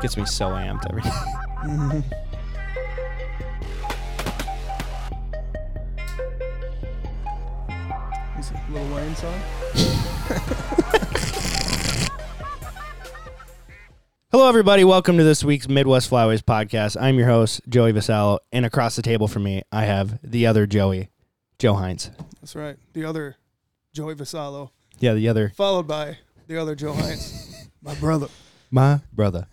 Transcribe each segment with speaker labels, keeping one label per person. Speaker 1: Gets me so amped every day.
Speaker 2: Is it Lil Wayne song?
Speaker 1: Hello, everybody. Welcome to this week's Midwest Flyways podcast. I'm your host, Joey Vasallo, and across the table from me, I have the other Joey, Joe Hines.
Speaker 2: That's right. The other Joey Vasallo,
Speaker 1: Yeah, the other,
Speaker 2: followed by the other Joe Hines, my brother.
Speaker 1: my brother.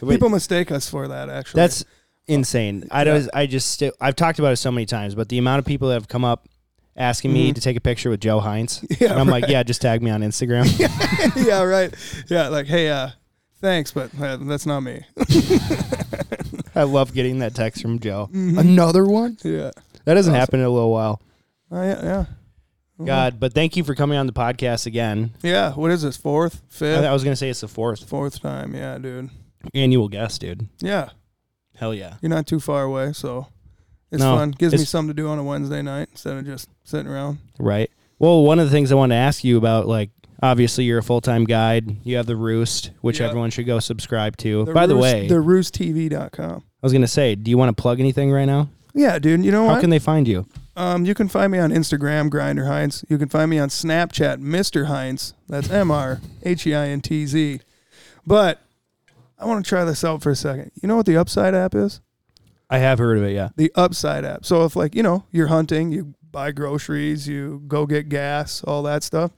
Speaker 1: Wait,
Speaker 2: People mistake us for that. Actually,
Speaker 1: that's insane. I don't. I just. Still, I've talked about it so many times, but the amount of people that have come up asking me
Speaker 2: Mhm.
Speaker 1: to take a picture with Joe Hines,
Speaker 2: Yeah,
Speaker 1: and I'm like,
Speaker 2: right.
Speaker 1: yeah, just tag me on Instagram.
Speaker 2: yeah, right. Yeah, like hey, uh, thanks, but uh, that's not me.
Speaker 1: I love getting that text from Joe. Another one
Speaker 2: Yeah.
Speaker 1: that hasn't
Speaker 2: Awesome.
Speaker 1: happened in a little while.
Speaker 2: Oh yeah, yeah. Mhm.
Speaker 1: God, but thank you for coming on the podcast again.
Speaker 2: Yeah. What is this? Fourth,
Speaker 1: I, I
Speaker 2: fifth,
Speaker 1: was gonna say it's the fourth
Speaker 2: fourth time. Yeah, dude.
Speaker 1: annual guest, dude.
Speaker 2: Yeah,
Speaker 1: Hell yeah.
Speaker 2: you're not too far away, so it's
Speaker 1: No,
Speaker 2: fun. Gives me
Speaker 1: it's-
Speaker 2: something to do on a Wednesday night instead of just sitting around.
Speaker 1: Right. Well, one of the things I wanted to ask you about, like, obviously you're a full time guide. You have the Roost, which
Speaker 2: Yeah.
Speaker 1: everyone should go subscribe to. By the way,
Speaker 2: the roosttv.com.
Speaker 1: I was gonna say, do you want to plug anything right now?
Speaker 2: Yeah, dude. You know
Speaker 1: How
Speaker 2: what?
Speaker 1: can they find you?
Speaker 2: Um, you can find me on Instagram, Grinder Heinz. You can find me on Snapchat, Mr. Heinz. That's M R H E I N T Z. But I want to try this out for a second. You know what the Upside app is?
Speaker 1: I have heard of it. Yeah.
Speaker 2: The Upside app. So if like you know you're hunting, you buy groceries, you go get gas, all that stuff.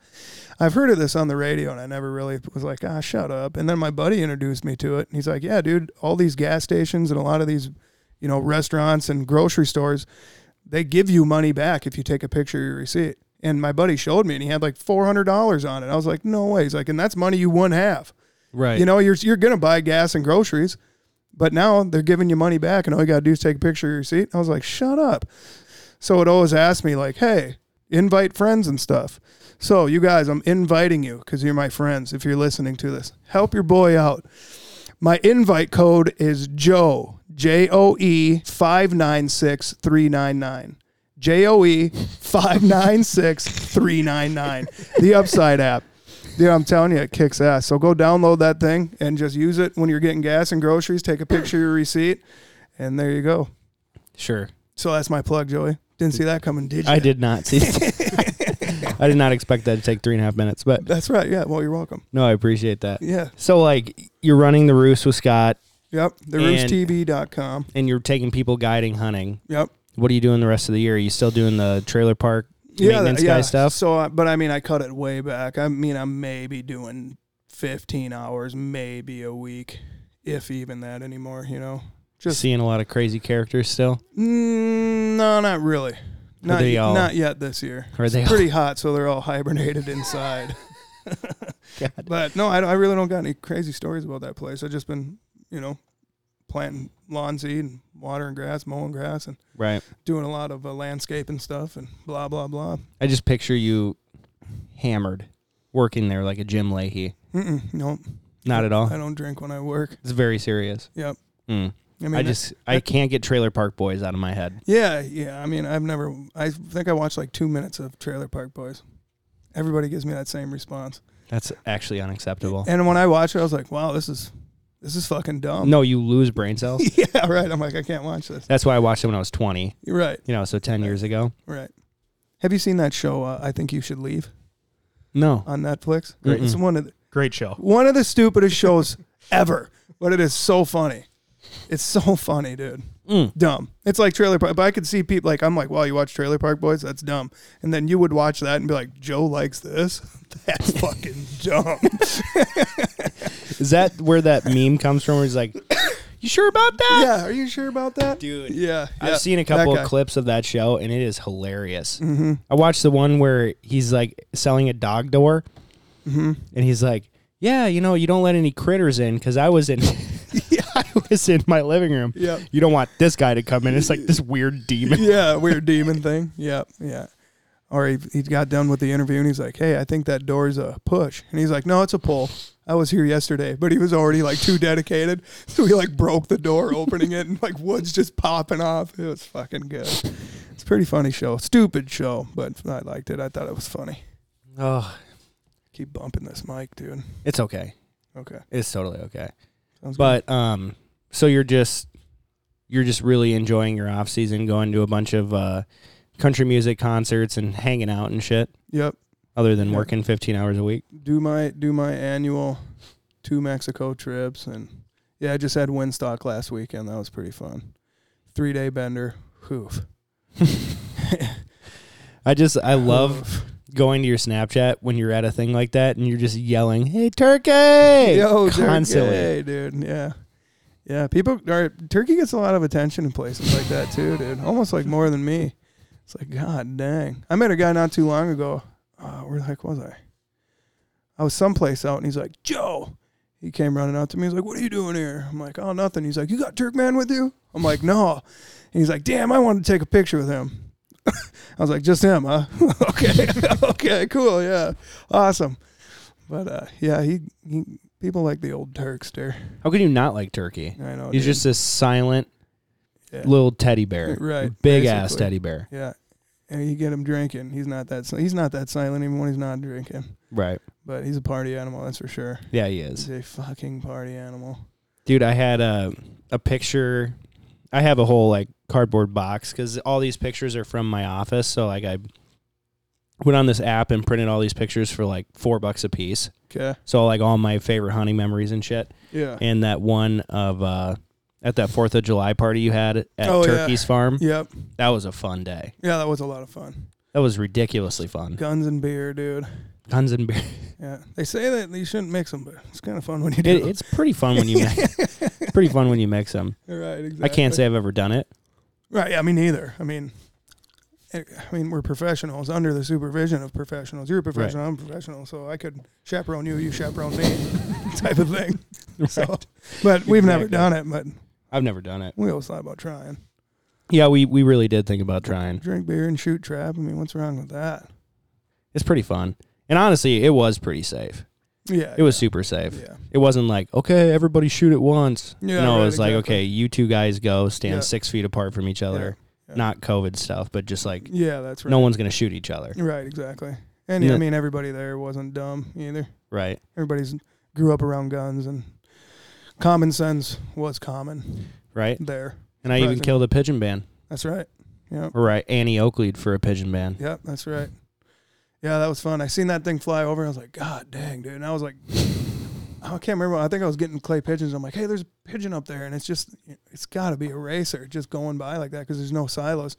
Speaker 2: I've heard of this on the radio, and I never really was like, ah, shut up. And then my buddy introduced me to it, and he's like, yeah, dude, all these gas stations and a lot of these, you know, restaurants and grocery stores, they give you money back if you take a picture of your receipt. And my buddy showed me, and he had like four hundred dollars on it. I was like, no way. He's like, and that's money you wouldn't have.
Speaker 1: Right.
Speaker 2: You know, you're you're gonna buy gas and groceries, but now they're giving you money back, and all you gotta do is take a picture of your receipt. I was like, shut up. So it always asked me like, hey, invite friends and stuff. So you guys, I'm inviting you because you're my friends. If you're listening to this, help your boy out. My invite code is Joe J O E five nine six three nine nine. J O E five nine six three nine nine. The Upside app. Dude, I'm telling you, it kicks ass. So go download that thing and just use it when you're getting gas and groceries. Take a picture of your receipt, and there you go.
Speaker 1: Sure.
Speaker 2: So that's my plug, Joey. Didn't see that coming, did you?
Speaker 1: I did not see. I did not expect that to take three and a half minutes, but
Speaker 2: That's right. Yeah. Well, you're welcome.
Speaker 1: no, I appreciate that.
Speaker 2: Yeah.
Speaker 1: So, like, you're running the Roost with Scott,
Speaker 2: Yep. TheRoostTV.com.
Speaker 1: and you're taking people guiding hunting.
Speaker 2: Yep.
Speaker 1: What are you doing the rest of the year? Are you still doing the trailer park maintenance
Speaker 2: that-
Speaker 1: guy stuff?
Speaker 2: So, I, but I mean, I cut it way back. I mean, I'm maybe doing 15 hours, maybe a week, if even that anymore. You know, just
Speaker 1: Seeing a lot of crazy characters still.
Speaker 2: mm, no, not really. Not,
Speaker 1: they
Speaker 2: y-
Speaker 1: all-
Speaker 2: not yet this year.
Speaker 1: Are they
Speaker 2: it's
Speaker 1: all-
Speaker 2: pretty hot, so they're all hibernated inside.
Speaker 1: God.
Speaker 2: But no, I, don't- I really don't got any crazy stories about that place. I've just been, you know, planting lawn seed and watering grass, mowing grass, and
Speaker 1: Right.
Speaker 2: doing a lot of uh, landscaping stuff and blah blah blah.
Speaker 1: I just picture you hammered, working there like a Jim Leahy.
Speaker 2: Mm-mm, no,
Speaker 1: Not at
Speaker 2: I
Speaker 1: all.
Speaker 2: don't drink when I work.
Speaker 1: It's very serious.
Speaker 2: Yep.
Speaker 1: Mm.
Speaker 2: I
Speaker 1: I,
Speaker 2: mean,
Speaker 1: just I can't get Trailer Park Boys out of my head.
Speaker 2: yeah, yeah. I mean, I've never. I think I watched like two minutes of Trailer Park Boys. Everybody gives me that same response.
Speaker 1: That's actually unacceptable.
Speaker 2: And when I watched it, I was like, wow, this is this is fucking dumb.
Speaker 1: No, you lose brain cells.
Speaker 2: yeah, right. I'm like, I can't watch this.
Speaker 1: That's why I watched it when I was 20,
Speaker 2: You're right.
Speaker 1: you know, so 10 years ago.
Speaker 2: Right. Have you seen that show? Uh, I think you should leave
Speaker 1: No.
Speaker 2: on Netflix. It's one of the,
Speaker 1: Great show.
Speaker 2: one of the stupidest shows ever, but it is so funny. It's so funny, dude.
Speaker 1: Mm.
Speaker 2: Dumb. It's like Trailer Park. But I could see people like I'm like, wow, you watch Trailer Park Boys? That's dumb. And then you would watch that and be like, Joe likes this. That's fucking dumb.
Speaker 1: Is that where that meme comes from where he's like, "You sure about that?"
Speaker 2: yeah. Are you sure about that,
Speaker 1: Dude.
Speaker 2: Yeah. yeah,
Speaker 1: I've seen a
Speaker 2: that
Speaker 1: couple
Speaker 2: guy. Mm-hmm.
Speaker 1: of clips of that show and it is hilarious. I watched the one where he's like selling a dog door
Speaker 2: Mm-hmm.
Speaker 1: and he's like, Yeah, you know, you don't let any critters in because I was in. I was in my living room.
Speaker 2: Yep.
Speaker 1: You don't want this guy to come in. It's like this weird demon.
Speaker 2: Yeah, weird demon thing. Yeah, yeah. Or he, he got done with the interview and he's like, hey, I think that door's a push. And he's like, no, it's a pull. I was here yesterday, but he was already like too dedicated. So he like broke the door opening it and like wood's just popping off. It was fucking good. It's a pretty funny show. Stupid show, but I liked it. I thought it was funny.
Speaker 1: Oh,
Speaker 2: Keep bumping this mic, dude.
Speaker 1: it's okay.
Speaker 2: Okay.
Speaker 1: It's totally okay.
Speaker 2: Sounds good.
Speaker 1: But um, so you're just you're just really enjoying your off season, going to a bunch of uh, country music concerts and hanging out and shit.
Speaker 2: Yep.
Speaker 1: Other than
Speaker 2: Yeah.
Speaker 1: working 15 hours a week.
Speaker 2: do my do my annual two Mexico trips and yeah, I just had Winstock last weekend. That was pretty fun. Three day bender. Hoof.
Speaker 1: I just I love going to your Snapchat when you're at a thing like that and you're just yelling, "Hey Turkey!"
Speaker 2: Yo,
Speaker 1: constantly.
Speaker 2: Turkey, dude. Yeah. Yeah. People are Turkey gets a lot of attention in places like that too, dude. Almost like more than me. It's like, God dang. I met a guy not too long ago. Uh, where the heck was I? I was someplace out and he's like, Joe. He came running out to me. He's like, What are you doing here? I'm like, Oh, nothing. He's like, You got Turkman with you? I'm like, No. And he's like, Damn, I wanted to take a picture with him. I was like, Just him, huh? okay. okay, cool. Yeah. Awesome. But uh, yeah, he, he People like the old Turkster.
Speaker 1: How could you not like Turkey?
Speaker 2: I know.
Speaker 1: He's
Speaker 2: Oh, dude.
Speaker 1: just this silent
Speaker 2: Yeah.
Speaker 1: little teddy bear,
Speaker 2: Right,
Speaker 1: Big ass
Speaker 2: basically.
Speaker 1: teddy bear,
Speaker 2: yeah. And you get him drinking. He's not that. si- He's not that silent even when he's not drinking.
Speaker 1: right?
Speaker 2: But he's a party animal, that's for sure.
Speaker 1: Yeah, he is.
Speaker 2: He's a fucking party animal.
Speaker 1: dude i had a, a picture i have a whole like cardboard box because all these pictures are from my office so like i went on this app and printed all these pictures for like four bucks a piece
Speaker 2: Okay.
Speaker 1: so like all my favorite hunting memories and shit
Speaker 2: Yeah.
Speaker 1: and that one of uh at that fourth of july party you had at
Speaker 2: Oh, yeah.
Speaker 1: turkey's farm
Speaker 2: Yep.
Speaker 1: that was a fun day
Speaker 2: Yeah, that was a lot of fun.
Speaker 1: that was ridiculously fun
Speaker 2: Guns and beer, dude.
Speaker 1: guns and beer
Speaker 2: Yeah. They say that you shouldn't mix them, but it's kind of fun when you
Speaker 1: it,
Speaker 2: do.
Speaker 1: it's pretty fun when you mix, pretty fun when you mix them
Speaker 2: right. Exactly.
Speaker 1: i can't say i've ever done it
Speaker 2: Right. Yeah. Me neither. I mean, I I mean, we're professionals under the supervision of professionals. You're a professional. I'm a professional. So I could chaperone you. You chaperone me. type of thing. So, but we've never
Speaker 1: Exactly.
Speaker 2: done it. But
Speaker 1: i've never done it
Speaker 2: we always thought about trying.
Speaker 1: yeah we, we really did think about trying
Speaker 2: Drink beer and shoot trap. I mean, what's wrong with that?
Speaker 1: It's pretty fun. And honestly, it was pretty safe.
Speaker 2: Yeah.
Speaker 1: It was super safe.
Speaker 2: Yeah.
Speaker 1: It wasn't like, okay, everybody shoot at once.
Speaker 2: Yeah,
Speaker 1: no,
Speaker 2: right,
Speaker 1: it was like,
Speaker 2: exactly.
Speaker 1: okay, you two guys go stand
Speaker 2: Yeah.
Speaker 1: six feet apart from each other.
Speaker 2: yeah.
Speaker 1: Not COVID stuff, but just like
Speaker 2: Yeah. That's right.
Speaker 1: no one's gonna shoot each other.
Speaker 2: Right. Exactly. And
Speaker 1: Yeah.
Speaker 2: I mean, everybody there wasn't dumb either.
Speaker 1: Right.
Speaker 2: Everybody's grew up around guns and common sense was common
Speaker 1: Right.
Speaker 2: there.
Speaker 1: And I even
Speaker 2: Surprising.
Speaker 1: killed a pigeon ban.
Speaker 2: That's right. Yep.
Speaker 1: Or I Annie Oakleyed for a pigeon ban.
Speaker 2: Yep, that's right. Yeah, that was fun. I seen that thing fly over. And I was like, God dang, dude. And I was like, I can't remember. I think I was getting clay pigeons. I'm like, hey, there's a pigeon up there. And it's just, it's got to be a racer just going by like that because there's no silos.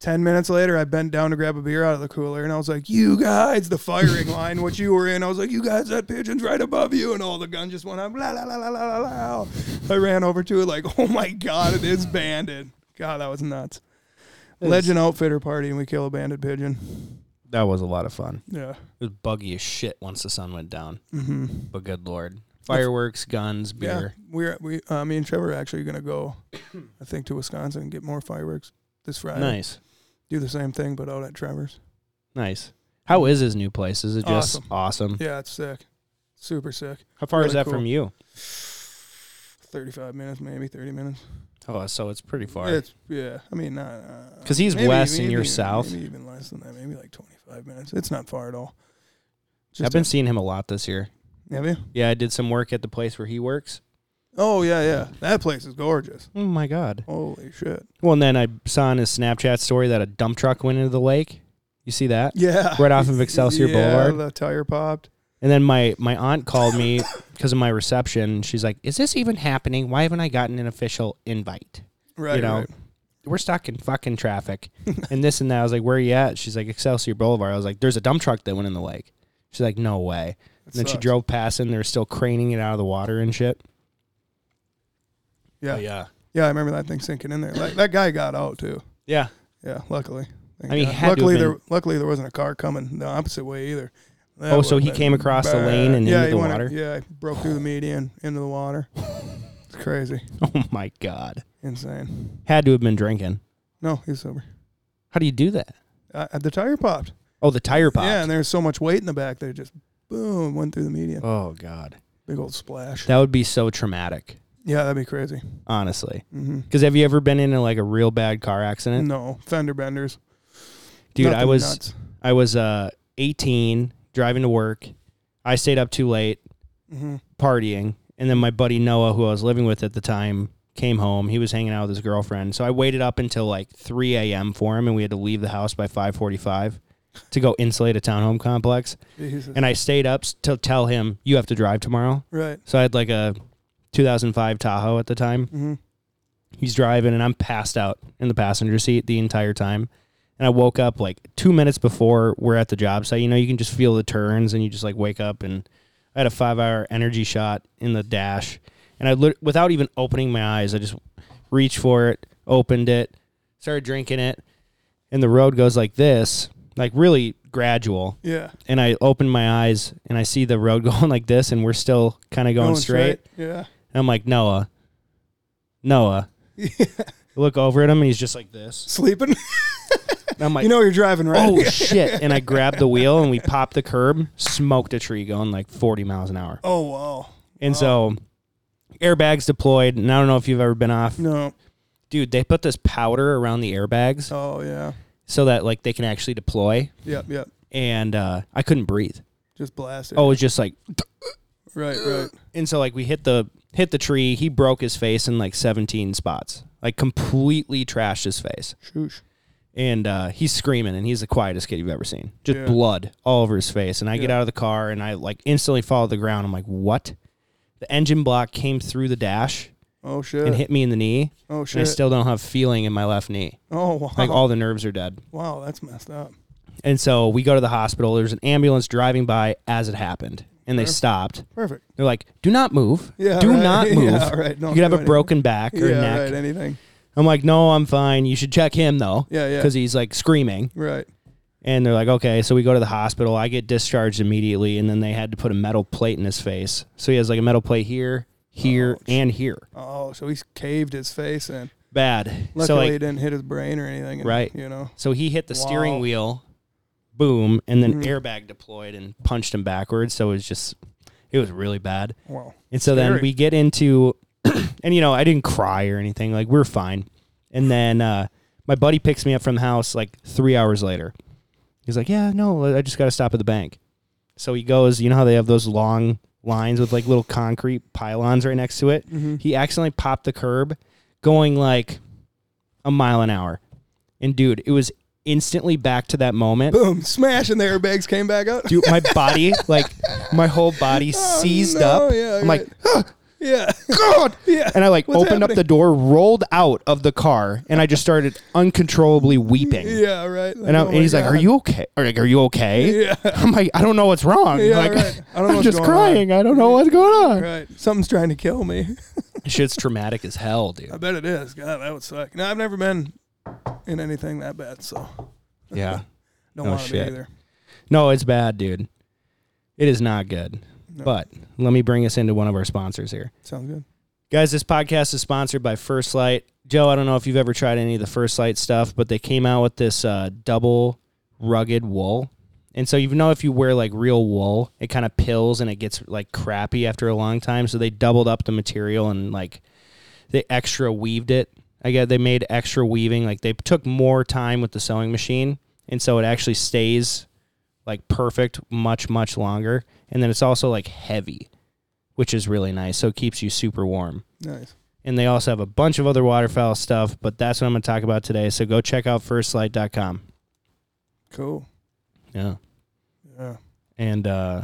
Speaker 2: 10 minutes later, I bent down to grab a beer out of the cooler and I was like, you guys, the firing line, what you were in. I was like, you guys, that pigeon's right above you. And all the guns just went up, la, la, la, la, la, la, la. I ran over to it like, oh my God, it is banded. God, that was nuts. Legend Outfitter party and we kill a banded pigeon.
Speaker 1: That was a lot of fun.
Speaker 2: Yeah.
Speaker 1: It was buggy as shit once the sun went down.
Speaker 2: hmm
Speaker 1: But good lord. Fireworks, guns,
Speaker 2: Yeah.
Speaker 1: beer.
Speaker 2: We're we uh, me and Trevor are actually gonna go, I think, to Wisconsin and get more fireworks this Friday.
Speaker 1: Nice.
Speaker 2: Do the same thing, but out at Trevor's.
Speaker 1: Nice. How is his new place? Is it just awesome?
Speaker 2: Yeah, it's sick. Super sick.
Speaker 1: How far is
Speaker 2: Really
Speaker 1: that from
Speaker 2: cool.
Speaker 1: you?
Speaker 2: Thirty-five minutes, maybe thirty minutes.
Speaker 1: Oh, so it's pretty far.
Speaker 2: It's yeah. I mean, not uh,
Speaker 1: 'Cause he's west and you're
Speaker 2: maybe-
Speaker 1: south.
Speaker 2: Maybe even less than that. Maybe like twenty-five minutes. It's not far at all.
Speaker 1: I've been seeing him a lot this year.
Speaker 2: a- have you?
Speaker 1: Yeah, I did some work at the place where he works.
Speaker 2: Oh yeah, yeah. That place is gorgeous.
Speaker 1: Oh my god.
Speaker 2: Holy shit.
Speaker 1: Well, and then I saw on his Snapchat story that a dump truck went into the lake. You see that?
Speaker 2: Yeah.
Speaker 1: Right off of Excelsior
Speaker 2: yeah,
Speaker 1: Boulevard.
Speaker 2: The tire popped.
Speaker 1: And then my my aunt called me because of my reception. She's like, "Is this even happening? Why haven't I gotten an official invite?
Speaker 2: Right.
Speaker 1: you know,
Speaker 2: right.
Speaker 1: we're stuck in fucking traffic and this and that." I was like, "Where are you at?" She's like, "Excelsior Boulevard." I was like, "There's a dump truck that went in the lake." She's like, "No way." And
Speaker 2: That
Speaker 1: then she
Speaker 2: sucks.
Speaker 1: drove past and they're still craning it out of the water and shit.
Speaker 2: Yeah.
Speaker 1: Oh, yeah.
Speaker 2: Yeah, I remember that thing sinking in there. Like, that guy got out too.
Speaker 1: Yeah.
Speaker 2: Yeah, luckily. Thank
Speaker 1: I mean, he had to
Speaker 2: God.
Speaker 1: have
Speaker 2: luckily there
Speaker 1: been-
Speaker 2: luckily there wasn't a car coming the opposite way either. That
Speaker 1: Oh,
Speaker 2: would've
Speaker 1: so he
Speaker 2: been
Speaker 1: came across the lane and
Speaker 2: yeah,
Speaker 1: into
Speaker 2: he
Speaker 1: the
Speaker 2: went-
Speaker 1: water?
Speaker 2: Yeah, he broke through the median into the water. It's crazy,
Speaker 1: Oh my god.
Speaker 2: insane.
Speaker 1: Had to have been drinking.
Speaker 2: No, he's sober.
Speaker 1: How do you do that?
Speaker 2: Uh, the tire popped.
Speaker 1: Oh, the tire pop.
Speaker 2: Yeah, and there was so much weight in the back that it just boom went through the median.
Speaker 1: oh god.
Speaker 2: Big old splash.
Speaker 1: That would be so traumatic,
Speaker 2: Yeah, that'd be crazy.
Speaker 1: honestly.
Speaker 2: hmm
Speaker 1: Cuz have you ever been in a, like a real bad car accident?
Speaker 2: No fender benders,
Speaker 1: Dude, I
Speaker 2: Nothing
Speaker 1: was
Speaker 2: nuts.
Speaker 1: I was uh 18 driving to work. I stayed up too late
Speaker 2: Mhm.
Speaker 1: partying And then my buddy Noah, who I was living with at the time, came home. He was hanging out with his girlfriend. So I waited up until like 3 a.m. for him, and we had to leave the house by 5:45 to go insulate a townhome complex.
Speaker 2: Jesus.
Speaker 1: And I stayed up s- to tell him, "You have to drive tomorrow."
Speaker 2: Right.
Speaker 1: So I had like a 2005 Tahoe at the time.
Speaker 2: Mm-hmm.
Speaker 1: He's driving, and I'm passed out in the passenger seat the entire time. And I woke up like two minutes before we're at the job site. You know, you can just feel the turns, and you just like wake up. And I had a five hour energy shot in the dash, and I lit- without even opening my eyes, I just reached for it, opened it, started drinking it, and the road goes like this, like really gradual
Speaker 2: Yeah.
Speaker 1: and I open my eyes and I see the road going like this, and we're still kind of going, straight.
Speaker 2: Yeah.
Speaker 1: And I'm like, Noah, Noah. Look over at him, and he's just like this.
Speaker 2: Sleeping.
Speaker 1: And I'm like,
Speaker 2: you know you're driving, right?
Speaker 1: oh shit! And I grabbed the wheel, and we popped the curb, smoked a tree going like 40 miles an hour,
Speaker 2: Oh wow.
Speaker 1: and so
Speaker 2: Oh.
Speaker 1: airbags deployed. And I don't know if you've ever been off,
Speaker 2: No.
Speaker 1: dude. They put this powder around the airbags
Speaker 2: Oh yeah.
Speaker 1: so that like they can actually deploy.
Speaker 2: Yep. Yep.
Speaker 1: And uh, I couldn't breathe.
Speaker 2: Just blasted.
Speaker 1: Oh, it was just like
Speaker 2: Right. Right.
Speaker 1: and so like we hit the hit the tree he broke his face in like 17 spots like completely trashed his face
Speaker 2: Shoosh.
Speaker 1: and uh, he's screaming and he's the quietest kid you've ever seen just
Speaker 2: Yeah.
Speaker 1: blood all over his face and i get
Speaker 2: Yeah.
Speaker 1: out of the car and i like instantly fall to the ground i'm like what the engine block came through the dash
Speaker 2: Oh shit.
Speaker 1: and hit me in the knee
Speaker 2: oh
Speaker 1: and i
Speaker 2: shit.
Speaker 1: still don't have feeling in my left knee
Speaker 2: oh wow.
Speaker 1: like all the nerves are dead
Speaker 2: wow. That's messed up.
Speaker 1: and so we go to the hospital there's an ambulance driving by as it happened and they
Speaker 2: Sure.
Speaker 1: stopped
Speaker 2: Perfect.
Speaker 1: they're like do not move
Speaker 2: Yeah.
Speaker 1: do
Speaker 2: right.
Speaker 1: not move
Speaker 2: Yeah. Right. No,
Speaker 1: you could have
Speaker 2: do
Speaker 1: a
Speaker 2: anything.
Speaker 1: broken back or
Speaker 2: Yeah.
Speaker 1: neck.
Speaker 2: Right. Anything.
Speaker 1: I'm like, no, I'm fine. You should check him though,
Speaker 2: Yeah. Yeah.
Speaker 1: because he's like screaming.
Speaker 2: Right.
Speaker 1: And they're like, okay. So we go to the hospital. I get discharged immediately, and then they had to put a metal plate in his face. So he has like a metal plate here, here,
Speaker 2: Ouch.
Speaker 1: and here.
Speaker 2: Oh, so he's caved his face in.
Speaker 1: Bad.
Speaker 2: Luckily,
Speaker 1: so
Speaker 2: it
Speaker 1: like,
Speaker 2: didn't hit his brain or anything. and,
Speaker 1: Right.
Speaker 2: You know.
Speaker 1: so he hit the steering
Speaker 2: Wow.
Speaker 1: wheel, boom, and then
Speaker 2: Mhm.
Speaker 1: airbag deployed and punched him backwards. So it was just, it was really bad.
Speaker 2: Wow.
Speaker 1: And so then
Speaker 2: Scary.
Speaker 1: we get into, and you know, I didn't cry or anything. Like we're fine. And then uh, my buddy picks me up from the house like three hours later. He's like, "Yeah, no, I just got to stop at the bank." So he goes. You know how they have those long lines with like little concrete pylons right next to it.
Speaker 2: Mhm.
Speaker 1: He accidentally popped the curb, going like a mile an hour. And dude, it was instantly back to that moment.
Speaker 2: Boom! Smash, and the airbags came back up.
Speaker 1: Dude, my body, like my whole body,
Speaker 2: Oh,
Speaker 1: seized
Speaker 2: no,
Speaker 1: up.
Speaker 2: Yeah,
Speaker 1: I'm like,
Speaker 2: yeah. God. Yeah.
Speaker 1: and I like
Speaker 2: What's
Speaker 1: opened up
Speaker 2: happening?
Speaker 1: the door, rolled out of the car, and I just started uncontrollably weeping.
Speaker 2: Yeah. Right.
Speaker 1: And, I'm,
Speaker 2: Oh
Speaker 1: and
Speaker 2: my
Speaker 1: he's like,
Speaker 2: God.
Speaker 1: "Are you okay? Or like, are you okay?"
Speaker 2: Yeah.
Speaker 1: I'm like, "I don't know what's wrong.
Speaker 2: Yeah,
Speaker 1: like,
Speaker 2: right. I don't know
Speaker 1: I'm
Speaker 2: what's
Speaker 1: just
Speaker 2: going on."
Speaker 1: crying. I don't know what's going on."
Speaker 2: Right. Something's trying to kill me.
Speaker 1: Shit's traumatic as hell, dude.
Speaker 2: I bet it is. God, that would suck. No, I've never been in anything that bad, so
Speaker 1: Yeah.
Speaker 2: don't
Speaker 1: No
Speaker 2: want
Speaker 1: shit.
Speaker 2: to be either.
Speaker 1: No, it's bad, dude. It is not good.
Speaker 2: No.
Speaker 1: But let me bring us into one of our sponsors here.
Speaker 2: Sounds good.
Speaker 1: Guys, this podcast is sponsored by First Light. Joe, I don't know if you've ever tried any of the First Light stuff, but they came out with this uh, double rugged wool. And so you know if you wear like real wool, it kind of pills and it gets like crappy after a long time. So they doubled up the material and like they extra weaved it. I guess they made extra weaving. Like they took more time with the sewing machine, and so it actually stays like perfect much much longer. And then it's also like heavy, which is really nice. So it keeps you super warm.
Speaker 2: Nice.
Speaker 1: And they also have a bunch of other waterfowl stuff, but that's what I'm going to talk about today. So go check out firstlight.com.
Speaker 2: Cool.
Speaker 1: Yeah.
Speaker 2: Yeah.
Speaker 1: And uh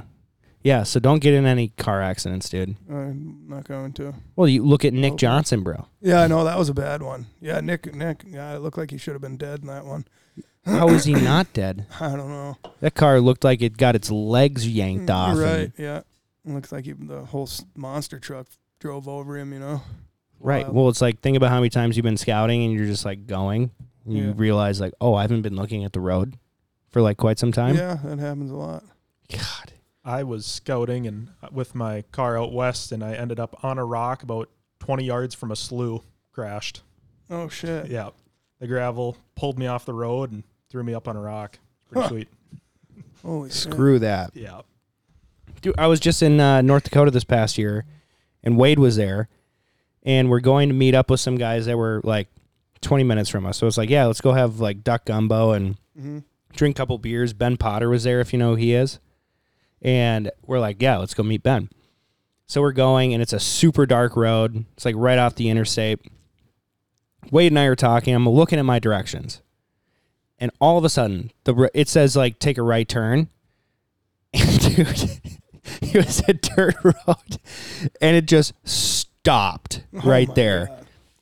Speaker 1: yeah, so don't get in any car accidents, dude.
Speaker 2: I'm not going to.
Speaker 1: Well, you look at Nick
Speaker 2: Okay.
Speaker 1: Johnson, bro.
Speaker 2: Yeah, I know that was a bad one. Yeah, Nick. Nick. Yeah, it looked like he should have been dead in that one.
Speaker 1: How is he not dead?
Speaker 2: I don't know.
Speaker 1: That car looked like it got its legs yanked off. and-
Speaker 2: Mm, Right. Yeah. Looks like even the whole s- monster truck drove over him. You know.
Speaker 1: Right.
Speaker 2: Wild.
Speaker 1: Well, it's like think about how many times you've been scouting and you're just like going. And You
Speaker 2: Yeah.
Speaker 1: realize like, oh, I haven't been looking at the road for like quite some time.
Speaker 2: yeah, that happens a lot.
Speaker 1: God.
Speaker 3: I was scouting and uh, with my car out west, and I ended up on a rock about 20 yards from a slough. Crashed.
Speaker 2: Oh shit.
Speaker 3: Yeah, the gravel pulled me off the road and threw me up on a rock. Pretty
Speaker 2: Huh.
Speaker 3: sweet.
Speaker 2: Holy shit.
Speaker 1: that.
Speaker 3: Yeah.
Speaker 1: Dude, I was just in uh, North Dakota this past year, and Wade was there, and we're going to meet up with some guys that were like 20 minutes from us. So it's like, yeah, let's go have like duck gumbo and
Speaker 2: Mhm.
Speaker 1: drink a couple beers. Ben Potter was there, if you know who he is, and we're like, yeah, let's go meet Ben. So we're going, and it's a super dark road. It's like right off the interstate. Wade and I are talking. I'm looking at my directions, and all of a sudden, the r- it says like take a right turn. And dude, it was a dirt road, and it just stopped
Speaker 2: Oh
Speaker 1: right there.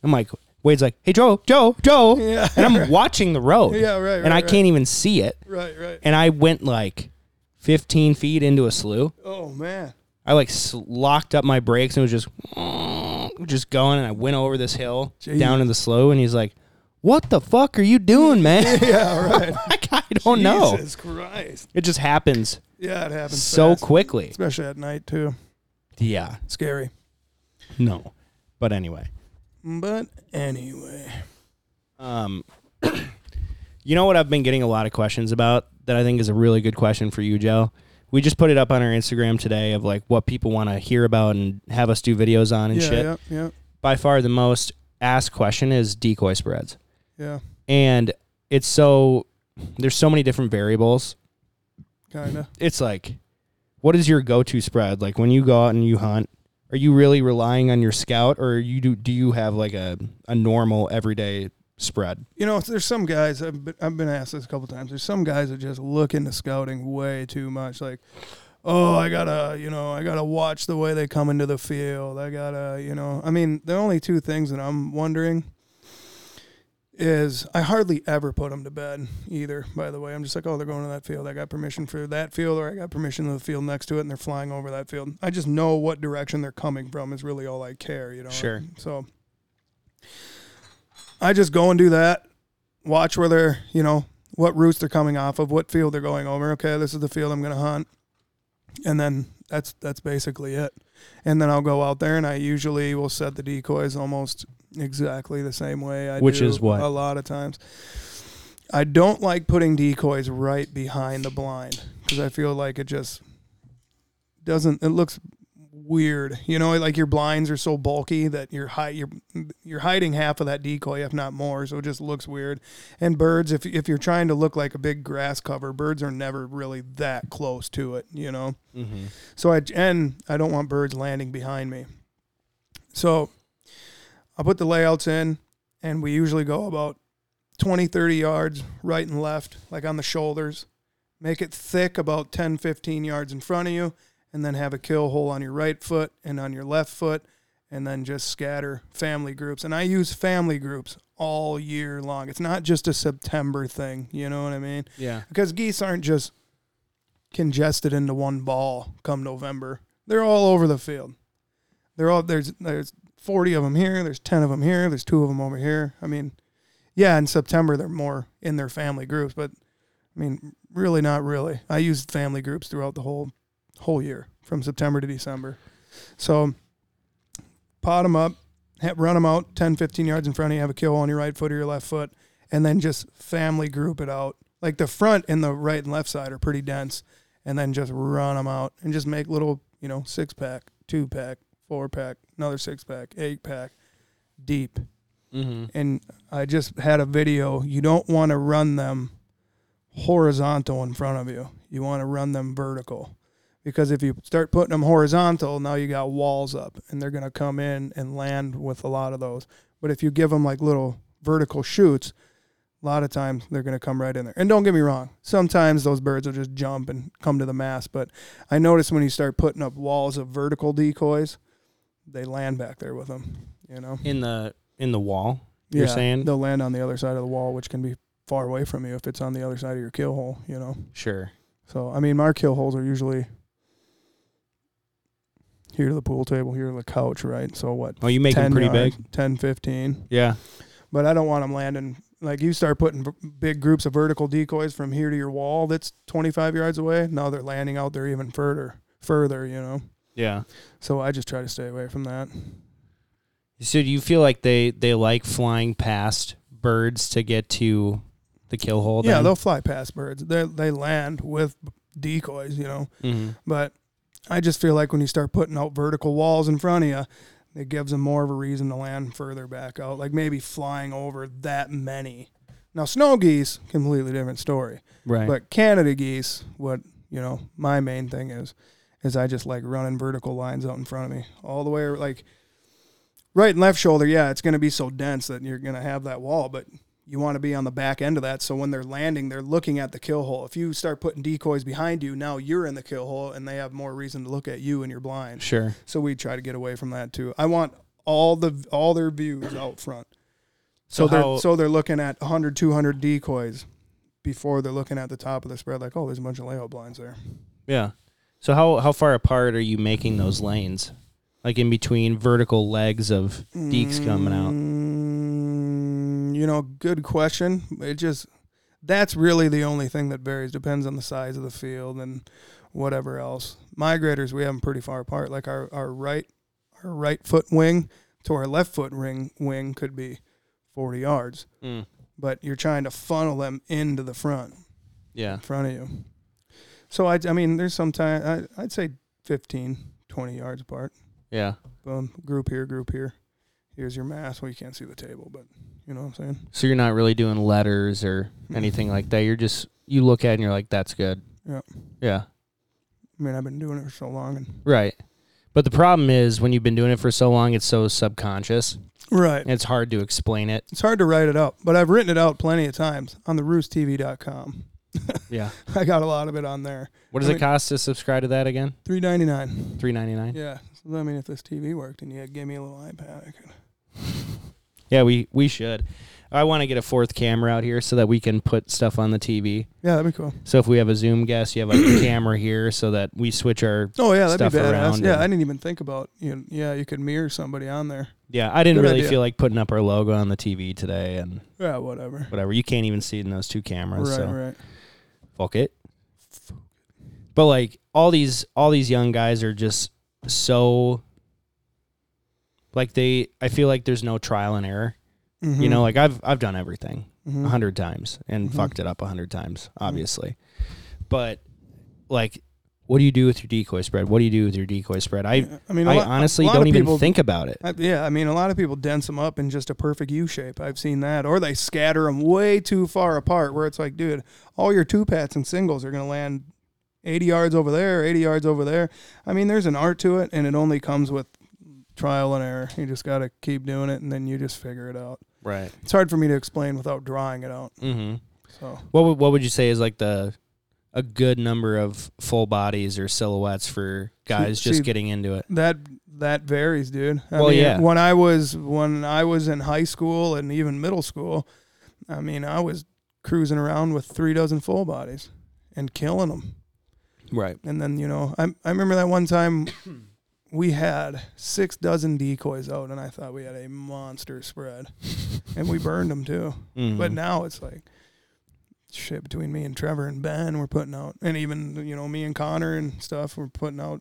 Speaker 1: I'm like, Wade's like, hey Joe, Joe, Joe,
Speaker 2: Yeah.
Speaker 1: and I'm watching the road.
Speaker 2: Yeah, right,
Speaker 1: And
Speaker 2: right,
Speaker 1: I
Speaker 2: right.
Speaker 1: can't even see it.
Speaker 2: Right, right.
Speaker 1: And I went like 15 feet into a slough.
Speaker 2: Oh man.
Speaker 1: I like s- locked up my brakes and was just just going, and I went over this hill
Speaker 2: Jeez.
Speaker 1: down in the slough, and he's like, "What the fuck are you doing, man?"
Speaker 2: Yeah, right.
Speaker 1: like, I don't know.
Speaker 2: Jesus Christ.
Speaker 1: It just happens
Speaker 2: Yeah, it happens
Speaker 1: so
Speaker 2: fast.
Speaker 1: quickly.
Speaker 2: especially at night too.
Speaker 1: Yeah,
Speaker 2: Scary.
Speaker 1: no, but anyway,
Speaker 2: But anyway,
Speaker 1: um, you know what I've been getting a lot of questions about that I think is a really good question for you, Joe. We just put it up on our Instagram today of like what people want to hear about and have us do videos on and
Speaker 2: yeah,
Speaker 1: shit.
Speaker 2: yeah, yeah,
Speaker 1: By far, the most asked question is decoy spreads.
Speaker 2: yeah,
Speaker 1: and it's so there's so many different variables.
Speaker 2: kind of.
Speaker 1: It's like what is your go-to spread? Like when you go out and you hunt, are you really relying on your scout or you do do you have like a a normal everyday spread?
Speaker 2: You know, there's some guys I've been, I've been asked this a couple times. There's some guys that just look into scouting way too much. Like, oh, I gotta, you know, I gotta watch the way they come into the field. I gotta, you know, I mean, the only two things that I'm wondering is I hardly ever put them to bed either. By the way, I'm just like, oh, they're going to that field. I got permission for that field, or I got permission to the field next to it, and they're flying over that field. I just know what direction they're coming from is really all I care. You know,
Speaker 1: Sure.
Speaker 2: So I just go and do that. Watch where they're, you know, what routes they're coming off of, what field they're going over. Okay, this is the field I'm going to hunt, and then that's that's basically it. And then I'll go out there, and I usually will set the decoys almost exactly the same way. I
Speaker 1: Which
Speaker 2: do
Speaker 1: is what?
Speaker 2: a lot of times. I don't like putting decoys right behind the blind because I feel like it just doesn't. It looks weird, you know. Like your blinds are so bulky that you're high. You're you're hiding half of that decoy, if not more. So it just looks weird. And birds, if if you're trying to look like a big grass cover, birds are never really that close to it, you know.
Speaker 1: Mm-hmm.
Speaker 2: So I and I don't want birds landing behind me. So I put the layouts in and we usually go about 20 30 yards right and left like on the shoulders. Make it thick about 10 15 yards in front of you and then have a kill hole on your right foot and on your left foot and then just scatter family groups. And I use family groups all year long. It's not just a September thing, you know what I mean?
Speaker 1: Yeah.
Speaker 2: because geese aren't just congested into one ball come November. They're all over the field. They're all there's there's 40 of them here, there's 10 of them here, there's two of them over here. I mean, yeah, in September they're more in their family groups, but I mean, really not really. I used family groups throughout the whole whole year from September to December. So pot them up, ha- run them out 10, 15 yards in front of you, have a kill on your right foot or your left foot, and then just family group it out. Like the front and the right and left side are pretty dense, and then just run them out and just make little, you know, six pack, two pack, four pack, another six pack, eight pack, deep
Speaker 1: Mm-hmm.
Speaker 2: and I just had a video. You don't want to run them horizontal in front of you. You want to run them vertical. Because if you start putting them horizontal, now you got walls up and they're going to come in and land with a lot of those. But if you give them like little vertical shoots, a lot of times they're going to come right in there. And don't get me wrong, sometimes those birds will just jump and come to the mass. But I notice when you start putting up walls of vertical decoys, they land back there with them, you know?
Speaker 1: In the in the wall, you're saying?
Speaker 2: they'll land on the other side of the wall, which can be far away from you if it's on the other side of your kill hole. You know,
Speaker 1: Sure.
Speaker 2: so I mean, my kill holes are usually here to the pool table, here to the couch, right? So what?
Speaker 1: Oh, you make them pretty big.
Speaker 2: 10, 15.
Speaker 1: Yeah.
Speaker 2: But I don't want them landing. Like you start putting v- big groups of vertical decoys from here to your wall that's 25 yards away. Now they're landing out there even further, further, you know.
Speaker 1: Yeah.
Speaker 2: So I just try to stay away from that.
Speaker 1: So do you feel like they they like flying past birds to get to the kill hole?
Speaker 2: yeah,
Speaker 1: then?
Speaker 2: they'll fly past birds. They they land with decoys, you know.
Speaker 1: Mhm.
Speaker 2: But I just feel like when you start putting out vertical walls in front of you, it gives them more of a reason to land further back out, like maybe flying over that many. Now, snow geese, completely different story.
Speaker 1: Right.
Speaker 2: But Canada geese, what, you know, my main thing is, is I just like running vertical lines out in front of me all the way like right and left shoulder. Yeah, it's going to be so dense that you're going to have that wall, but you want to be on the back end of that. So when they're landing, they're looking at the kill hole. If you start putting decoys behind you, now you're in the kill hole and they have more reason to look at you and you're blind.
Speaker 1: Sure.
Speaker 2: So we try to get away from that too. I want all the all their views out front. So,
Speaker 1: So
Speaker 2: they're
Speaker 1: how-
Speaker 2: so they're looking at 100 200 decoys before they're looking at the top of the spread like, "Oh, there's a bunch of layout blinds there."
Speaker 1: Yeah. So how how far apart are you making those lanes? Like in between vertical legs of deeks coming out.
Speaker 2: Mm, you know, good question. It just that's really the only thing that varies. Depends on the size of the field and whatever else. Migrators, we have them pretty far apart. Like our our right our right foot wing to our left foot ring wing could be forty yards,
Speaker 1: Mm.
Speaker 2: but you're trying to funnel them into the front
Speaker 1: Yeah.
Speaker 2: in front of you. So I I mean, there's sometimes I I'd say 15, 20 yards apart.
Speaker 1: Yeah.
Speaker 2: Boom. Group here, group here. Here's your mass. Well, you can't see the table, but you know what I'm saying?
Speaker 1: So you're not really doing letters or
Speaker 2: Hmm.
Speaker 1: anything like that. You're just you look at it and you're like, that's good.
Speaker 2: Yeah.
Speaker 1: Yeah.
Speaker 2: I mean, I've been doing it for so long. And
Speaker 1: Right. But the problem is when you've been doing it for so long, it's so subconscious.
Speaker 2: right.
Speaker 1: and It's hard to explain it.
Speaker 2: It's hard to write it out, but I've written it out plenty of times on the roosttv.com.
Speaker 1: Yeah.
Speaker 2: I got a lot of it on there.
Speaker 1: What does
Speaker 2: I
Speaker 1: it
Speaker 2: mean-
Speaker 1: cost to subscribe to that again?
Speaker 2: 399
Speaker 1: Three ninety nine.
Speaker 2: Yeah. So, I mean, if this TV worked and you had gave me a little iPad, I could.
Speaker 1: Yeah, we we should. I want to get a fourth camera out here so that we can put stuff on the TV.
Speaker 2: Yeah, that'd be cool.
Speaker 1: So if we have a Zoom guest, you have like a camera here so that we switch our.
Speaker 2: Oh, yeah, that'd be
Speaker 1: Stuff
Speaker 2: badass.
Speaker 1: around
Speaker 2: Yeah,
Speaker 1: and-
Speaker 2: I didn't even think about you. yeah, you could mirror somebody on there.
Speaker 1: Yeah, I didn't
Speaker 2: Good
Speaker 1: really
Speaker 2: idea.
Speaker 1: feel like putting up our logo on the TV today and
Speaker 2: Yeah, whatever.
Speaker 1: whatever. You can't even see it in those two cameras.
Speaker 2: right,
Speaker 1: so
Speaker 2: right.
Speaker 1: fuck it. But like all these all these young guys are just so like they I feel like there's no trial and error. You
Speaker 2: Mhm,
Speaker 1: know, like I've I've done everything.
Speaker 2: mhm.
Speaker 1: a hundred times and
Speaker 2: Mhm.
Speaker 1: fucked it up a hundred times,
Speaker 2: Mm-hmm.
Speaker 1: obviously. But like, what do you do with your decoy spread? What do you do with your decoy spread? I
Speaker 2: Yeah, I mean, a
Speaker 1: I
Speaker 2: lot- a
Speaker 1: honestly
Speaker 2: lot
Speaker 1: don't
Speaker 2: of
Speaker 1: even
Speaker 2: people-
Speaker 1: think about it.
Speaker 2: I, yeah, I mean, a lot of people dense them up in just a perfect U shape. I've seen that, or they scatter them way too far apart, where it's like, dude, all your two pats and singles are gonna land eighty yards over there, eighty yards over there. I mean, there's an art to it, and it only comes with trial and error. You just gotta keep doing it, and then you just figure it out.
Speaker 1: Right.
Speaker 2: It's hard for me to explain without drawing it out.
Speaker 1: Mm-hmm.
Speaker 2: So
Speaker 1: What would what would you say is like the a good number of full bodies or silhouettes for guys
Speaker 2: See-
Speaker 1: just
Speaker 2: see-
Speaker 1: getting into it?
Speaker 2: that that varies, dude. I
Speaker 1: Well,
Speaker 2: mean,
Speaker 1: yeah.
Speaker 2: When I was when I was in high school and even middle school, I mean, I was cruising around with three dozen full bodies and killing them.
Speaker 1: Right.
Speaker 2: And then you know, I I remember that one time we had six dozen decoys out, and I thought we had a monster spread, and we burned them too. Mm-hmm. But
Speaker 1: Mm-hmm.
Speaker 2: now it's like shit between me and Trevor and Ben, we're putting out, and even, you know, me and Connor and stuff, we're putting out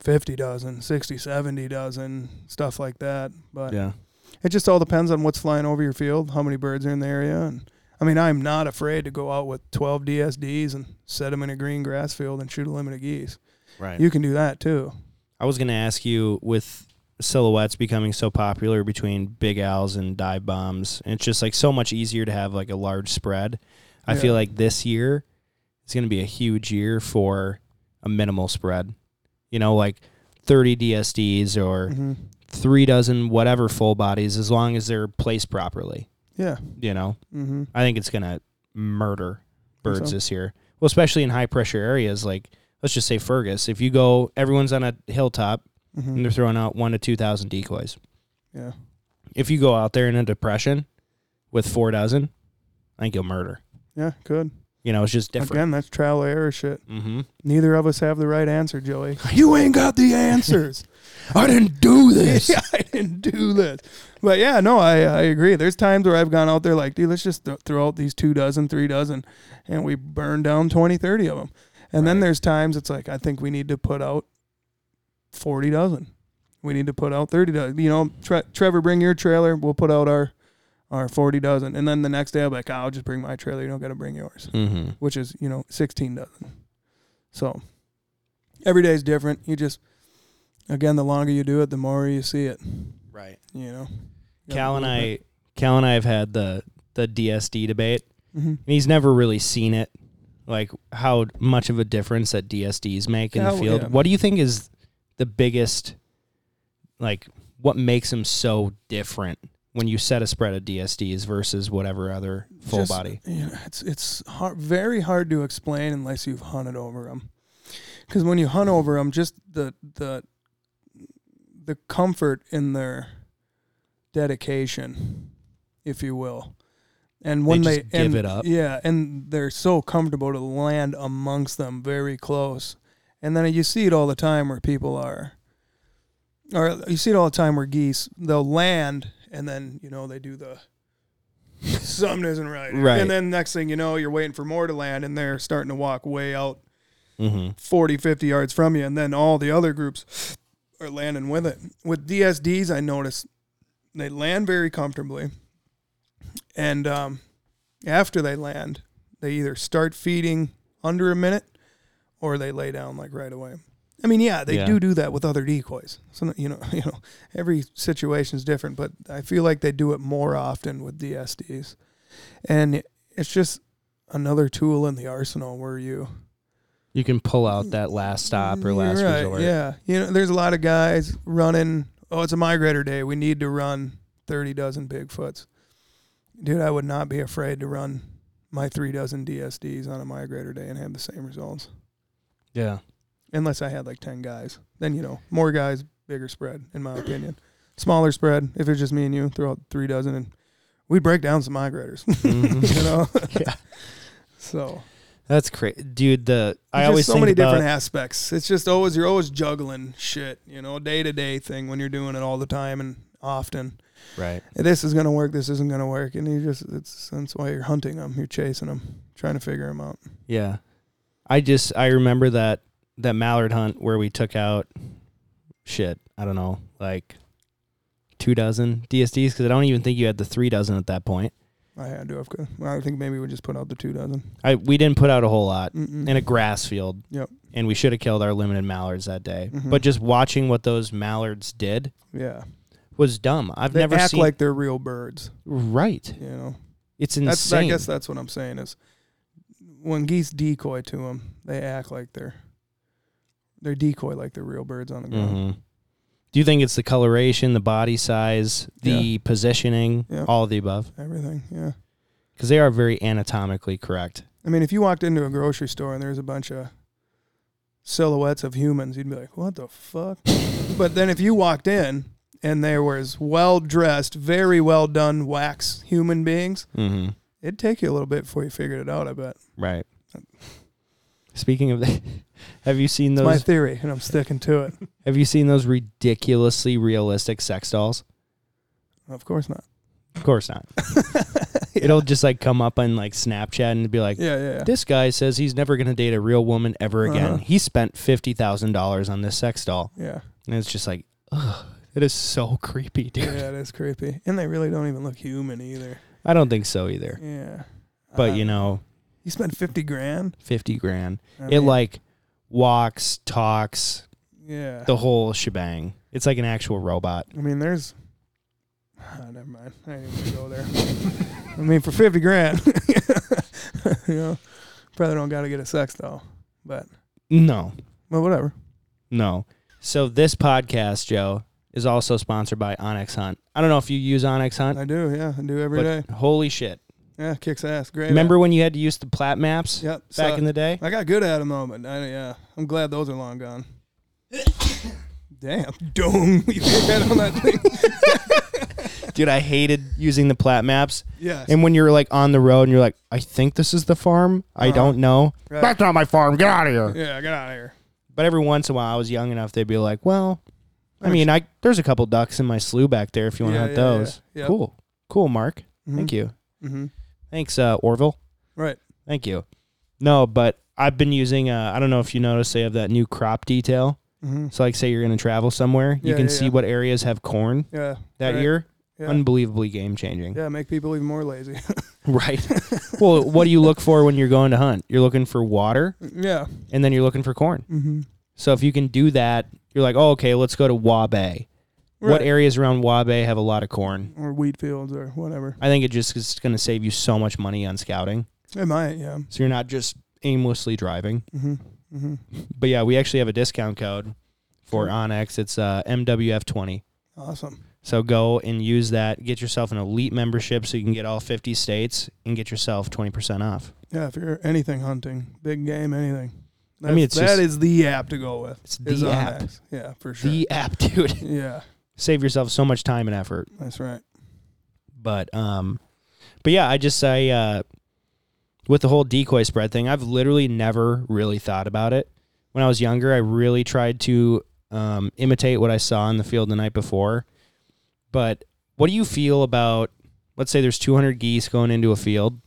Speaker 2: 50 dozen, 60, 70 dozen, stuff like that. But
Speaker 1: yeah.
Speaker 2: it just all depends on what's flying over your field, how many birds are in the area. And I mean, I'm not afraid to go out with 12 DSDs and set them in a green grass field and shoot a limit of geese.
Speaker 1: Right.
Speaker 2: You can do that too.
Speaker 1: I was gonna ask you with silhouettes becoming so popular between big owls and dive bombs, and it's just like so much easier to have like a large spread. I
Speaker 2: Yeah.
Speaker 1: feel like this year is gonna be a huge year for a minimal spread. You know, like thirty DSDs or
Speaker 2: hmm
Speaker 1: three dozen whatever full bodies, as long as they're placed properly.
Speaker 2: Yeah.
Speaker 1: You know,
Speaker 2: hmm
Speaker 1: I think it's gonna murder
Speaker 2: Think
Speaker 1: birds
Speaker 2: so?
Speaker 1: this year. Well, especially in high pressure areas like let's just say Fergus. If you go, everyone's on a hilltop and
Speaker 2: hmm
Speaker 1: they're throwing out one to two thousand decoys.
Speaker 2: Yeah.
Speaker 1: If you go out there in a depression with four dozen, I think you'll murder.
Speaker 2: Yeah. Good.
Speaker 1: You know, it's just different.
Speaker 2: Again, that's trial and error shit.
Speaker 1: Mm-hmm.
Speaker 2: Neither of us have the right answer, Joey. You ain't got the answers.
Speaker 1: I didn't do
Speaker 2: yeah, I didn't do this. But yeah, no, I, I agree. There's times where I've gone out there like, dude, let's just th- throw out these two dozen, three dozen, and we burn down 20, 30 of them. And then
Speaker 1: Right.
Speaker 2: there's times it's like, I think we need to put out 40 dozen. We need to put out 30 dozen. You know, tre- Trevor, bring your trailer. We'll put out our, our 40 dozen. And then the next day I'll be like, "Ah, I'll just bring my trailer. You don't got to bring yours
Speaker 1: Mm-hmm.
Speaker 2: which is you know 16 dozen. So every day is different. You just again, the longer you do it, the more you see it.
Speaker 1: Right.
Speaker 2: You know,
Speaker 1: Cal and I, Cal and I have had the the DSD debate,
Speaker 2: hmm
Speaker 1: and he's never really seen it. like how much of a difference that DSDs make in
Speaker 2: Yeah,
Speaker 1: the field.
Speaker 2: Oh, yeah.
Speaker 1: What do you think is the biggest, like, what makes them so different when you set a spread of DSDs versus whatever other full
Speaker 2: Just-
Speaker 1: body?
Speaker 2: You know, it's it's hard, very hard to explain unless you've hunted over them. Because when you hunt over them, just the the the comfort in their dedication, if you will, and when
Speaker 1: They
Speaker 2: they,
Speaker 1: just give
Speaker 2: and-
Speaker 1: it up.
Speaker 2: yeah, and they're so comfortable to land amongst them, very close, and then you see it all the time where people are, or you see it all the time where geese they'll land and then you know they do the something isn't right,
Speaker 1: Right.
Speaker 2: and then next thing you know you're waiting for more to land and they're starting to walk way out
Speaker 1: Mm-hmm.
Speaker 2: 40, 50 yards from you, and then all the other groups are landing with it. With DSDs, I notice they land very comfortably, and um, after they land, they either start feeding under a minute or they lay down like right away. I mean, yeah, they
Speaker 1: Yeah.
Speaker 2: do do that with other decoys. So you know, you know, every situation is different, but I feel like they do it more often with DSDs, and it's just another tool in the arsenal where you
Speaker 1: You can pull out that last stop or last
Speaker 2: You're right,
Speaker 1: resort.
Speaker 2: Yeah, you know, there's a lot of guys running. Oh, it's a migrator day. We need to run thirty dozen Bigfoots. Dude, I would not be afraid to run my three dozen DSDs on a migrator day and have the same results,
Speaker 1: yeah.
Speaker 2: unless I had like ten guys. Then you know, more guys, bigger spread, in my opinion. Smaller spread. If it's just me and you, throw out three dozen, and we break down some migrators.
Speaker 1: Mhm.
Speaker 2: you know.
Speaker 1: Yeah.
Speaker 2: So
Speaker 1: That's crazy, dude. The I
Speaker 2: There's
Speaker 1: always
Speaker 2: so
Speaker 1: think
Speaker 2: many
Speaker 1: about,
Speaker 2: different aspects. It's just always you're always juggling shit, you know, day to day thing when you're doing it all the time and often.
Speaker 1: right.
Speaker 2: This is gonna work. This isn't gonna work, and you just it's that's why you're hunting them. You're chasing them, trying to figure them out.
Speaker 1: Yeah. I just I remember that that mallard hunt where we took out shit, I don't know, like two dozen DSDs cuz I don't even think you had the three dozen at that point.
Speaker 2: I had to have. co- I think maybe we just put out the two dozen.
Speaker 1: I we didn't put out a whole lot
Speaker 2: Mm-mm.
Speaker 1: in a grass field.
Speaker 2: Yep.
Speaker 1: And we should have killed our limited mallards that day.
Speaker 2: Mhm.
Speaker 1: But just watching what those mallards did
Speaker 2: yeah,
Speaker 1: was dumb. I've
Speaker 2: they
Speaker 1: never
Speaker 2: act
Speaker 1: seen
Speaker 2: like they're real birds.
Speaker 1: right.
Speaker 2: You know,
Speaker 1: It's
Speaker 2: that's I
Speaker 1: insane.
Speaker 2: guess that's what I'm saying is when geese decoy to them, they act like they're they decoy like they're real birds on the ground.
Speaker 1: hmm Do you think it's the coloration, the body size, the
Speaker 2: Yeah.
Speaker 1: positioning,
Speaker 2: Yeah.
Speaker 1: all of the above?
Speaker 2: Everything, yeah.
Speaker 1: Because they are very anatomically correct.
Speaker 2: I mean, if you walked into a grocery store and there's a bunch of silhouettes of humans, you'd be like, "What the fuck?" but then if you walked in and there was well-dressed, very well done wax human beings,
Speaker 1: Mm-hmm.
Speaker 2: it'd take you a little bit before you figured it out. I bet.
Speaker 1: Right. Speaking of that, have you seen
Speaker 2: It's my
Speaker 1: those?
Speaker 2: theory, and I'm sticking to it.
Speaker 1: Have you seen those ridiculously realistic sex dolls?
Speaker 2: of course not.
Speaker 1: Of course not.
Speaker 2: Yeah.
Speaker 1: It'll just like come up on like Snapchat and be like,
Speaker 2: Yeah, yeah, yeah.
Speaker 1: "This guy says he's never gonna date a real woman ever again.
Speaker 2: Uh-huh.
Speaker 1: He spent fifty thousand dollars on this sex doll,"
Speaker 2: yeah.
Speaker 1: and it's just like, ugh, it is so creepy, dude.
Speaker 2: Yeah, that's creepy. And they really don't even look human either.
Speaker 1: I don't think so either.
Speaker 2: Yeah.
Speaker 1: But
Speaker 2: Uh,
Speaker 1: you know,
Speaker 2: you spent fifty grand.
Speaker 1: fifty grand.
Speaker 2: I
Speaker 1: it
Speaker 2: mean,
Speaker 1: like walks, talks,
Speaker 2: yeah.
Speaker 1: the whole shebang. It's like an actual robot.
Speaker 2: I mean, there's. Ah, never mind. I ain't even gonna go there. I mean, for fifty grand, you know, probably don't got to get a sex doll, but
Speaker 1: No,
Speaker 2: but whatever.
Speaker 1: No. So this podcast, Joe, is also sponsored by Onyx Hunt. I don't know if you use Onyx Hunt,
Speaker 2: I do, yeah, I do
Speaker 1: but
Speaker 2: every day.
Speaker 1: holy shit!
Speaker 2: Yeah, kicks ass. Great.
Speaker 1: Remember when you had to use the plat maps
Speaker 2: Yep.
Speaker 1: back
Speaker 2: so
Speaker 1: in the day?
Speaker 2: I got good at them, though, but I, yeah, I'm glad those are long gone. Damn, doom! You hit that on that thing?
Speaker 1: Dude, I hated using the plat maps.
Speaker 2: Yes.
Speaker 1: And when you're like on the road and you're like, I think this is the farm. I
Speaker 2: Uh-huh.
Speaker 1: don't know.
Speaker 2: Right.
Speaker 1: That's not my farm. Get out of here.
Speaker 2: Yeah, get out of here.
Speaker 1: But every once in a while, I was young enough. They'd be like, Well, I
Speaker 2: Or
Speaker 1: mean, I there's a couple ducks in my slough back there. If you want to
Speaker 2: Yeah,
Speaker 1: hunt
Speaker 2: yeah, yeah.
Speaker 1: those,
Speaker 2: Yep.
Speaker 1: cool, cool, Mark. Thank you.
Speaker 2: Mm-hmm.
Speaker 1: Thanks, uh, Orville.
Speaker 2: Right.
Speaker 1: Thank you. No, but I've been using. Uh, I don't know if you noticed they have that new crop detail.
Speaker 2: Mm-hmm.
Speaker 1: So, like, say you're going to travel somewhere, you
Speaker 2: Yeah,
Speaker 1: can
Speaker 2: yeah,
Speaker 1: see
Speaker 2: yeah.
Speaker 1: what areas have corn
Speaker 2: Yeah.
Speaker 1: that
Speaker 2: Right.
Speaker 1: year.
Speaker 2: Yeah.
Speaker 1: Unbelievably game changing.
Speaker 2: yeah. Make people even more lazy.
Speaker 1: Right. well, what do you look for when you're going to hunt? You're looking for water,
Speaker 2: yeah.
Speaker 1: and then you're looking for corn.
Speaker 2: Mm-hmm.
Speaker 1: So if you can do that, you're like, oh, okay, let's go to Wabe. What
Speaker 2: Right.
Speaker 1: areas around Wabe have a lot of corn?
Speaker 2: or wheat fields or whatever.
Speaker 1: I think it just is going to save you so much money on scouting.
Speaker 2: It might, yeah.
Speaker 1: So you're not just aimlessly driving.
Speaker 2: Mm-hmm. Mm-hmm.
Speaker 1: But yeah, we actually have a discount code for Onyx. It's uh, MWF20.
Speaker 2: Awesome.
Speaker 1: So go and use that. Get yourself an elite membership so you can get all 50 states and get yourself 20% off.
Speaker 2: Yeah, if you're anything hunting, big game, anything.
Speaker 1: I mean,
Speaker 2: That's-
Speaker 1: it's
Speaker 2: that
Speaker 1: just-
Speaker 2: is the app to go with.
Speaker 1: It's
Speaker 2: is
Speaker 1: the app.
Speaker 2: Onyx. Yeah, for sure.
Speaker 1: The app, dude.
Speaker 2: yeah,
Speaker 1: Save yourself so much time and effort.
Speaker 2: that's right.
Speaker 1: But um but yeah, I just I uh with the whole decoy spread thing, I've literally never really thought about it. When I was younger, I really tried to um imitate what I saw in the field the night before. But what do you feel about let's say there's 200 geese going into a field?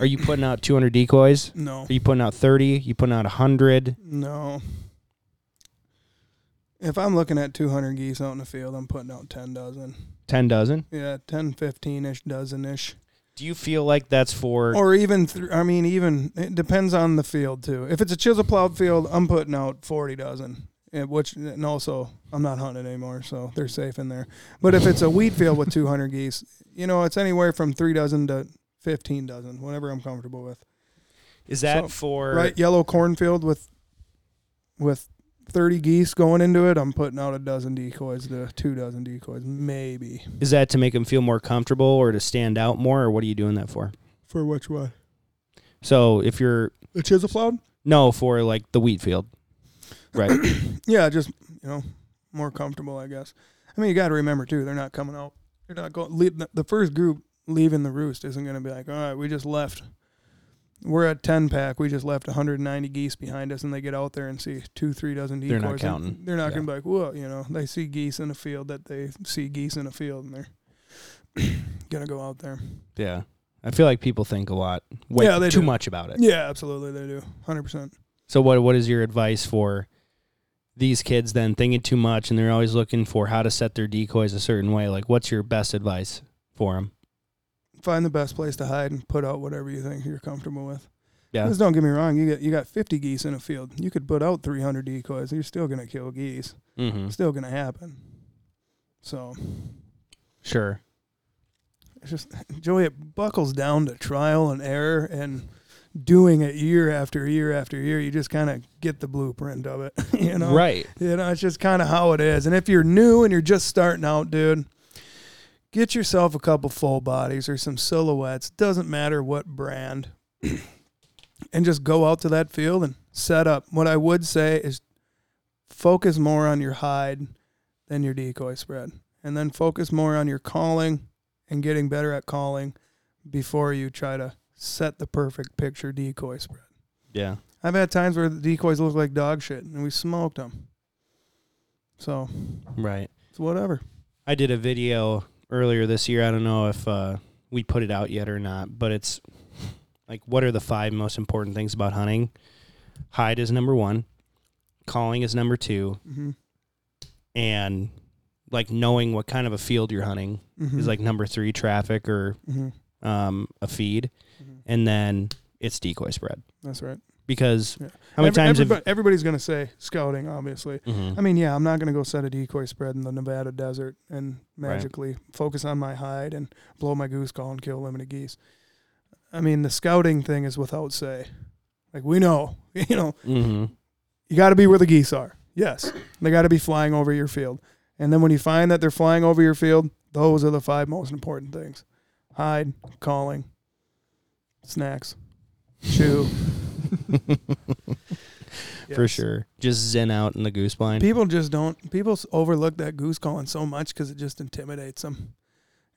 Speaker 1: Are you putting out 200 decoys?
Speaker 2: No,
Speaker 1: Are you putting out 30? You putting out 100?
Speaker 2: no. If I'm looking at 200 geese out in the field, I'm putting out 10 dozen.
Speaker 1: 10 dozen?
Speaker 2: Yeah, 10, 15 ish, dozen ish.
Speaker 1: Do you feel like that's for
Speaker 2: Or even, th- I mean, even, it depends on the field too. If it's a chisel plowed field, I'm putting out 40 dozen, eh, which, and also, I'm not hunting anymore, so they're safe in there. But if it's a wheat field with 200 geese, you know, it's anywhere from three dozen to 15 dozen, whatever I'm comfortable with.
Speaker 1: is that
Speaker 2: so-
Speaker 1: for
Speaker 2: Right, yellow cornfield with, with 30 geese going into it, I'm putting out a dozen decoys to two dozen decoys, maybe.
Speaker 1: Is that to make them feel more comfortable or to stand out more, or what are you doing that for?
Speaker 2: For which one?
Speaker 1: So if you're
Speaker 2: The chisel plowed?
Speaker 1: no for like the wheat field, right?
Speaker 2: Yeah, just you know, more comfortable, I guess. I mean, you got to remember too, they're not coming out. They're not going. Leave, the- the first group leaving the roost isn't going to be like, all right, we just left. We're at ten pack. We just left 190 geese behind us, and they get out there and see two, three dozen decoys.
Speaker 1: They're not
Speaker 2: and
Speaker 1: counting.
Speaker 2: They're not
Speaker 1: Yeah.
Speaker 2: going to be like, whoa, you know. They see geese in a field that they see geese in a field, and they're gonna go out there.
Speaker 1: yeah, I feel like people think a lot, way
Speaker 2: Yeah, they
Speaker 1: too
Speaker 2: do.
Speaker 1: much about it.
Speaker 2: Yeah, absolutely, they do. 100. percent
Speaker 1: So what what is your advice for these kids then thinking too much and they're always looking for how to set their decoys a certain way? Like, what's your best advice for them?
Speaker 2: Find the best place to hide and put out whatever you think you're comfortable with.
Speaker 1: Yeah,
Speaker 2: Because don't get me wrong, you got you got 50 geese in a field. You could put out 300 decoys. You're still gonna kill geese.
Speaker 1: mm-hmm.
Speaker 2: It's still gonna happen. So
Speaker 1: sure.
Speaker 2: it's just Joey. It buckles down to trial and error and doing it year after year after year. You just kind of get the blueprint of it. You know,
Speaker 1: Right.
Speaker 2: You know, it's just kind of how it is. And if you're new and you're just starting out, dude. Get yourself a couple full bodies or some silhouettes. Doesn't matter what brand. and just go out to that field and set up. What I would say is focus more on your hide than your decoy spread, and then focus more on your calling and getting better at calling before you try to set the perfect picture decoy spread.
Speaker 1: Yeah.
Speaker 2: I've had times where the decoys look like dog shit and we smoked them. So
Speaker 1: Right.
Speaker 2: it's whatever.
Speaker 1: I did a video earlier this year. I don't know if uh, we put it out yet or not, but it's like what are the five most important things about hunting? Hide is number one, calling is number two,
Speaker 2: Mm-hmm.
Speaker 1: and like knowing what kind of a field you're hunting
Speaker 2: Mm-hmm.
Speaker 1: is like number three, traffic or
Speaker 2: mm-hmm.
Speaker 1: um, a feed,
Speaker 2: Mhm.
Speaker 1: and then it's decoy spread
Speaker 2: that's right.
Speaker 1: because
Speaker 2: Yeah.
Speaker 1: how many
Speaker 2: Every-
Speaker 1: times
Speaker 2: everybo- everybody's gonna say scouting, obviously.
Speaker 1: have Mhm.
Speaker 2: I mean, yeah, I'm not going to go set a decoy spread in the Nevada desert and magically focus on my hide and blow my goose call and kill limited geese. I mean, the scouting thing is without say. Like, we know, you know,
Speaker 1: Mhm.
Speaker 2: you got to be where the geese are. Yes, they got to be flying over your field. And then when you find that they're flying over your field, those are the five most important things hide, calling, snacks, chew.
Speaker 1: for
Speaker 2: Yes.
Speaker 1: sure, just zen out in the goose blind.
Speaker 2: People just don't. People s- overlook that goose calling so much because it just intimidates them.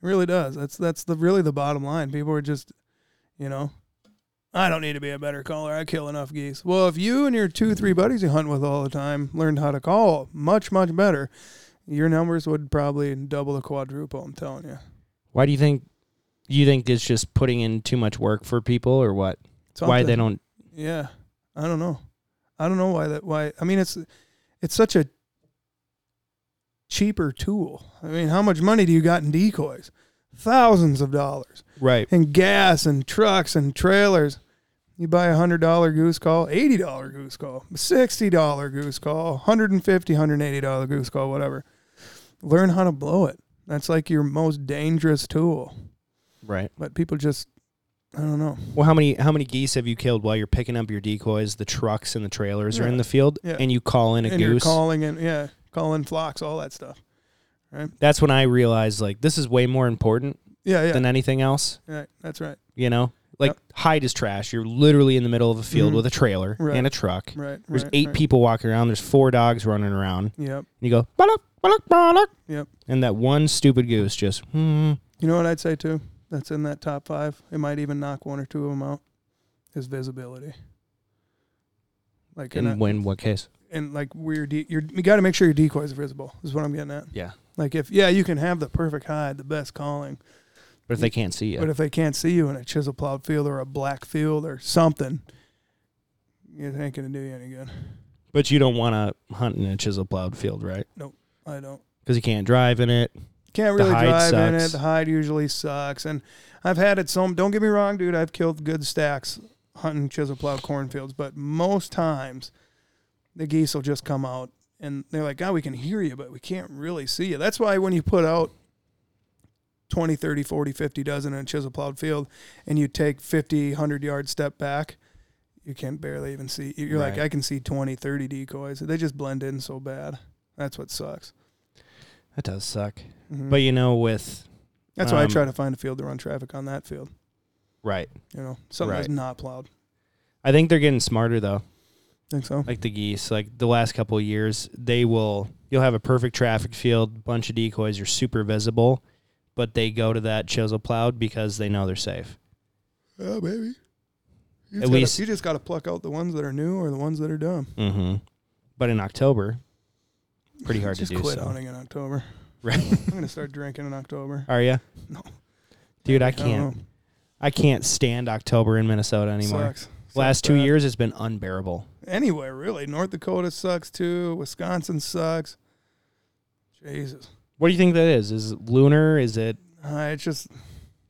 Speaker 2: It really does. That's that's the really the bottom line. People are just, you know, I don't need to be a better caller. I kill enough geese. Well, if you and your two three buddies you hunt with all the time learned how to call much much better, your numbers would probably double the quadruple. I'm telling you.
Speaker 1: Why do you think you think it's just putting in too much work for people or what? Why they
Speaker 2: Something.
Speaker 1: don't
Speaker 2: Yeah, I don't know. I don't know why that. Why I mean, it's it's such a cheaper tool. I mean, how much money do you got in decoys? Thousands of dollars
Speaker 1: Right.
Speaker 2: in gas and trucks and trailers. You buy a hundred dollar goose call, eighty dollar goose call, sixty dollar goose call, hundred and fifty, hundred and eighty dollar goose call, whatever. Learn how to blow it. That's like your most dangerous tool
Speaker 1: Right.
Speaker 2: but people just I don't know.
Speaker 1: Well, how many how many geese have you killed while you're picking up your decoys? The trucks and the trailers are in
Speaker 2: Yeah.
Speaker 1: the field,
Speaker 2: Yeah.
Speaker 1: and you call in a
Speaker 2: and you're
Speaker 1: goose.
Speaker 2: calling and yeah, calling flocks, all that stuff.
Speaker 1: That's when I realized like this is way more important
Speaker 2: Yeah, yeah,
Speaker 1: than anything else.
Speaker 2: right. That's right,
Speaker 1: You know, like
Speaker 2: Yep.
Speaker 1: hide is trash. You're literally in the middle of a field
Speaker 2: Mhm.
Speaker 1: with a trailer
Speaker 2: Right.
Speaker 1: and a truck.
Speaker 2: right.
Speaker 1: There's
Speaker 2: right,
Speaker 1: eight
Speaker 2: right.
Speaker 1: people walking around. There's four dogs running around.
Speaker 2: Yep.
Speaker 1: And you go, "Balak, balak, balak."
Speaker 2: Yep.
Speaker 1: And that one stupid goose just, hmm.
Speaker 2: You know what I'd say too? That's in that top five. It might even knock one or two of them out. Is visibility. Like in,
Speaker 1: And
Speaker 2: a,
Speaker 1: when what case?
Speaker 2: in like weird, de- you're, you got to make sure your decoys are visible. Is what I'm getting at.
Speaker 1: Yeah.
Speaker 2: Like if yeah, you can have the perfect hide, the best calling,
Speaker 1: But if they can't see you,
Speaker 2: but if they can't see you in a chisel plowed field or a black field or something, it ain't gonna do you any good.
Speaker 1: but you don't want to hunt in a chisel plowed field, right?
Speaker 2: I don't.
Speaker 1: Because you can't drive in it.
Speaker 2: Can't
Speaker 1: The
Speaker 2: really
Speaker 1: hide
Speaker 2: drive in it.
Speaker 1: sucks.
Speaker 2: The hide usually sucks, and I've had it some. Don't get me wrong, dude. I've killed good stacks hunting chisel plowed cornfields, but most times the geese will just come out and they're like, "God, we can hear you, but we can't really see you." That's why when you put out 20, 30, 40, 50 dozen in a chisel plowed field, and you take 50, 100 yard step back, you can barely even see. You're like,
Speaker 1: Right.
Speaker 2: I can see 20, 30 decoys. They just blend in so bad. That's what sucks.
Speaker 1: That does suck.
Speaker 2: Mhm.
Speaker 1: But you know, with
Speaker 2: That's why I
Speaker 1: Um,
Speaker 2: try to find a field to run traffic on that field.
Speaker 1: right,
Speaker 2: You know, something that's
Speaker 1: Right.
Speaker 2: not plowed.
Speaker 1: I think they're getting smarter though.
Speaker 2: Think so?
Speaker 1: Like the geese, like the last couple of years, they will. You'll have a perfect traffic field, bunch of decoys. You're super visible, but they go to that chisel plowed because they know they're safe.
Speaker 2: Oh, baby. You
Speaker 1: At
Speaker 2: just gotta-
Speaker 1: least-
Speaker 2: you just got to pluck out the ones that are new or the ones that are dumb.
Speaker 1: Mm-hmm. But in October, pretty hard
Speaker 2: just
Speaker 1: to do.
Speaker 2: quit
Speaker 1: so.
Speaker 2: hunting in October.
Speaker 1: Right?
Speaker 2: I'm gonna start drinking in October.
Speaker 1: Are you?
Speaker 2: No.
Speaker 1: Dude, I
Speaker 2: I don't
Speaker 1: can't.
Speaker 2: know.
Speaker 1: I, can't stand October in Minnesota anymore.
Speaker 2: Sucks. Sucks
Speaker 1: Last two
Speaker 2: bad.
Speaker 1: years, it's been unbearable.
Speaker 2: Anywhere really. North Dakota sucks too. Wisconsin sucks. Jesus.
Speaker 1: What do you think that is? Is it lunar? Is it
Speaker 2: Uh, it's just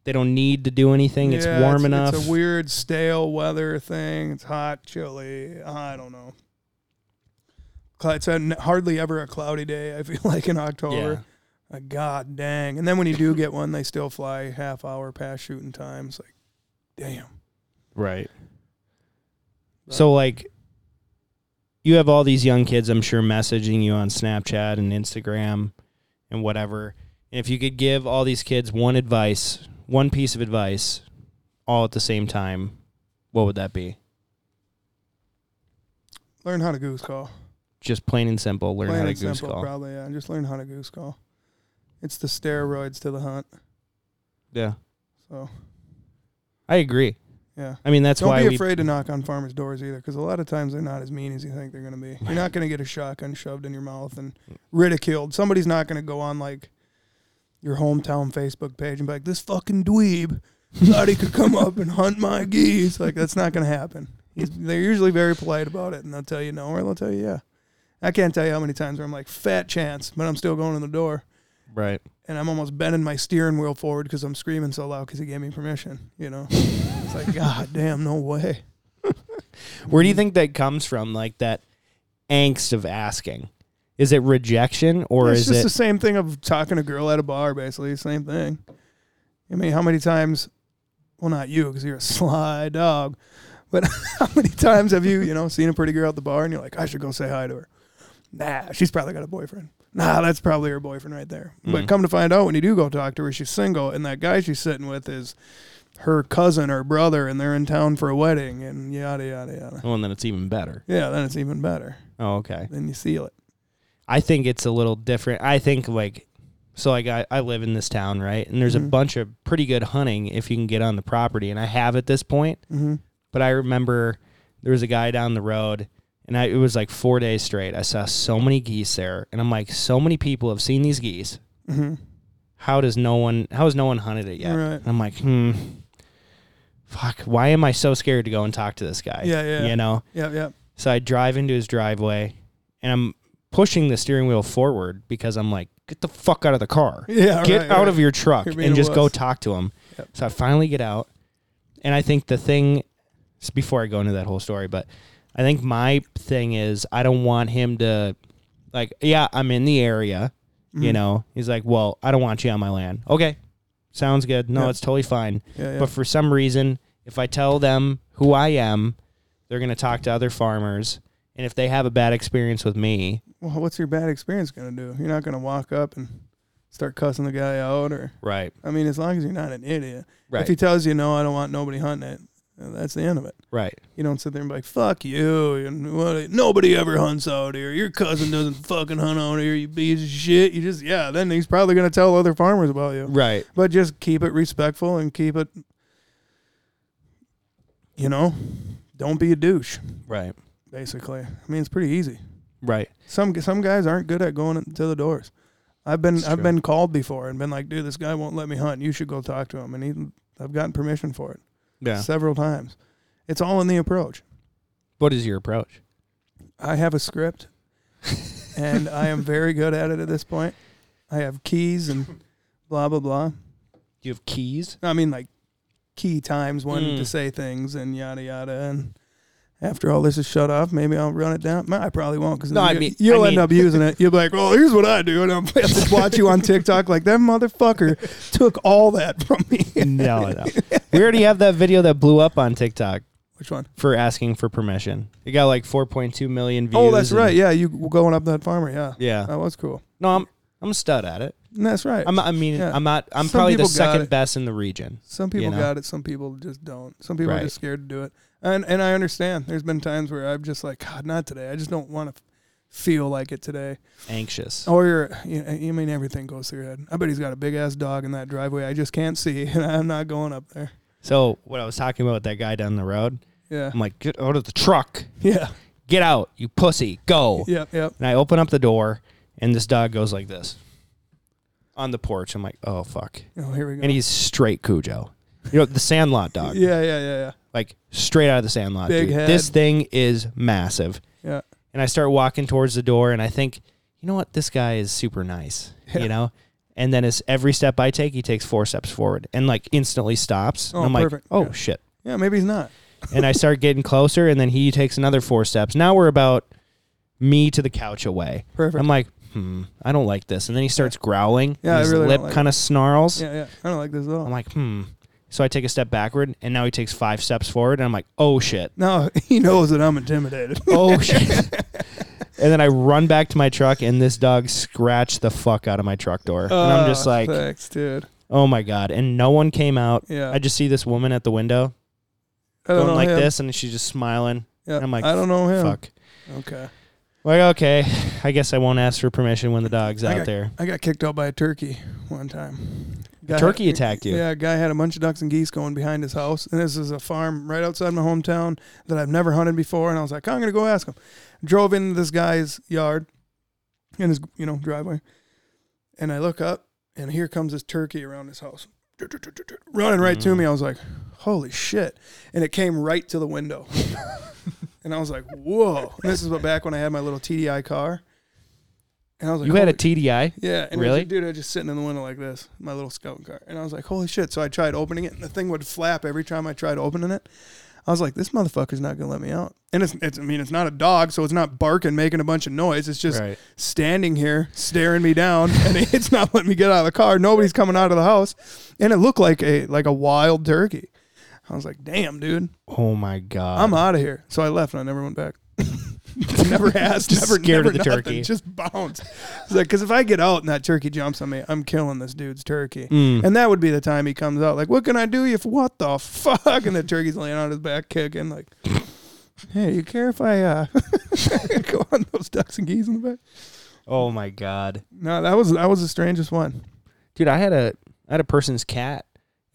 Speaker 1: they don't need to do anything? it's
Speaker 2: yeah,
Speaker 1: warm enough.
Speaker 2: It's a weird stale weather thing. It's hot, chilly. I don't know. Cl- It's a, n- hardly ever a cloudy day. I feel like in
Speaker 1: yeah.
Speaker 2: October. Uh, God dang! And then when you do get one, they still fly half hour past shooting time. It's like, damn.
Speaker 1: Right. So like you have all these young kids I'm sure messaging you on Snapchat and Instagram and whatever. And if you could give all these kids one advice, one piece of advice all at the same time, what would that be?
Speaker 2: Learn how to goose call.
Speaker 1: Just plain and simple, learn
Speaker 2: Plain
Speaker 1: how to
Speaker 2: and
Speaker 1: goose
Speaker 2: simple,
Speaker 1: call.
Speaker 2: probably. Yeah, just learn how to goose call. It's the steroids to the hunt.
Speaker 1: Yeah.
Speaker 2: So
Speaker 1: I agree.
Speaker 2: yeah.
Speaker 1: I mean, that's
Speaker 2: Don't
Speaker 1: why
Speaker 2: be
Speaker 1: we
Speaker 2: afraid to knock on farmers' doors either, because a lot of times they're not as mean as you think they're going to be. You're not going to get a shotgun shoved in your mouth and ridiculed. Somebody's not going to go on like your hometown Facebook page and be like, "This fucking dweeb thought he could come up and hunt my geese." Like that's not going to happen. He's, they're usually very polite about it, and they'll tell you no, or they'll tell you yeah. I can't tell you how many times where I'm like, "Fat chance," but I'm still going in the door,
Speaker 1: right.
Speaker 2: and I'm almost bending my steering wheel forward because I'm screaming so loud because he gave me permission. You know, it's like, God damn, no way.
Speaker 1: Where do you think that comes from like that angst of asking? Is it rejection or
Speaker 2: it's
Speaker 1: is
Speaker 2: just
Speaker 1: it
Speaker 2: the same thing of talking to a girl at a bar, basically. Same thing. I mean, how many times? Well, not you, because you're a sly dog. But how many times have you, you know, seen a pretty girl at the bar and you're like, I should go say hi to her? Nah, she's probably got a boyfriend. Nah, that's probably her boyfriend right there. But
Speaker 1: Mm.
Speaker 2: come to find out, when you do go talk to her, she's single, and that guy she's sitting with is her cousin or brother, and they're in town for a wedding, and yada yada yada.
Speaker 1: Oh, and then it's even better.
Speaker 2: Yeah, then it's even better.
Speaker 1: Oh, okay.
Speaker 2: Then you seal it.
Speaker 1: I think it's a little different. I think like so like I, I live in this town, right? And there's a
Speaker 2: Mhm.
Speaker 1: bunch of pretty good hunting if you can get on the property and I have at this point.
Speaker 2: Mm-hmm.
Speaker 1: But I remember there was a guy down the road and I it was like four days straight. I saw so many geese there and I'm like, so many people have seen these geese.
Speaker 2: Mm-hmm.
Speaker 1: How does no one how has no one hunted it yet?
Speaker 2: Right.
Speaker 1: And I'm like, hmm fuck, why am I so scared to go and talk to this guy?
Speaker 2: Yeah, yeah.
Speaker 1: You know?
Speaker 2: Yep, yep.
Speaker 1: So I drive into his driveway and I'm pushing the steering wheel forward because I'm like, get the fuck out of the car.
Speaker 2: Yeah,
Speaker 1: get
Speaker 2: right,
Speaker 1: out
Speaker 2: right.
Speaker 1: of your truck
Speaker 2: You're being
Speaker 1: and
Speaker 2: a
Speaker 1: just go
Speaker 2: wuss.
Speaker 1: talk to him.
Speaker 2: Yep.
Speaker 1: So I finally get out. And I think the thing, it's before I go into that whole story, but I think my thing is I don't want him to, like, yeah, I'm in the area. You
Speaker 2: Mhm.
Speaker 1: know, he's like, well, I don't want you on my land. Okay. Sounds good. No,
Speaker 2: Yep.
Speaker 1: it's totally fine.
Speaker 2: Yeah, yeah.
Speaker 1: But for some reason, If I tell them who I am, they're going to talk to other farmers. And if they have a bad experience with me,
Speaker 2: Well, what's your bad experience going to do? You're not going to walk up and start cussing the guy out, or
Speaker 1: right,
Speaker 2: I mean, as long as you're not an idiot.
Speaker 1: right,
Speaker 2: If he tells you no, I don't want nobody hunting it, uh, that's the end of it.
Speaker 1: right,
Speaker 2: You don't sit there and be like, "Fuck you!" And what, nobody ever hunts out here. Your cousin doesn't fucking hunt out here. You piece of shit. You just yeah. Then he's probably going to tell other farmers about you.
Speaker 1: right,
Speaker 2: But just keep it respectful and keep it. You know, don't be a douche.
Speaker 1: right,
Speaker 2: Basically, I mean, it's pretty easy.
Speaker 1: right.
Speaker 2: Some some guys aren't good at going to the doors. I've been
Speaker 1: It's
Speaker 2: I've
Speaker 1: true.
Speaker 2: been called before and been like, dude, this guy won't let me hunt. You should go talk to him. And he, I've gotten permission for it
Speaker 1: Yeah.
Speaker 2: several times. It's all in the approach.
Speaker 1: What is your approach?
Speaker 2: I have a script, and I am very good at it at this point. I have keys and blah blah blah.
Speaker 1: You have keys.
Speaker 2: I mean, like key times when
Speaker 1: Mm.
Speaker 2: to say things and yada yada. And after all this is shut off, maybe I'll run it down. No, I probably won't because
Speaker 1: No, I
Speaker 2: you,
Speaker 1: mean-
Speaker 2: you'll
Speaker 1: I
Speaker 2: end
Speaker 1: mean-
Speaker 2: up using it. You'll be like, "Well, here's what I do," and I'll have to watch you on TikTok like that motherfucker took all that from me.
Speaker 1: no, no. We already have that video that blew up on TikTok
Speaker 2: Which one?
Speaker 1: for asking for permission. It got like 4.2 million views.
Speaker 2: Oh, that's
Speaker 1: and-
Speaker 2: right. Yeah, you going up that farmer. Yeah,
Speaker 1: Yeah.
Speaker 2: that was cool.
Speaker 1: No, I'm I'm a stud at it.
Speaker 2: And that's right.
Speaker 1: I'm, I mean,
Speaker 2: Yeah.
Speaker 1: I'm not. I'm
Speaker 2: Some
Speaker 1: probably the
Speaker 2: people got
Speaker 1: second
Speaker 2: it.
Speaker 1: best in the region.
Speaker 2: Some people
Speaker 1: know?
Speaker 2: got it. Some people just don't. Some people
Speaker 1: Right.
Speaker 2: are just scared to do it. And and I understand. There's been times where I've just like, God, not today. I just don't want to feel like it today.
Speaker 1: Anxious.
Speaker 2: Or you're, you, you mean everything goes through your head. I bet he's got a big ass dog in that driveway. I just can't see, and I'm not going up there.
Speaker 1: So what I was talking about with that guy down the road,
Speaker 2: Yeah.
Speaker 1: I'm like, get out of the truck.
Speaker 2: Yeah.
Speaker 1: Get out, you pussy. Go.
Speaker 2: Yep. Yep.
Speaker 1: And I open up the door, and this dog goes like this on the porch. I'm like, oh fuck.
Speaker 2: Oh, here we go.
Speaker 1: And he's straight Cujo. You know, the Sandlot dog.
Speaker 2: yeah. Yeah. Yeah.
Speaker 1: Like straight out of the Sandlot.
Speaker 2: Big
Speaker 1: dude.
Speaker 2: head.
Speaker 1: This thing is massive.
Speaker 2: Yeah. Yeah.
Speaker 1: and I start walking towards the door and I think, you know what, this guy is super nice,
Speaker 2: Yeah.
Speaker 1: you know? And then as every step I take, he takes four steps forward and like instantly stops.
Speaker 2: Oh,
Speaker 1: and I'm
Speaker 2: perfect.
Speaker 1: like, oh
Speaker 2: Yeah.
Speaker 1: shit.
Speaker 2: Yeah. Maybe he's not.
Speaker 1: And I start getting closer and then he takes another four steps. Now we're about me to the couch away.
Speaker 2: Perfect.
Speaker 1: I'm like, hmm, I don't like this. And then he starts growling.
Speaker 2: Yeah,
Speaker 1: and
Speaker 2: I
Speaker 1: his
Speaker 2: really don't
Speaker 1: lip
Speaker 2: like
Speaker 1: kind of snarls.
Speaker 2: yeah. Yeah. I don't like this at
Speaker 1: I'm
Speaker 2: all.
Speaker 1: like, hmm. So I take a step backward and now he takes five steps forward and I'm like, oh shit.
Speaker 2: No, he knows that I'm intimidated.
Speaker 1: Oh shit. and then I run back to my truck and this dog scratched the fuck out of my truck door. and I'm just
Speaker 2: Oh,
Speaker 1: like,
Speaker 2: thanks, dude.
Speaker 1: "Oh my god." And no one came out.
Speaker 2: Yeah.
Speaker 1: I just see this woman at the window
Speaker 2: I
Speaker 1: going like
Speaker 2: him.
Speaker 1: this and she's just smiling.
Speaker 2: Yeah.
Speaker 1: I'm like,
Speaker 2: I don't know him.
Speaker 1: Fuck.
Speaker 2: Okay.
Speaker 1: Like, okay, I guess I won't ask for permission when the dog's out there.
Speaker 2: I got kicked out by a turkey one time. Guy-
Speaker 1: turkey attacked you?
Speaker 2: Yeah, a guy had a bunch of ducks and geese going behind his house, and this is a farm right outside my hometown that I've never hunted before. And I was like, I'm gonna go ask him. Drove into this guy's yard, in his you know driveway, and I look up, and here comes this turkey around his house, running right to
Speaker 1: Mm.
Speaker 2: me. I was like, holy shit! And it came right to the window, and I was like, whoa! And this is what back when I had my little TDI car. And I was like,
Speaker 1: You had a
Speaker 2: "Holy
Speaker 1: TDI?
Speaker 2: yeah, and
Speaker 1: Really?
Speaker 2: really, dude, I was just sitting in the window like this, my little scout car, and I was like, "Holy shit!" So I tried opening it, and the thing would flap every time I tried opening it. I was like, "This motherfucker's not gonna let me out." And it's, it's I mean, it's not a dog, so it's not barking, making a bunch of noise. It's just
Speaker 1: right.
Speaker 2: standing here, staring me down, and it's not letting me get out of the car. Nobody's coming out of the house, and it looked like a like a wild turkey. I was like, "Damn, dude,
Speaker 1: Oh my god.
Speaker 2: I'm out of here." So I left, and I never went back. never asked,
Speaker 1: Just
Speaker 2: never
Speaker 1: scared
Speaker 2: never
Speaker 1: of the
Speaker 2: nothing,
Speaker 1: turkey.
Speaker 2: Just bounced. It's like, because if I get out and that turkey jumps on me, I'm killing this dude's turkey.
Speaker 1: Mm.
Speaker 2: And that would be the time he comes out, like, "What can I do? You f- what the fuck?" And the turkey's laying on his back, kicking, like, "Hey, you care if I uh, go on those ducks and geese in the back?"
Speaker 1: oh my god.
Speaker 2: No, that was that was the strangest one.
Speaker 1: dude, I had a I had a person's cat.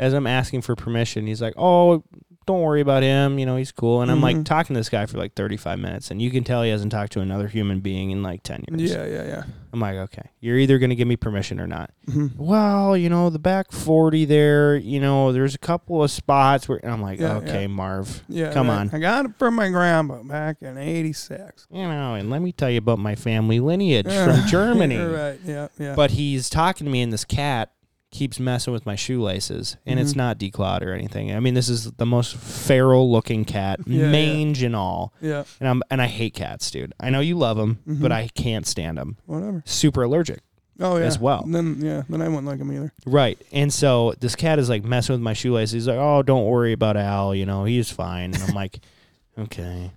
Speaker 1: As I'm asking for permission, he's like, "Oh, don't worry about him. You know, he's cool." And I'm like
Speaker 2: Mhm.
Speaker 1: talking to this guy for like 35 minutes, and you can tell he hasn't talked to another human being in like 10 years.
Speaker 2: Yeah, yeah, yeah.
Speaker 1: I'm like, okay, you're either gonna give me permission or not.
Speaker 2: Mhm.
Speaker 1: Well, you know, the back 40 there. You know, there's a couple of spots where and I'm like,
Speaker 2: Yeah,
Speaker 1: okay,
Speaker 2: yeah.
Speaker 1: Marv,
Speaker 2: Yeah,
Speaker 1: Come
Speaker 2: right.
Speaker 1: on.
Speaker 2: I got it from my grandma back in '86
Speaker 1: you know, and let me tell you about my family lineage from Germany.
Speaker 2: right? Yeah, yeah.
Speaker 1: But he's talking to me, and this cat keeps messing with my shoelaces, and it's
Speaker 2: Mhm.
Speaker 1: not declawed or anything. I mean, this is the most feral looking cat,
Speaker 2: Yeah, yeah.
Speaker 1: mange and all.
Speaker 2: yeah,
Speaker 1: And I'm and I hate cats, dude. I know you love them,
Speaker 2: Mhm.
Speaker 1: but I can't stand them.
Speaker 2: whatever.
Speaker 1: Super allergic.
Speaker 2: Oh yeah.
Speaker 1: as well.
Speaker 2: Then yeah, then I wouldn't like him either.
Speaker 1: Right. And so this cat is like messing with my shoelace. He's like, "Oh, don't worry about Al. You know, he's fine." And I'm like, "Okay."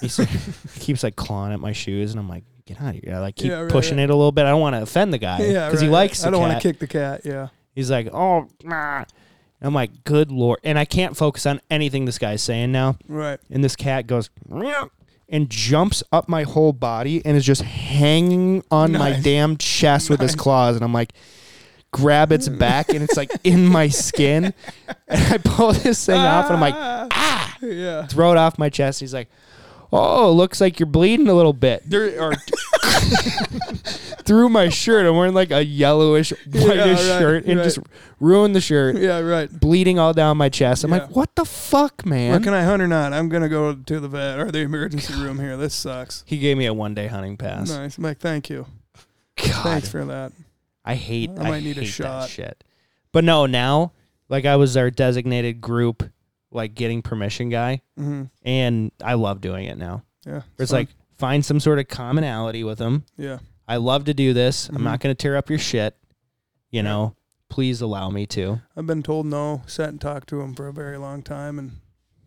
Speaker 1: He's like, he keeps like clawing at my shoes, and I'm like, "Get out of here!" I like keep
Speaker 2: Yeah, right,
Speaker 1: pushing
Speaker 2: right.
Speaker 1: it a little bit. I don't want to offend the guy because
Speaker 2: Yeah,
Speaker 1: he
Speaker 2: right.
Speaker 1: likes. The
Speaker 2: I don't
Speaker 1: cat.
Speaker 2: want to kick the cat. Yeah.
Speaker 1: He's like, "Oh." nah." I'm like, "Good lord!" And I can't focus on anything this guy's saying now.
Speaker 2: Right.
Speaker 1: And this cat goes "Meow," and jumps up my whole body and is just hanging on my
Speaker 2: Nice.
Speaker 1: damn chest with his claws. And I'm like, grab its back and it's like in my skin. And I pull this thing off and I'm like,
Speaker 2: ah. Yeah.
Speaker 1: throw it off my chest. He's like, oh, looks like you're bleeding a little bit. There- or through my shirt. I'm wearing like a yellowish, whitish
Speaker 2: right,
Speaker 1: shirt and
Speaker 2: right.
Speaker 1: just ruined the shirt.
Speaker 2: Yeah. Right.
Speaker 1: Bleeding all down my chest. I'm
Speaker 2: Yeah.
Speaker 1: like, what the fuck, man?
Speaker 2: Well, can I hunt or not? I'm gonna go to the vet or the emergency room here. This sucks.
Speaker 1: he gave me a one day hunting pass.
Speaker 2: Nice, Mike. Thank you.
Speaker 1: God.
Speaker 2: Thanks for that.
Speaker 1: I hate.
Speaker 2: I
Speaker 1: I,
Speaker 2: might need a
Speaker 1: hate
Speaker 2: shot.
Speaker 1: That shit. But no, now like I was our designated group, like getting permission guy,
Speaker 2: hmm
Speaker 1: and I love doing it now.
Speaker 2: Yeah.
Speaker 1: Where it's
Speaker 2: fun.
Speaker 1: like find some sort of commonality with them.
Speaker 2: yeah,
Speaker 1: I love to do this.
Speaker 2: Mhm.
Speaker 1: I'm not going to tear up your shit. You know, please allow me to.
Speaker 2: I've been told no, sat and talked to him for a very long time, and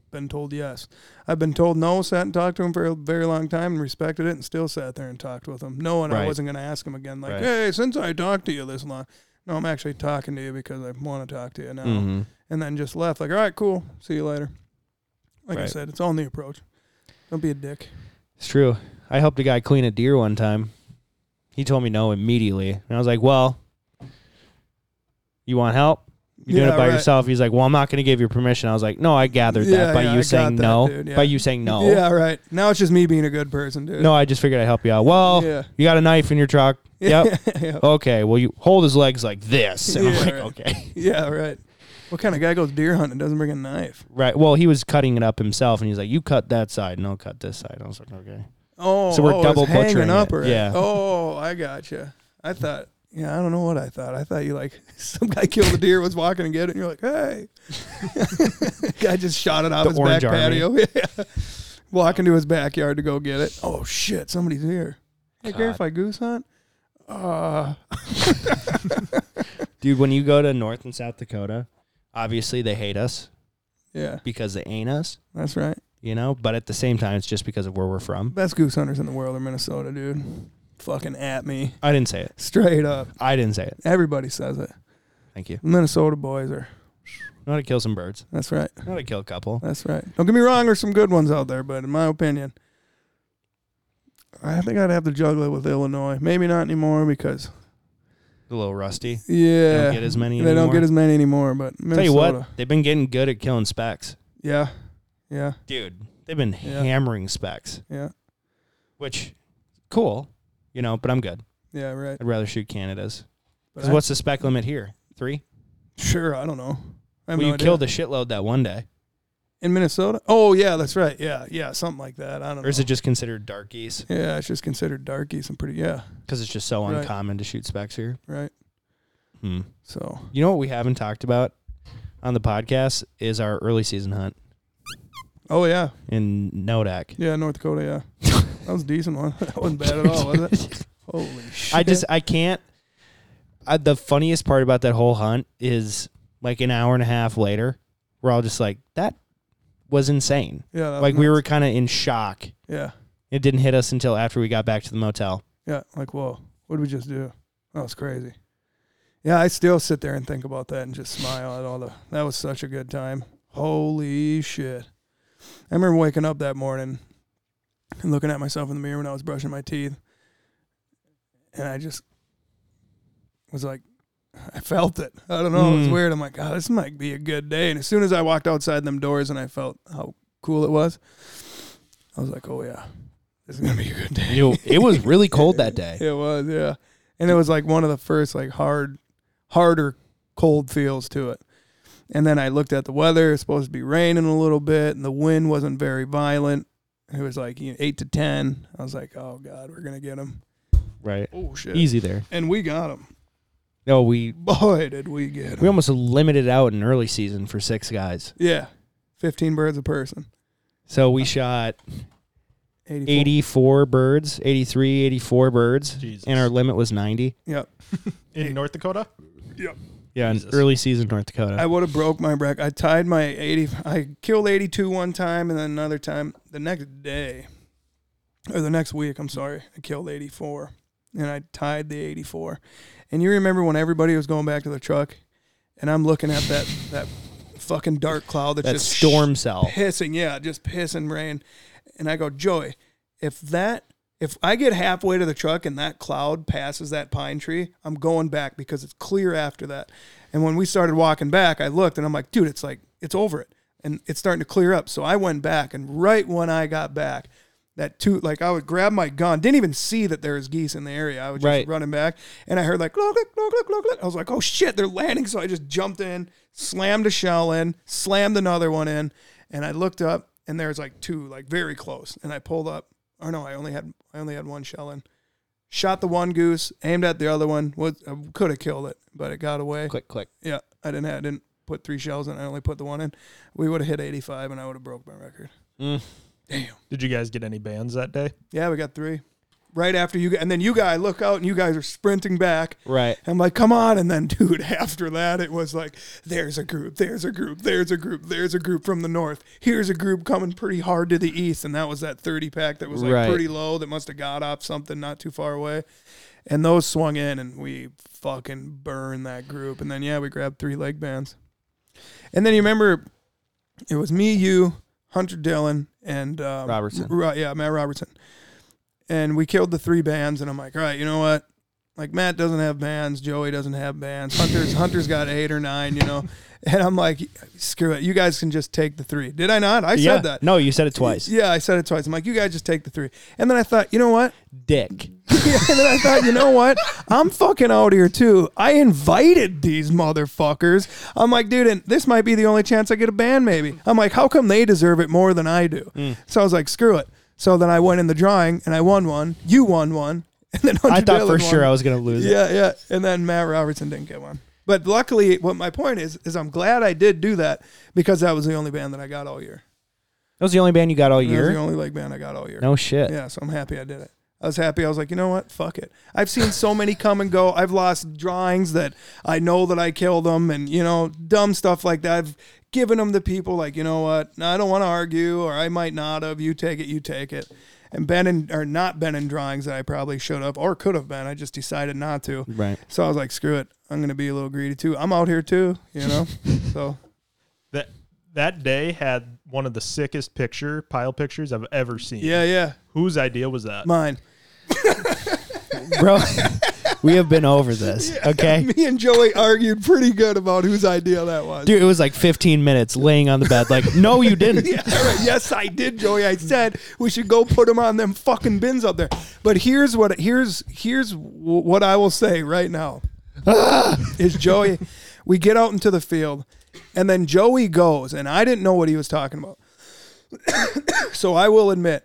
Speaker 2: been told yes. I've been told no, sat and talked to him for a very long time, and respected it, and still sat there and talked with him, knowing I
Speaker 1: Right.
Speaker 2: wasn't going to ask him again. Like,
Speaker 1: Right.
Speaker 2: hey, since I talked to you this long, no, I'm actually talking to you because I want to talk to you now.
Speaker 1: Mhm.
Speaker 2: And then just left. Like, all right, cool, see you later. Like I
Speaker 1: Right.
Speaker 2: said, it's all in the approach. Don't be a dick.
Speaker 1: It's true. I helped a guy clean a deer one time. He told me no immediately, and I was like, "Well, you want help? You're doing
Speaker 2: Yeah,
Speaker 1: it by
Speaker 2: right.
Speaker 1: yourself. He's like, well, I'm not going to give you permission. I was like, no, I gathered
Speaker 2: Yeah,
Speaker 1: that by
Speaker 2: yeah, I
Speaker 1: you
Speaker 2: got
Speaker 1: saying
Speaker 2: that,
Speaker 1: no.
Speaker 2: dude, yeah.
Speaker 1: By you saying no.
Speaker 2: Yeah, right. Now it's just me being a good person, dude.
Speaker 1: No, I just figured I'd help you out. Well,
Speaker 2: Yeah.
Speaker 1: you got a knife in your truck. Yep.
Speaker 2: yeah.
Speaker 1: okay. Well, you hold his legs like this. And I'm
Speaker 2: Yeah,
Speaker 1: like,
Speaker 2: right.
Speaker 1: okay.
Speaker 2: Yeah, right. What kind of guy goes deer hunting and doesn't bring a knife?
Speaker 1: Right. Well, he was cutting it up himself and he's like, you cut that side and I'll cut this side. I was like, okay.
Speaker 2: Oh,
Speaker 1: So we're
Speaker 2: oh, it's
Speaker 1: double
Speaker 2: hanging
Speaker 1: butchering
Speaker 2: up
Speaker 1: it,
Speaker 2: or
Speaker 1: yeah.
Speaker 2: Oh, I gotcha. I thought. Yeah, I don't know what I thought. I thought you like some guy killed a deer, was walking and get it, and you're like, hey, guy just shot it off
Speaker 1: The
Speaker 2: his back
Speaker 1: Orange Army.
Speaker 2: patio, yeah. walking to his backyard to go get it. Oh shit, somebody's here. Hey, care
Speaker 1: God.
Speaker 2: if I goose hunt? Uh,
Speaker 1: Dude, when you go to North and South Dakota, obviously they hate us
Speaker 2: yeah,
Speaker 1: because they ain't us,
Speaker 2: that's right.
Speaker 1: you know, but at the same time, it's just because of where we're from.
Speaker 2: Best goose hunters in the world are Minnesota, dude. Fucking at me,
Speaker 1: I didn't say it.
Speaker 2: straight up.
Speaker 1: I didn't say it.
Speaker 2: Everybody says it.
Speaker 1: Thank you.
Speaker 2: Minnesota boys are.
Speaker 1: Know how to kill some birds.
Speaker 2: That's right.
Speaker 1: Know how to kill a couple.
Speaker 2: That's right. Don't get me wrong. There's some good ones out there, but in my opinion, I think I'd have to juggle it with Illinois. Maybe not anymore because
Speaker 1: A little rusty.
Speaker 2: yeah,
Speaker 1: They don't get as many
Speaker 2: They don't
Speaker 1: anymore.
Speaker 2: get as many anymore. But
Speaker 1: Tell
Speaker 2: Minnesota,
Speaker 1: you what, they've been getting good at killing specs.
Speaker 2: yeah, yeah,
Speaker 1: Dude, they've been
Speaker 2: Yeah.
Speaker 1: hammering specs,
Speaker 2: yeah,
Speaker 1: which cool, you know, but I'm good.
Speaker 2: yeah. Right.
Speaker 1: I'd rather shoot Canada's.
Speaker 2: But
Speaker 1: 'Cause
Speaker 2: I-
Speaker 1: what's the spec limit here? Three?
Speaker 2: sure? I don't know. I have
Speaker 1: Well,
Speaker 2: no
Speaker 1: you
Speaker 2: idea.
Speaker 1: killed a shitload that one day.
Speaker 2: in Minnesota. Oh yeah, that's right. Yeah, yeah, something like that. I don't.
Speaker 1: Or is
Speaker 2: know.
Speaker 1: it just considered darkies?
Speaker 2: Yeah, it's just considered darkies and pretty. Yeah,
Speaker 1: Because it's just so
Speaker 2: Right.
Speaker 1: uncommon to shoot specs here.
Speaker 2: right.
Speaker 1: Hmm.
Speaker 2: So
Speaker 1: You know what we haven't talked about on the podcast is our early season hunt
Speaker 2: oh yeah,
Speaker 1: in Nodak.
Speaker 2: yeah, North Dakota. Yeah, that was a decent one. That wasn't bad at all, was it? Holy shit!
Speaker 1: I just I can't. I, the funniest part about that whole hunt is like an hour and a half later, we're all just like that was insane.
Speaker 2: yeah, that was
Speaker 1: Like we
Speaker 2: nuts.
Speaker 1: were kind of in shock.
Speaker 2: Yeah.
Speaker 1: It didn't hit us until after we got back to the motel.
Speaker 2: Yeah. Like, whoa, what did we just do? That was crazy. Yeah, I still sit there and think about that and just smile at all the that was such a good time. Holy shit. I remember waking up that morning and looking at myself in the mirror when I was brushing my teeth. And I just was like I felt it. I don't know. It was
Speaker 1: Mm.
Speaker 2: weird. I'm like, oh, this might be a good day. And as soon as I walked outside them doors and I felt how cool it was, I was like, oh, yeah, this is going to be a good day.
Speaker 1: You know, it was really cold that day.
Speaker 2: It was, yeah. And it was like one of the first like hard harder cold feels to it. And then I looked at the weather, it's supposed to be raining a little bit and the wind wasn't very violent. It was like you know, 8 to 10. I was like, "Oh god, we're going to get him."
Speaker 1: Right,
Speaker 2: Oh shit.
Speaker 1: easy there.
Speaker 2: And we got him.
Speaker 1: No, we
Speaker 2: Boy, did we get
Speaker 1: we
Speaker 2: him.
Speaker 1: almost limited out in early season for six guys.
Speaker 2: Yeah. 15 birds a person.
Speaker 1: So we shot
Speaker 2: 84.
Speaker 1: 84 birds, 83, 84 birds,
Speaker 3: Jesus.
Speaker 1: and our limit was 90.
Speaker 2: Yep.
Speaker 3: in North Dakota.
Speaker 2: Yep.
Speaker 1: Yeah,
Speaker 3: Jesus.
Speaker 1: in early season North Dakota.
Speaker 2: I would have broke my bracket. I tied my 80. I killed 82 one time and then another time the next day or the next week. I'm sorry. I killed 84 and I tied the 84. And you remember when everybody was going back to their truck and I'm looking at that, that fucking dark cloud that's
Speaker 1: that
Speaker 2: just
Speaker 1: storm cell.
Speaker 2: pissing. Yeah, just pissing rain. And I go, Joey, if that, if I get halfway to the truck and that cloud passes that pine tree, I'm going back because it's clear after that. And when we started walking back, I looked and I'm like, dude, it's like, it's over it. And it's starting to clear up. So I went back. And right when I got back, that two, like I would grab my gun, didn't even see that there was geese in the area. I was just
Speaker 1: Right.
Speaker 2: running back. And I heard like, look, look, look, look, look, look. I was like, oh shit, they're landing. So I just jumped in, slammed a shell in, slammed another one in. And I looked up and there's like two, like very close. And I pulled up. Or no, I only had, I only had one shell in. Shot the one goose, aimed at the other one. Was could have killed it, but it got away.
Speaker 1: Click, click.
Speaker 2: Yeah, I didn't. Have, I didn't put three shells in. I only put the one in. We would have hit 85, and I would have broke my record.
Speaker 1: Mm.
Speaker 2: Damn.
Speaker 3: Did you guys get any bands that day?
Speaker 2: Yeah, we got three. Right after you, and then you guys look out, and you guys are sprinting back.
Speaker 1: Right.
Speaker 2: I'm like, come on. And then, dude, after that, it was like, there's a group, there's a group, there's a group, there's a group from the north. Here's a group coming pretty hard to the east. And that was that 30 pack that was like
Speaker 1: Right.
Speaker 2: pretty low that must have got off something not too far away. And those swung in and we fucking burned that group. And then, yeah, we grabbed three leg bands. And then you remember it was me, you, Hunter Dillon, and um,
Speaker 1: Robertson.
Speaker 2: Ro- yeah, Matt Robertson. And we killed the three bands. And I'm like, all right, you know what? like Matt doesn't have bands, Joey doesn't have bands, Hunter's Hunter's got eight or nine, you know. And I'm like, screw it, you guys can just take the three. Did I not? I
Speaker 1: yeah.
Speaker 2: said that.
Speaker 1: No, you said it twice.
Speaker 2: Yeah, I said it twice. I'm like, you guys just take the three. And then I thought, you know what?
Speaker 1: Dick.
Speaker 2: Yeah, and then I thought, you know what? I'm fucking out here too. I invited these motherfuckers. I'm like, dude, and this might be the only chance I get a band, maybe. I'm like, how come they deserve it more than I do?
Speaker 1: Mm.
Speaker 2: So I was like, screw it. So then I went in the drawing and I won one. You won one. And then Hunter
Speaker 1: I thought
Speaker 2: Dillon
Speaker 1: for
Speaker 2: won.
Speaker 1: sure I was going to lose it.
Speaker 2: Yeah, yeah. And then Matt Robertson didn't get one. But luckily, what my point is, is I'm glad I did do that because that was the only band that I got all year.
Speaker 1: That was the only band you got all
Speaker 2: That was the
Speaker 1: year?
Speaker 2: only like band I got all year.
Speaker 1: No shit.
Speaker 2: Yeah, so I'm happy I did it. I was happy. I was like, you know what? Fuck it. I've seen so many come and go. I've lost drawings that I know that I killed them and, you know, dumb stuff like that. I've given them to people like, you know what? No, I don't want to argue or I might not have. You take it, you take it. And been in, or not been in drawings that I probably should have or could have been. I just decided not to.
Speaker 1: Right.
Speaker 2: So I was like, screw it. I'm going to be a little greedy too. I'm out here too, you know? so
Speaker 3: That that day had one of the sickest picture pile pictures I've ever seen.
Speaker 2: yeah, yeah.
Speaker 3: Whose idea was that?
Speaker 2: Mine.
Speaker 1: Bro, we have been over this. Okay.
Speaker 2: Me and Joey argued pretty good about whose idea that was.
Speaker 1: Dude, it was like 15 minutes laying on the bed, like, no, you didn't.
Speaker 2: Yeah, all right. Yes, I did, Joey. I said we should go put them on them fucking bins up there. But here's what here's here's wh- what I will say right now is Joey. We get out into the field, and then Joey goes, and I didn't know what he was talking about. so I will admit,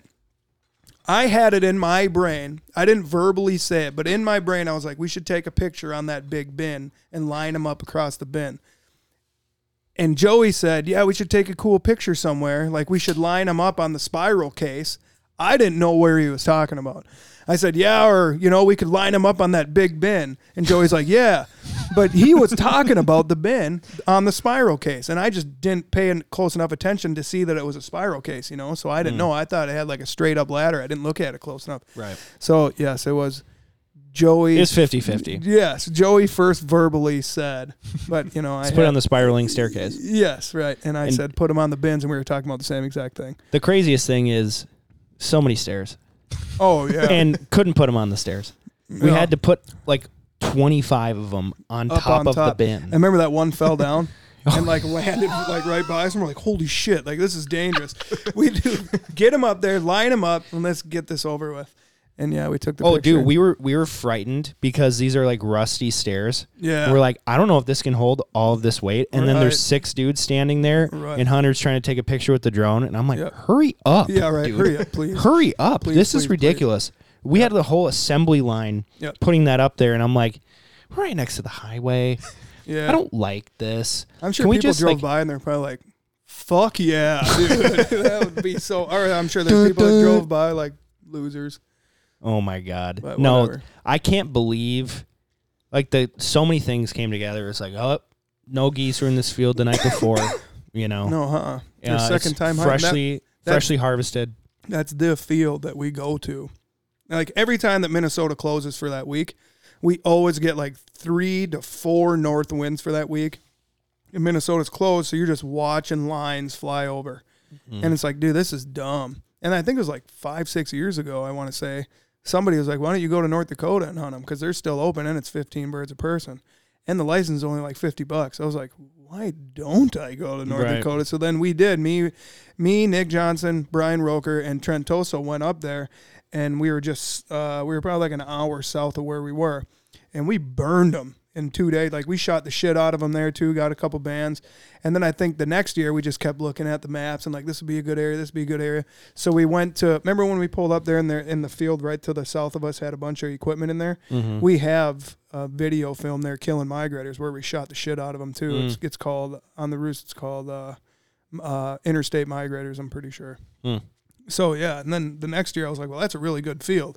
Speaker 2: I had it in my brain. I didn't verbally say it, but in my brain, I was like, we should take a picture on that big bin and line them up across the bin. And Joey said, yeah, we should take a cool picture somewhere. Like we should line them up on the spiral case. I didn't know where he was talking about. I said, yeah, or, you know, we could line them up on that big bin. And Joey's like, yeah. But he was talking about the bin on the spiral case. And I just didn't pay en- close enough attention to see that it was a spiral case, you know? So I
Speaker 1: Mm.
Speaker 2: didn't know. I thought it had like a straight up ladder. I didn't look at it close enough.
Speaker 1: Right.
Speaker 2: So yes, it was Joey.
Speaker 1: It's 50 50.
Speaker 2: yes, Joey first verbally said, but you know, I
Speaker 1: Let's put it
Speaker 2: had-
Speaker 1: on the spiraling staircase.
Speaker 2: yes, right, and I
Speaker 1: And-
Speaker 2: said put him on the bins, and we were talking about the same exact thing.
Speaker 1: The craziest thing is so many stairs
Speaker 2: Oh yeah,
Speaker 1: and couldn't put them on the stairs. We
Speaker 2: No.
Speaker 1: had to put like 25 of them on
Speaker 2: Up
Speaker 1: top
Speaker 2: on
Speaker 1: of
Speaker 2: top.
Speaker 1: the
Speaker 2: I
Speaker 1: bin. Oh.
Speaker 2: remember that one fell down. And like landed like right by us, and we're like, "Holy shit! Like this is dangerous." We do get him up there, line him up, and let's get this over with. And yeah, we took the.
Speaker 1: oh,
Speaker 2: picture.
Speaker 1: dude, we were we were frightened because these are like rusty stairs.
Speaker 2: yeah,
Speaker 1: We're like, I don't know if this can hold all of this weight. And then
Speaker 2: Right.
Speaker 1: there's six dudes standing there,
Speaker 2: Right.
Speaker 1: and Hunter's trying to take a picture with the drone. And I'm like,
Speaker 2: Yep.
Speaker 1: hurry up.
Speaker 2: yeah, right.
Speaker 1: dude.
Speaker 2: Hurry up, please.
Speaker 1: Hurry up.
Speaker 2: Please,
Speaker 1: this
Speaker 2: please,
Speaker 1: is ridiculous. We had the whole assembly line
Speaker 2: Yep.
Speaker 1: putting that up there, and I'm like, we're right next to the highway.
Speaker 2: Yeah,
Speaker 1: I don't like this.
Speaker 2: I'm sure
Speaker 1: Can we
Speaker 2: people
Speaker 1: just
Speaker 2: drove
Speaker 1: like,
Speaker 2: by and they're probably like, Fuck yeah, dude. that would be so. All right, I'm sure there's people that drove by like losers.
Speaker 1: Oh my god.
Speaker 2: But
Speaker 1: no,
Speaker 2: whatever.
Speaker 1: I can't believe like the so many things came together. It's like, oh, no geese were in this field the night before, you know.
Speaker 2: No, huh? Your
Speaker 1: Uh,
Speaker 2: second
Speaker 1: it's
Speaker 2: time hunting. That,
Speaker 1: freshly
Speaker 2: that-
Speaker 1: freshly harvested.
Speaker 2: that's the field that we go to. Like every time that Minnesota closes for that week, we always get like three to four north winds for that week. And Minnesota's closed, so you're just watching lines fly over. And it's like, dude, this is dumb. And I think it was like five, six years ago, I want to say, somebody was like, why don't you go to North Dakota and hunt them? Because they're still open and it's 15 birds a person. And the license is only like 50 bucks. I was like, why don't I go to North
Speaker 1: Right.
Speaker 2: Dakota? So then we did. Me, me, Nick Johnson, Brian Roker, and Trent Toso went up there. And we were just, uh, we were probably like an hour south of where we were. And we burned them in two days. Like we shot the shit out of them there too, got a couple bands. And then I think the next year we just kept looking at the maps and like this would be a good area, this would be a good area. So we went to remember when we pulled up there in there in the field right to the south of us had a bunch of equipment in there. We have a video film there killing migrators where we shot the shit out of them too. It's, it's called on the roost. It's called uh, m- uh, interstate migrators. I'm pretty sure.
Speaker 1: Hmm.
Speaker 2: So yeah, and then the next year I was like, well, that's a really good field.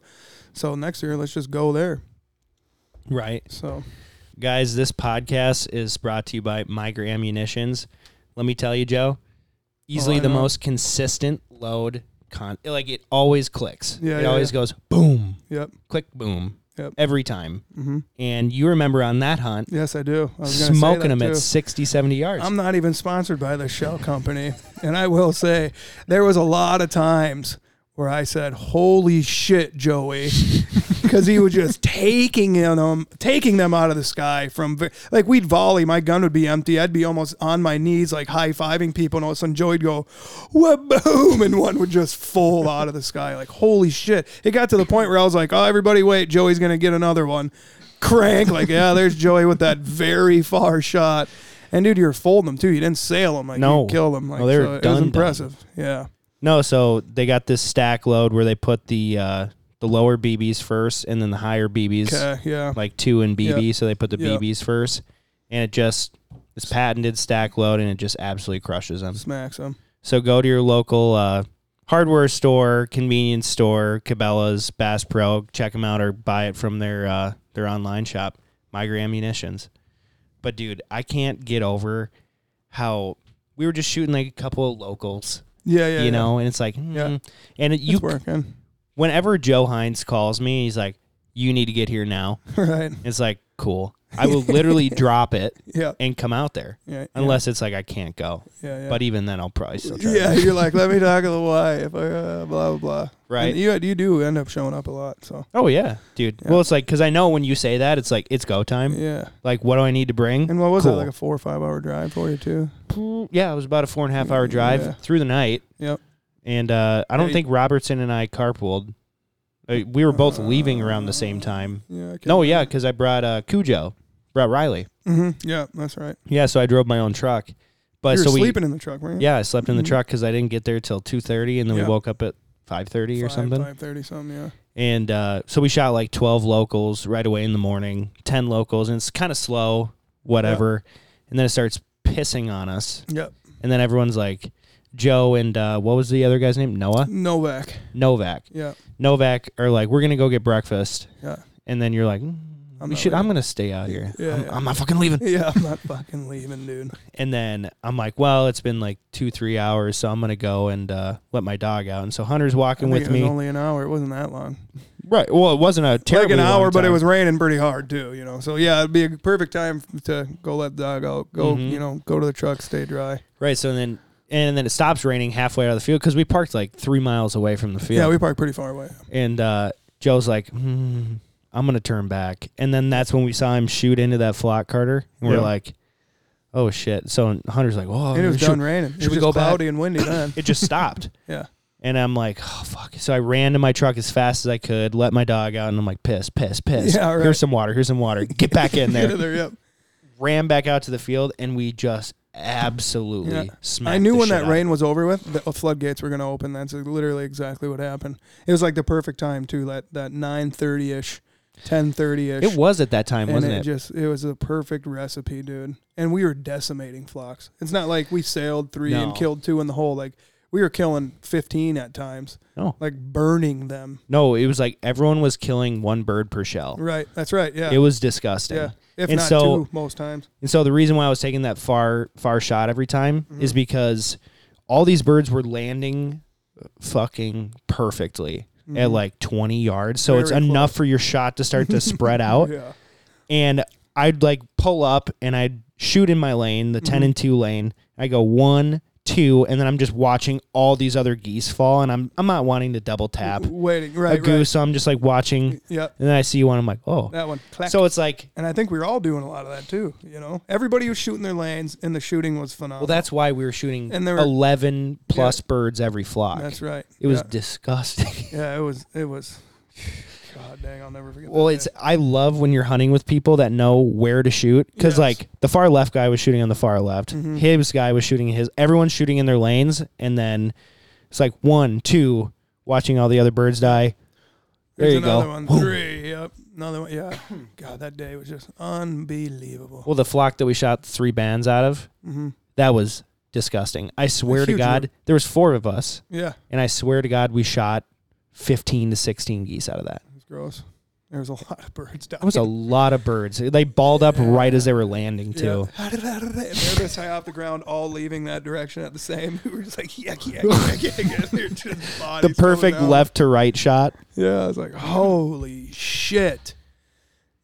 Speaker 2: So next year let's just go there.
Speaker 1: Right.
Speaker 2: So
Speaker 1: Guys, this podcast is brought to you by Migra Ammunitions. Let me tell you, Joe, easily
Speaker 2: Oh, I
Speaker 1: the
Speaker 2: know.
Speaker 1: most consistent load con like it always clicks.
Speaker 2: Yeah,
Speaker 1: it
Speaker 2: yeah,
Speaker 1: always
Speaker 2: yeah.
Speaker 1: goes boom,
Speaker 2: yep,
Speaker 1: click boom
Speaker 2: Yep.
Speaker 1: every time.
Speaker 2: Mhm.
Speaker 1: And you remember on that hunt
Speaker 2: yes I do. I was gonna say that,
Speaker 1: smoking them at
Speaker 2: too.
Speaker 1: 60 70 yards.
Speaker 2: I'm not even sponsored by the shell company. and I will say, there was a lot of times where I said, "Holy shit, Joey," because he was just taking in them, taking them out of the sky from ve- like we'd volley. My gun would be empty. I'd be almost on my knees, like high fiving people, and all of a sudden Joey'd go, "What boom!" and one would just fall out of the sky. Like holy shit! It got to the point where I was like, "Oh, everybody, wait! Joey's gonna get another one." Crank like yeah, there's Joey with that very far shot, and dude, you're folding them too. You didn't sail them like
Speaker 1: No.
Speaker 2: you kill them like
Speaker 1: No, they were
Speaker 2: so it
Speaker 1: done,
Speaker 2: was
Speaker 1: done.
Speaker 2: impressive. Yeah,
Speaker 1: No, so they got this stack load where they put the uh, the lower BBs first and then the higher BBs,
Speaker 2: okay, yeah.
Speaker 1: like two and BB.
Speaker 2: Yeah.
Speaker 1: So they put the
Speaker 2: Yeah.
Speaker 1: BBs first, and it just it's patented stack load, and it just absolutely crushes them.
Speaker 2: smacks them.
Speaker 1: So go to your local uh, hardware store, convenience store, Cabela's, Bass Pro. Check them out or buy it from their uh, their online shop, Migra Ammunitions. But dude, I can't get over how we were just shooting like a couple of locals,
Speaker 2: Yeah, yeah.
Speaker 1: you
Speaker 2: yeah.
Speaker 1: know, and it's like,
Speaker 2: Yeah.
Speaker 1: mm. and it,
Speaker 2: it's
Speaker 1: you
Speaker 2: working
Speaker 1: whenever Joe Hines calls me, he's like, "You need to get here now."
Speaker 2: right.
Speaker 1: It's like, cool. I will literally drop it
Speaker 2: Yeah,
Speaker 1: and come out there,
Speaker 2: yeah.
Speaker 1: unless it's like I can't go.
Speaker 2: yeah, yeah.
Speaker 1: But even then, I'll probably still try.
Speaker 2: yeah, you're like, let me talk a little wife, uh, blah blah blah.
Speaker 1: Right.
Speaker 2: And you you do end up showing up a lot. So
Speaker 1: Oh yeah, dude.
Speaker 2: Yeah.
Speaker 1: Well, it's like because I know when you say that, it's like it's go time.
Speaker 2: yeah.
Speaker 1: Like, what do I need to bring?
Speaker 2: And what was
Speaker 1: Cool.
Speaker 2: that like a four or five hour drive for you too?
Speaker 1: yeah, it was about a four and a half hour drive
Speaker 2: Yeah.
Speaker 1: through the night.
Speaker 2: Yep.
Speaker 1: And uh, I don't
Speaker 2: Hey.
Speaker 1: think Robertson and I carpooled. Uh, We were both leaving around the same time.
Speaker 2: Yeah. I can't
Speaker 1: No, yeah, because I brought uh, Cujo, brought Riley.
Speaker 2: hmm Yeah, that's right.
Speaker 1: Yeah, so I drove my own truck. But
Speaker 2: You were
Speaker 1: so we
Speaker 2: sleeping in the truck, weren't you?
Speaker 1: Yeah, I slept in the
Speaker 2: Mhm.
Speaker 1: truck because I didn't get there till two thirty, and then
Speaker 2: Yeah.
Speaker 1: we woke up at five thirty or something.
Speaker 2: Five thirty something. Yeah.
Speaker 1: And uh, so we shot like twelve locals right away in the morning, ten locals, and it's kind of slow, whatever. And then it starts pissing on us,
Speaker 2: Yep.
Speaker 1: and then everyone's like, Joe and uh, what was the other guy's name? Noah
Speaker 2: Novak.
Speaker 1: Novak.
Speaker 2: Yeah.
Speaker 1: Novak are like, we're gonna go get breakfast,
Speaker 2: Yeah.
Speaker 1: and then you're like, mm,
Speaker 2: I'm
Speaker 1: we
Speaker 2: not
Speaker 1: should.
Speaker 2: leaving.
Speaker 1: I'm gonna stay out here.
Speaker 2: Yeah,
Speaker 1: I'm,
Speaker 2: yeah.
Speaker 1: I'm not fucking leaving.
Speaker 2: Yeah, I'm not fucking leaving, dude.
Speaker 1: And then I'm like, well, it's been like two, three hours, so I'm gonna go and uh, let my dog out. And so Hunter's
Speaker 2: I
Speaker 1: walking
Speaker 2: think
Speaker 1: with
Speaker 2: it was
Speaker 1: me.
Speaker 2: only an hour. It wasn't that long.
Speaker 1: Right. Well, it wasn't a
Speaker 2: Like
Speaker 1: terribly
Speaker 2: an
Speaker 1: long
Speaker 2: hour, but it
Speaker 1: time.
Speaker 2: was raining pretty hard too. You know, so yeah, it'd be a perfect time to go let the dog out. Go,
Speaker 1: Mhm.
Speaker 2: you know, go to the truck, stay dry.
Speaker 1: right. So then, and then it stops raining halfway out of the field because we parked like three miles away from the
Speaker 2: Yeah,
Speaker 1: field.
Speaker 2: we parked pretty far away.
Speaker 1: and uh, Joe's like, hmm, "I'm gonna turn back," and then that's when we saw him shoot into that flock carter, and we're
Speaker 3: Yeah.
Speaker 1: like, "Oh shit!" So Hunter's like, "Whoa!"
Speaker 2: and it was
Speaker 1: should-
Speaker 2: done raining.
Speaker 1: should
Speaker 2: It
Speaker 1: we
Speaker 2: was
Speaker 1: go
Speaker 2: just
Speaker 1: back?
Speaker 2: cloudy and windy then.
Speaker 1: It just stopped.
Speaker 2: Yeah.
Speaker 1: And I'm like, oh fuck! So I ran to my truck as fast as I could, let my dog out, and I'm like, piss, piss, piss.
Speaker 2: Yeah, right.
Speaker 1: Here's some water. Here's some water. Get back in
Speaker 2: Get
Speaker 1: there.
Speaker 2: in there, yep.
Speaker 1: ran back out to the field, and we just absolutely
Speaker 2: Yeah.
Speaker 1: smacked.
Speaker 2: I knew
Speaker 1: the
Speaker 2: when
Speaker 1: shit
Speaker 2: that
Speaker 1: out of
Speaker 2: rain was over with, the uh, floodgates were going to open. That's literally exactly what happened. It was like the perfect time too. That that nine thirty ish ten thirty ish.
Speaker 1: It was at that time,
Speaker 2: and
Speaker 1: wasn't
Speaker 2: it
Speaker 1: it?
Speaker 2: just it was a perfect recipe, dude. And we were decimating flocks. It's not like we sailed three
Speaker 1: No.
Speaker 2: and killed two in the hole. Like we were killing fifteen at times,
Speaker 1: No.
Speaker 2: like burning them.
Speaker 1: No, it was like everyone was killing one bird per shell.
Speaker 2: Right, that's right. Yeah,
Speaker 1: It was disgusting.
Speaker 2: yeah. If
Speaker 1: and
Speaker 2: not
Speaker 1: so-
Speaker 2: two, most times.
Speaker 1: And so the reason why I was taking that far far shot every time
Speaker 2: Mm-hmm.
Speaker 1: is because all these birds were landing fucking perfectly at like 20 yards. So it's
Speaker 2: Mm-hmm. Very close.
Speaker 1: enough for your shot to start to spread out.
Speaker 2: Yeah,
Speaker 1: And I'd like pull up and I'd shoot in my lane, the
Speaker 2: Mm-hmm.
Speaker 1: 10 and 2 lane. I go 1 2 and then I'm just watching all these other geese fall and I'm I'm not wanting to double tap
Speaker 2: waiting. Right,
Speaker 1: a
Speaker 2: right.
Speaker 1: goose, so I'm just like watching
Speaker 2: Yeah,
Speaker 1: and then I see one I'm like, "Oh."
Speaker 2: that one. Clack.
Speaker 1: So it's like
Speaker 2: and I think we were all doing a lot of that too. You know, everybody was shooting their lanes, and the shooting was phenomenal.
Speaker 1: well, that's why we were shooting
Speaker 2: And there were-
Speaker 1: 11 plus birds every flock.
Speaker 2: that's right.
Speaker 1: It was
Speaker 2: Yeah.
Speaker 1: disgusting.
Speaker 2: Yeah, it was. It was. God dang, I'll never forget.
Speaker 1: well,
Speaker 2: that
Speaker 1: it's I love when you're hunting with people that know where to shoot because
Speaker 2: Yes. Mm-hmm.
Speaker 1: like the far left guy was shooting on the far left, his guy was shooting his. Everyone's shooting in their lanes, and then it's like one, two, watching all the other birds die. There
Speaker 2: There's
Speaker 1: you
Speaker 2: another
Speaker 1: go.
Speaker 2: one.
Speaker 1: Whew.
Speaker 2: Three. Yep. Another one. Yeah. God, that day was just unbelievable.
Speaker 1: Well, the flock that we shot three bands out of,
Speaker 2: hmm
Speaker 1: that was disgusting. I swear to
Speaker 2: huge
Speaker 1: God,
Speaker 2: group.
Speaker 1: there was four of us,
Speaker 2: Yeah,
Speaker 1: and I swear to God, we shot. 15 to 16 geese out of that.
Speaker 2: it was gross. There was a lot of birds dying.
Speaker 1: That was a lot of birds. They balled up right as they were landing, too.
Speaker 2: Yeah. And They're this high off the ground, all leaving that direction at the same. We were just like, yuck, yuck, yuck, yuck. yuck. They're just
Speaker 1: The
Speaker 2: bodies going
Speaker 1: perfect
Speaker 2: down.
Speaker 1: left to right shot.
Speaker 2: Yeah, I was like, holy shit.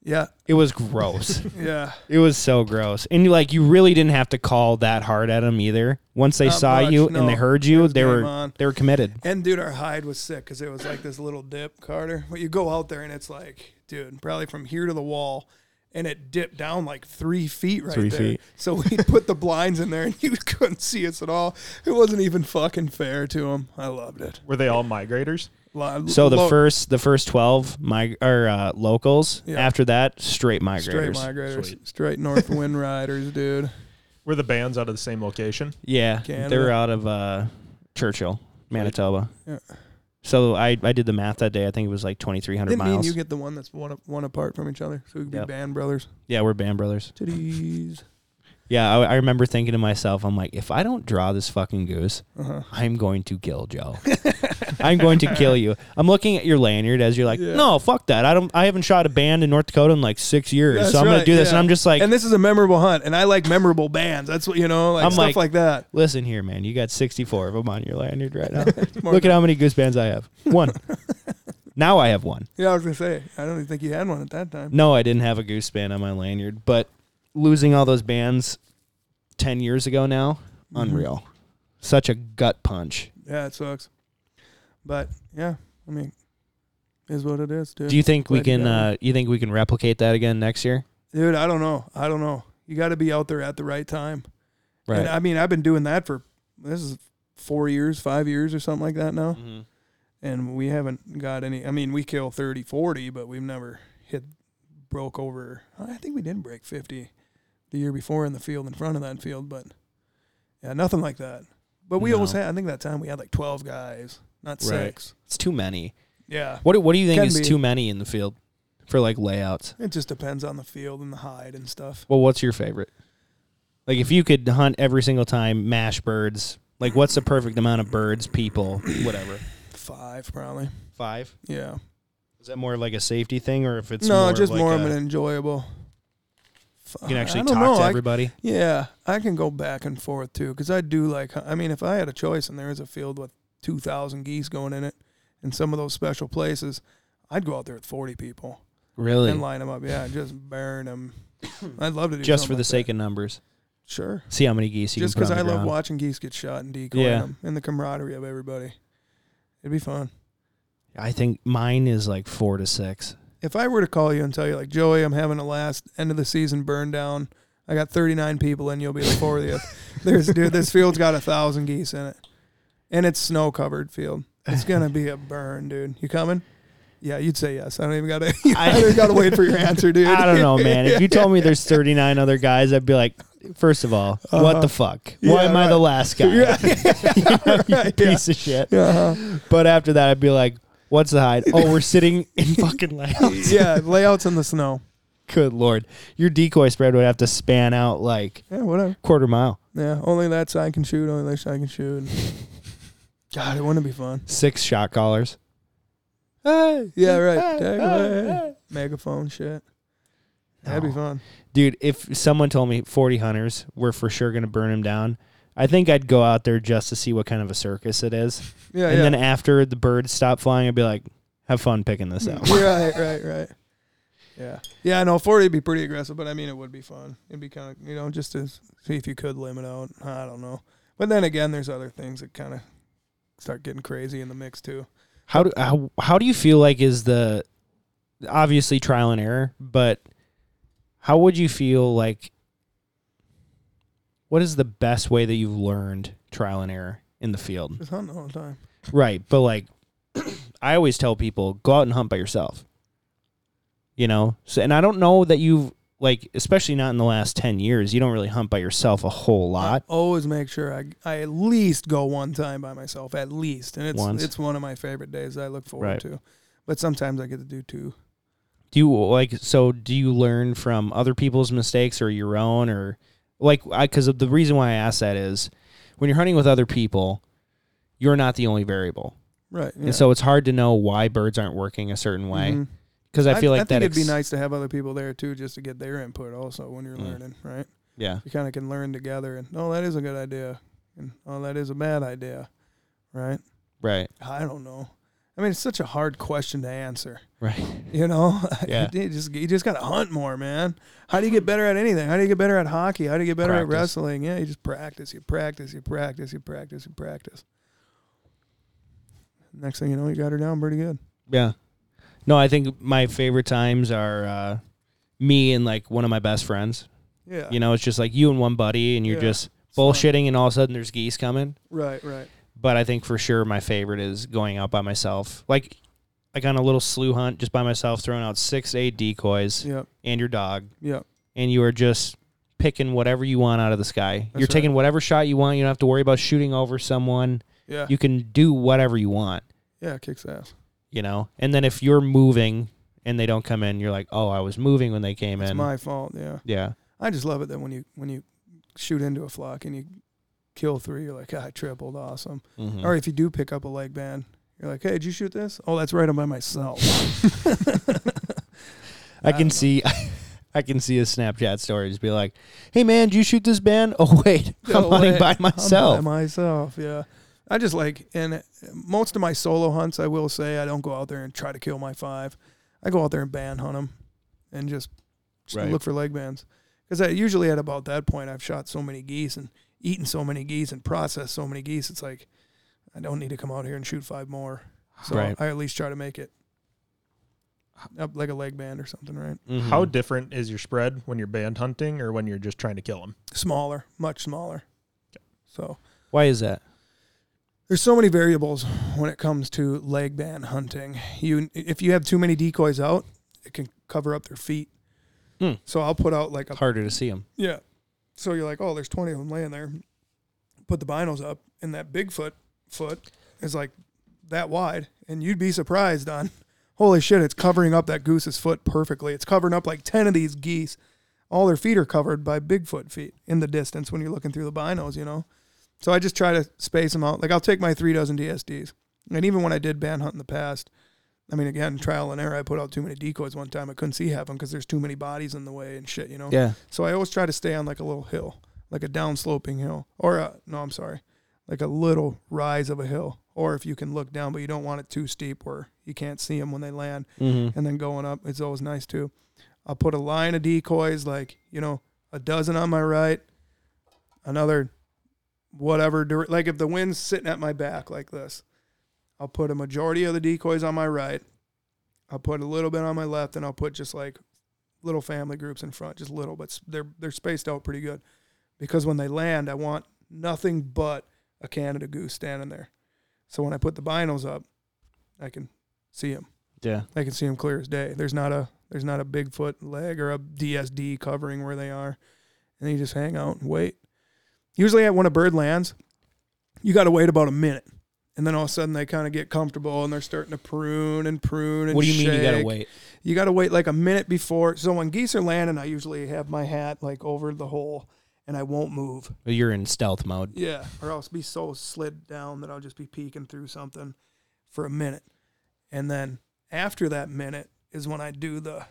Speaker 2: Yeah,
Speaker 1: It was gross.
Speaker 2: yeah.
Speaker 1: it was so gross. And you like you really didn't have to call that hard at them either. Once they
Speaker 2: Not
Speaker 1: saw
Speaker 2: much,
Speaker 1: you
Speaker 2: no.
Speaker 1: and they heard you,
Speaker 2: was
Speaker 1: they were
Speaker 2: game on.
Speaker 1: they were committed.
Speaker 2: And dude, our hide was sick because it was like this little dip, Carter. But you go out there and it's like, dude, probably from here to the wall, and it dipped down like three feet right
Speaker 1: Three
Speaker 2: there.
Speaker 1: feet.
Speaker 2: So we put the blinds in there, and you couldn't see us at all. It wasn't even fucking fair to him. I loved it.
Speaker 3: Were they all migrators?
Speaker 2: Lo-
Speaker 1: So the
Speaker 2: lo-
Speaker 1: first the first 12 mig- or uh, locals,
Speaker 2: Yeah.
Speaker 1: after that straight migrators.
Speaker 2: straight migrators,
Speaker 3: Sweet.
Speaker 2: straight north wind riders, dude.
Speaker 3: Were the bands out of the same location?
Speaker 1: Yeah. They
Speaker 2: Canada.
Speaker 1: were out of uh, Churchill, Manitoba.
Speaker 2: Yeah.
Speaker 1: So I, I did the math that day. I think it was like 2300
Speaker 2: Didn't mean
Speaker 1: miles.
Speaker 2: you get the one that's one one apart from each other, so we could
Speaker 1: Yep.
Speaker 2: be band brothers.
Speaker 1: yeah, we're band brothers.
Speaker 2: Titties.
Speaker 1: Yeah, I, I remember thinking to myself, I'm like, if I don't draw this fucking goose,
Speaker 2: Uh-huh.
Speaker 1: I'm going to kill Joe. I'm going to kill you. I'm looking at your lanyard as you're like,
Speaker 2: Yeah.
Speaker 1: no, fuck that. I don't. I haven't shot a band in North Dakota in like six years,
Speaker 2: That's
Speaker 1: so I'm gonna
Speaker 2: right,
Speaker 1: do this. And
Speaker 2: yeah.
Speaker 1: I'm just like,
Speaker 2: and this is a memorable hunt, and I like memorable bands. That's what you know, like
Speaker 1: I'm
Speaker 2: stuff
Speaker 1: like-
Speaker 2: like that.
Speaker 1: listen here, man. You got 64 of them on your lanyard right now. Look at how many goose bands I have. One. now I have one.
Speaker 2: Yeah, I was gonna say. I don't even think you had one at that time.
Speaker 1: No, I didn't have a goose band on my lanyard, but losing all those bands ten years ago now,
Speaker 2: Mm-hmm.
Speaker 1: unreal. Such a gut punch.
Speaker 2: Yeah, it sucks. But yeah, I mean, is what it is, dude.
Speaker 1: Do you think we
Speaker 2: Glad you
Speaker 1: can?
Speaker 2: got
Speaker 1: Uh, you think we can replicate that again next year?
Speaker 2: dude, I don't know. I don't know. You got to be out there at the right time.
Speaker 1: Right.
Speaker 2: And I mean, I've been doing that for this is four years, five years, or something like that now,
Speaker 1: Mhm.
Speaker 2: and we haven't got any. I mean, we kill 30, 40, but we've never hit broke over. I think we did break fifty the year before in the field in front of that field, but yeah, nothing like that. But we almost
Speaker 1: No.
Speaker 2: had. I think that time we had like twelve guys, not
Speaker 1: Right.
Speaker 2: six.
Speaker 1: It's too many.
Speaker 2: Yeah.
Speaker 1: What do, what do you think
Speaker 2: Can
Speaker 1: is
Speaker 2: be.
Speaker 1: too many in the field for like layouts?
Speaker 2: It just depends on the field and the hide and stuff.
Speaker 1: Well, what's your favorite? Like if you could hunt every single time, mash birds. Like what's the perfect amount of birds, people, whatever?
Speaker 2: Five probably.
Speaker 1: Five.
Speaker 2: Yeah.
Speaker 1: Is that more of like a safety thing, or if it's
Speaker 2: no,
Speaker 1: more
Speaker 2: just
Speaker 1: like
Speaker 2: more
Speaker 1: a,
Speaker 2: of an enjoyable. Fi-
Speaker 1: you can actually
Speaker 2: I
Speaker 1: talk
Speaker 2: don't know.
Speaker 1: to
Speaker 2: I-
Speaker 1: everybody?
Speaker 2: yeah, I can go back and forth too because I do like. I mean, if I had a choice and there was a field with two thousand geese going in it, in some of those special places, I'd go out there with forty people
Speaker 1: Really,
Speaker 2: and line them up. Yeah, just burn them. I'd love to do
Speaker 1: just
Speaker 2: something
Speaker 1: for the
Speaker 2: like
Speaker 1: sake
Speaker 2: that.
Speaker 1: of numbers.
Speaker 2: sure.
Speaker 1: See how many geese you
Speaker 2: Just
Speaker 1: can put
Speaker 2: because
Speaker 1: on
Speaker 2: I
Speaker 1: the
Speaker 2: love
Speaker 1: ground.
Speaker 2: watching geese get shot and decoying
Speaker 1: Yeah.
Speaker 2: them and the camaraderie of everybody. It'd be fun.
Speaker 1: I think mine is like four to six.
Speaker 2: if I were to call you and tell you like Joey, I'm having a last end of the season burn down. I got 39 people and you'll be the 40th. There's dude, this field's got a thousand geese in it, and it's snow covered field. It's gonna be a burn, dude. You coming? Yeah, you'd say yes. I don't even gotta. I don't even gotta wait for your answer, dude.
Speaker 1: I don't know, man. If you told me there's 39 other guys, I'd be like, first of all, what the fuck? Why
Speaker 2: Uh-huh. Yeah,
Speaker 1: am I the
Speaker 2: right.
Speaker 1: last guy?
Speaker 2: Yeah,
Speaker 1: You
Speaker 2: right, yeah.
Speaker 1: piece of shit.
Speaker 2: Yeah, uh-huh.
Speaker 1: But after that, I'd be like, What's the hide? Oh, we're sitting in fucking layouts.
Speaker 2: yeah, layouts in the snow.
Speaker 1: Good lord, your decoy spread would have to span out like
Speaker 2: Yeah, whatever.
Speaker 1: quarter mile,
Speaker 2: Yeah, only that side can shoot. Only that side can shoot. God, it wouldn't be fun.
Speaker 1: six shot collars.
Speaker 2: Hey, yeah, right.
Speaker 1: Hey, hey,
Speaker 2: Take away.
Speaker 1: hey.
Speaker 2: Megaphone shit. That'd be
Speaker 1: No.
Speaker 2: fun.
Speaker 1: Dude, if someone told me 40 hunters were for sure going to burn him down, I think I'd go out there just to see what kind of a circus it is.
Speaker 2: Yeah,
Speaker 1: and
Speaker 2: yeah.
Speaker 1: then after the birds stop flying, I'd be like, have fun picking this out.
Speaker 2: right, right, right. Yeah, yeah. No, forty would be pretty aggressive, but I mean, it would be fun. It'd be kind of you know just to see if you could limit out. I don't know, but then again, there's other things that kind of start getting crazy in the mix too.
Speaker 1: How do how, how do you feel like is the obviously trial and error, but how would you feel like what is the best way that you've learned trial and error in the field?
Speaker 2: Just hunting all the time.
Speaker 1: Right, but like I always tell people, go out and hunt by yourself. You know, so and I don't know that you've like, especially not in the last ten years, you don't really hunt by yourself a whole lot.
Speaker 2: I always make sure I, I at least go one time by myself, at least, and it's
Speaker 1: Once.
Speaker 2: it's one of my favorite days. I look forward
Speaker 1: Right.
Speaker 2: to, but sometimes I get to do two.
Speaker 1: Do you like so? Do you learn from other people's mistakes or your own, or like I? Because the reason why I ask that is when you're hunting with other people, you're not the only variable,
Speaker 2: Right. yeah.
Speaker 1: and so it's hard to know why birds aren't working a certain way.
Speaker 2: Mhm.
Speaker 1: Because I feel like
Speaker 2: I
Speaker 1: that
Speaker 2: think it'd be
Speaker 1: ex-
Speaker 2: nice to have other people there too, just to get their input also when you're
Speaker 1: Mm.
Speaker 2: learning, right?
Speaker 1: Yeah,
Speaker 2: you kind of can learn together and oh that is a good idea and oh that is a bad idea right
Speaker 1: right,
Speaker 2: i don't know i mean it's such a hard question to answer
Speaker 1: right.
Speaker 2: you know
Speaker 1: Yeah.
Speaker 2: you just you just gotta hunt more man how do you get better at anything how do you get better at hockey how do you get better
Speaker 1: Practice.
Speaker 2: at wrestling yeah you just practice you practice you practice you practice you practice next thing you know you got her down pretty good
Speaker 1: Yeah. No, I think my favorite times are uh, me and like one of my best friends.
Speaker 2: yeah
Speaker 1: You know, it's just like you and one buddy, and you're
Speaker 2: Yeah.
Speaker 1: just
Speaker 2: It's fun.
Speaker 1: bullshitting, and all of a sudden there's geese coming.
Speaker 2: right right
Speaker 1: But I think for sure my favorite is going out by myself, like like on a little slew hunt just by myself, throwing out six eight decoys
Speaker 2: yep
Speaker 1: and your dog,
Speaker 2: yep
Speaker 1: and you are just picking whatever you want out of the sky.
Speaker 2: That's
Speaker 1: you're
Speaker 2: right.
Speaker 1: taking whatever shot you want. You don't have to worry about shooting over someone.
Speaker 2: yeah
Speaker 1: You can do whatever you want.
Speaker 2: yeah kicks ass
Speaker 1: you know. And then if you're moving and they don't come in, you're like, oh, I was moving when they came
Speaker 2: it's
Speaker 1: in.
Speaker 2: my fault yeah
Speaker 1: yeah,
Speaker 2: I just love it that when you when you shoot into a flock and you kill three, you're like, ah, I tripled, awesome.
Speaker 1: Mhm.
Speaker 2: Or if you do pick up a leg band, you're like, hey, did you shoot this? Oh, that's right, I'm by myself.
Speaker 1: I
Speaker 2: I don't
Speaker 1: can see. I can see his Snapchat stories be like, "Hey man, did you shoot this band? Oh wait, I'm
Speaker 2: No
Speaker 1: hunting
Speaker 2: way.
Speaker 1: by myself."
Speaker 2: I'm by myself, yeah. I just like, and most of my solo hunts, I will say, I don't go out there and try to kill my five. I go out there and band hunt them, and just, just
Speaker 1: Right.
Speaker 2: look for leg bands. Because I usually at about that point, I've shot so many geese and eaten so many geese and processed so many geese. It's like I don't need to come out here and shoot five more. So
Speaker 1: Right.
Speaker 2: I at least try to make it up like a leg band or something, right?
Speaker 1: Mhm.
Speaker 3: How different is your spread when you're band hunting or when you're just trying to kill them?
Speaker 2: Smaller, much smaller. So
Speaker 1: Why is that?
Speaker 2: there's so many variables when it comes to leg band hunting. You if you have too many decoys out, it can cover up their feet.
Speaker 1: Hmm.
Speaker 2: So I'll put out like a
Speaker 1: It's harder to see them.
Speaker 2: yeah. So you're like, oh, there's 20 of them laying there. Put the binos up, and that Bigfoot foot is like that wide, and you'd be surprised on. Holy shit! It's covering up that goose's foot perfectly. It's covering up like 10 of these geese. All their feet are covered by Bigfoot feet in the distance when you're looking through the binos, you know. So I just try to space them out. Like I'll take my three dozen DSDs, and even when I did band hunt in the past, I mean, again, trial and error. I put out too many decoys one time. I couldn't see half of them because there's too many bodies in the way and shit, you know.
Speaker 1: Yeah,
Speaker 2: So I always try to stay on like a little hill, like a downsloping hill, or a, no, I'm sorry, like a little rise of a hill. Or if you can look down, but you don't want it too steep where you can't see them when they land.
Speaker 1: hmm
Speaker 2: And then going up, it's always nice too. I'll put a line of decoys, like, you know, a dozen on my right, another whatever. dir- Like if the wind's sitting at my back like this, I'll put a majority of the decoys on my right. I'll put a little bit on my left, and I'll put just like little family groups in front, just little, but s- they're they're spaced out pretty good. Because when they land, I want nothing but a Canada goose standing there. So when I put the binos up, I can see them.
Speaker 1: yeah,
Speaker 2: I can see them clear as day. There's not a there's not a Bigfoot leg or a DSD covering where they are, and you just hang out and wait. Usually, at when a bird lands, you got to wait about a minute, And then all of a sudden they kind of get comfortable and they're starting to prune and prune and
Speaker 1: What do you mean you gotta
Speaker 2: shake.
Speaker 1: wait?
Speaker 2: You got to wait like a minute before. So when geese are landing, I usually have my hat like over the hole and I won't move.
Speaker 1: You're in stealth mode.
Speaker 2: Yeah, or else be so slid down that I'll just be peeking through something for a minute. And then after that minute is when I do the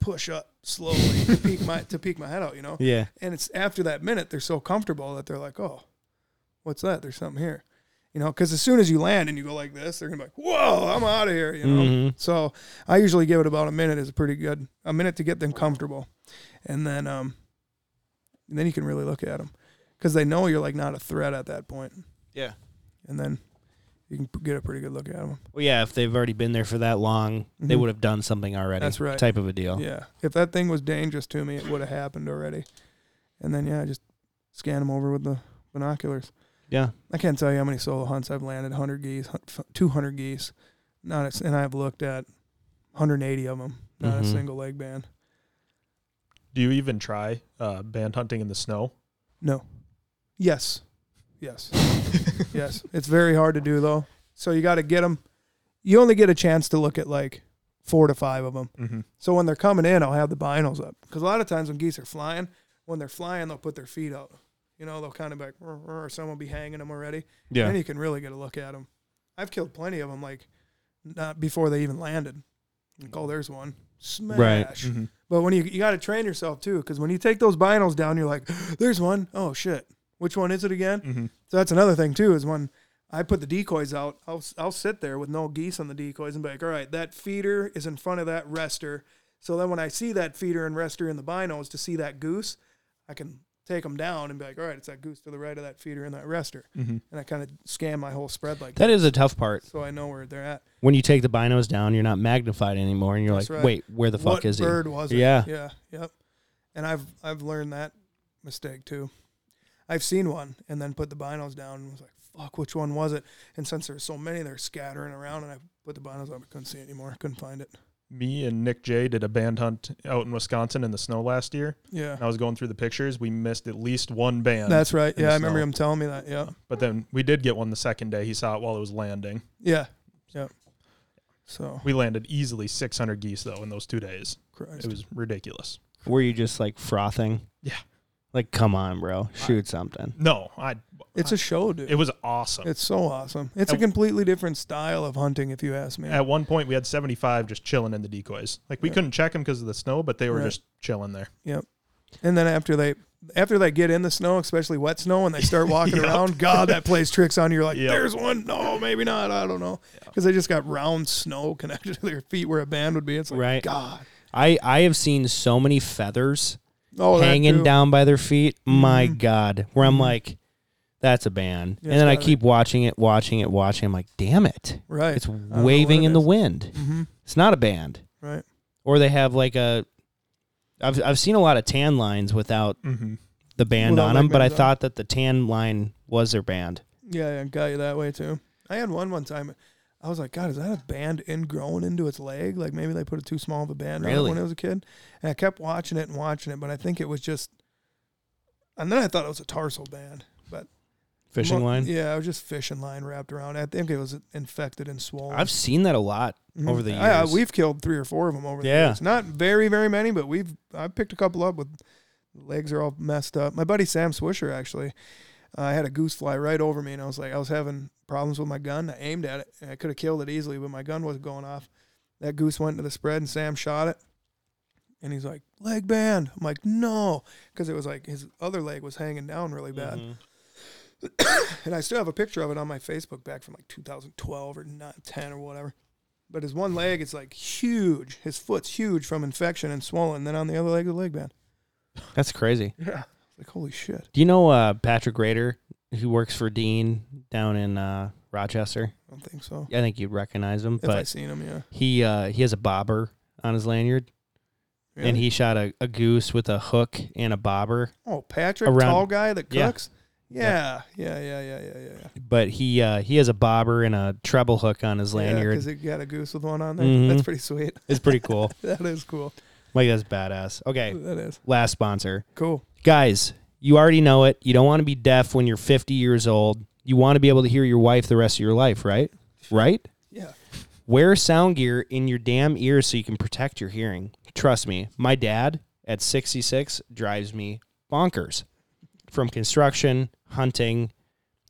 Speaker 2: push up slowly to peek my to peek my head out, you know?
Speaker 1: Yeah.
Speaker 2: And it's after that minute they're so comfortable that they're like, "Oh, what's that? There's something here." You know, cuz as soon as you land and you go like this, they're going to be like, "Whoa, I'm out of here," you know?
Speaker 1: Mhm.
Speaker 2: So, I usually give it about a minute is pretty good. A minute to get them comfortable. And then um and then you can really look at them cuz they know you're like not a threat at that point.
Speaker 1: Yeah.
Speaker 2: And then you can p- get a pretty good look at them.
Speaker 1: Well, yeah. If they've already been there for that long, they
Speaker 2: Mhm.
Speaker 1: would have done something already.
Speaker 2: That's right.
Speaker 1: Type of a deal.
Speaker 2: Yeah. If that thing was dangerous to me, it would have happened already. And then yeah, I just scan them over with the binoculars.
Speaker 1: Yeah.
Speaker 2: I can't tell you how many solo hunts I've landed 100 geese, hun- f- 200 geese. Not a, s- and I've looked at 180 of them. Not a
Speaker 1: Mhm.
Speaker 2: single leg band.
Speaker 3: Do you even try uh, band hunting in the snow?
Speaker 2: No. Yes. Yes. yes. It's very hard to do though. So you got to get them. You only get a chance to look at like four to five of them.
Speaker 3: Mm-hmm.
Speaker 2: So when they're coming in, I'll have the binos up because a lot of times when geese are flying, when they're flying, they'll put their feet out. You know, they'll kind of like, "Rrr, rrr," or someone will be hanging them already. then you can really get a look at them. I've killed plenty of them, like not before they even landed. Like, oh, there's one, smash.
Speaker 3: Mm-hmm.
Speaker 2: But when you you got to train yourself too, because when you take those binos down, you're like, there's one. Oh shit, which one is it again?
Speaker 3: Mm-hmm.
Speaker 2: So that's another thing too is when I put the decoys out, I'll I'll sit there with no geese on the decoys and be like, all right, that feeder is in front of that rester. So then when I see that feeder and rester in the binos to see that goose, I can take them down and be like, all right, it's that goose to the right of that feeder and that rester,
Speaker 3: Mm-hmm.
Speaker 2: and I kind of scan my whole spread like
Speaker 1: That is a tough part.
Speaker 2: so I know where they're at.
Speaker 1: When you take the binos down, you're not magnified anymore, and you're
Speaker 2: That's
Speaker 1: like,
Speaker 2: right.
Speaker 1: wait, where the fuck
Speaker 2: what
Speaker 1: is he?
Speaker 2: bird was it?
Speaker 1: Yeah.
Speaker 2: yeah, yep. And I've I've learned that mistake too. I've seen one and then put the binos down and was like, "Fuck, which one was it?" And since there were so many, they're scattering around, and I put the binos on, I couldn't see it anymore. I couldn't find it.
Speaker 3: Me and Nick J did a band hunt out in Wisconsin in the snow last year.
Speaker 2: Yeah,
Speaker 3: And I was going through the pictures. We missed at least one band.
Speaker 2: that's right.
Speaker 3: in
Speaker 2: Yeah,
Speaker 3: the
Speaker 2: I remember
Speaker 3: snow.
Speaker 2: him telling me that. Yeah,
Speaker 3: but then we did get one the second day. He saw it while it was landing.
Speaker 2: yeah, yep. So
Speaker 3: We landed easily 600 geese though in those two days.
Speaker 2: Christ.
Speaker 3: It was ridiculous.
Speaker 1: Were you just like frothing?
Speaker 3: Yeah.
Speaker 1: Like, come on, bro, shoot something.
Speaker 3: No, I.
Speaker 2: it's
Speaker 3: I-
Speaker 2: a show, dude.
Speaker 3: It was awesome.
Speaker 2: it's so awesome. It's a
Speaker 3: I-
Speaker 2: completely different style of hunting, if you ask me.
Speaker 3: At one point, we had 75 just chilling in the decoys. Like we
Speaker 2: Yeah.
Speaker 3: couldn't check them because of the snow, but they were
Speaker 2: Right.
Speaker 3: just chilling there.
Speaker 2: And then after they after they get in the snow, especially wet snow, and they start walking
Speaker 3: Yep.
Speaker 2: around, God, that plays tricks on you. You're like,
Speaker 3: Yep.
Speaker 2: there's one. No, maybe not. I don't know. Because they just got round snow connected to their feet where a band would be. It's like,
Speaker 1: Right.
Speaker 2: God.
Speaker 1: I I have seen so many feathers
Speaker 2: Oh, that
Speaker 1: hanging
Speaker 2: too.
Speaker 1: down by their feet. My
Speaker 2: Mhm.
Speaker 1: God, where I'm
Speaker 2: Mhm.
Speaker 1: like, that's a band,
Speaker 2: Yeah,
Speaker 1: and then I
Speaker 2: it's gotta
Speaker 1: keep watching it, watching it, watching. I'm like, damn it,
Speaker 2: Right.
Speaker 1: it's
Speaker 2: know
Speaker 1: waving
Speaker 2: what it
Speaker 1: in the
Speaker 2: is.
Speaker 1: wind.
Speaker 2: hmm
Speaker 1: It's not a band,
Speaker 2: Right.
Speaker 1: or they have like a. I've I've seen a lot of tan lines without
Speaker 3: Mm-hmm.
Speaker 1: the band
Speaker 2: Without
Speaker 1: on
Speaker 2: leg
Speaker 1: them, but I
Speaker 2: bands on.
Speaker 1: thought that the tan line was their band.
Speaker 2: Yeah, yeah, got you that way too. I had one one time. I was like, God, is that a band ingrown into its leg? Like maybe they put a too small of a band on
Speaker 1: Really?
Speaker 2: it when I was a kid. And I kept watching it and watching it, but I think it was just. And then I thought it was a tarsal band.
Speaker 1: Fishing
Speaker 2: Mo-
Speaker 1: line.
Speaker 2: Yeah, it was just fishing line wrapped around. I think it was infected and swollen.
Speaker 1: I've seen that a lot.
Speaker 2: Mhm.
Speaker 1: over the
Speaker 2: I- I-
Speaker 1: years.
Speaker 2: we've killed three or four of them over
Speaker 1: Yeah.
Speaker 2: the years. Not very, very many, but we've I've picked a couple up with legs are all messed up. My buddy Sam Swisher actually, I had a goose fly right over me, and I was like, I was having problems with my gun. I aimed at it, and I could have killed it easily, but my gun wasn't going off. That goose went into the spread, and Sam shot it. And he's like, leg band. I'm like, no, because it was like his other leg was hanging down really bad
Speaker 1: Mm-hmm.
Speaker 2: and I still have a picture of it on my Facebook back from like 2012 or not 10 or whatever. But his one leg is like huge. His foot's huge from infection and swollen. Then on the other leg, the leg band.
Speaker 1: That's crazy.
Speaker 2: Yeah. Like holy shit.
Speaker 1: Do you know uh, Patrick Rader, who works for Dean down in uh, Rochester?
Speaker 2: I don't think so.
Speaker 1: I think you'd recognize him,
Speaker 2: if I
Speaker 1: but
Speaker 2: seen him, yeah.
Speaker 1: he uh, he has a bobber on his lanyard, and
Speaker 2: Really?
Speaker 1: he shot a, a goose with a hook and a bobber.
Speaker 2: oh Patrick,
Speaker 1: around-
Speaker 2: tall guy that
Speaker 1: Yeah.
Speaker 2: cooks. Yeah. Yeah. Yeah. Yeah. Yeah. Yeah. yeah.
Speaker 1: But he uh, he has a bobber and a treble hook on his lanyard.
Speaker 2: because it got a goose with one on there.
Speaker 1: Mhm.
Speaker 2: That's pretty sweet.
Speaker 1: it's pretty cool.
Speaker 2: That is cool.
Speaker 1: Like that's badass. Okay,
Speaker 2: That is
Speaker 1: last sponsor,
Speaker 2: cool.
Speaker 1: guys. You already know it. You don't want to be deaf when you're 50 years old. you want to be able to hear your wife the rest of your life, right? Right?
Speaker 2: Yeah.
Speaker 1: Wear sound gear in your damn ears so you can protect your hearing. Trust me, my dad at 66 drives me bonkers from construction, hunting,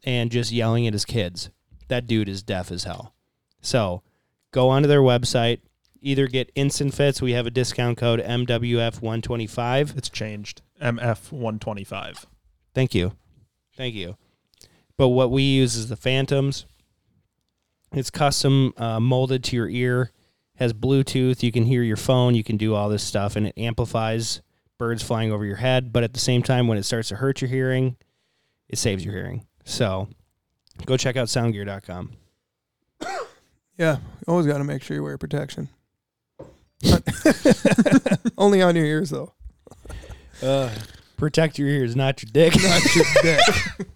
Speaker 1: and just yelling at his kids. That dude is deaf as hell. So go onto their website, either get instant fits. We have a discount code MWF125.
Speaker 3: It's changed. MF one twenty five.
Speaker 1: Thank you. Thank you. But what we use is the Phantoms. It's custom uh, molded to your ear, has Bluetooth. You can hear your phone. You can do all this stuff, and it amplifies birds flying over your head. But at the same time, when it starts to hurt your hearing, it saves your hearing. So go check out soundgear.com.
Speaker 2: Yeah. You always got to make sure you wear protection. Only on your ears, though.
Speaker 1: Uh, protect your ears, not your dick.
Speaker 2: Not your dick.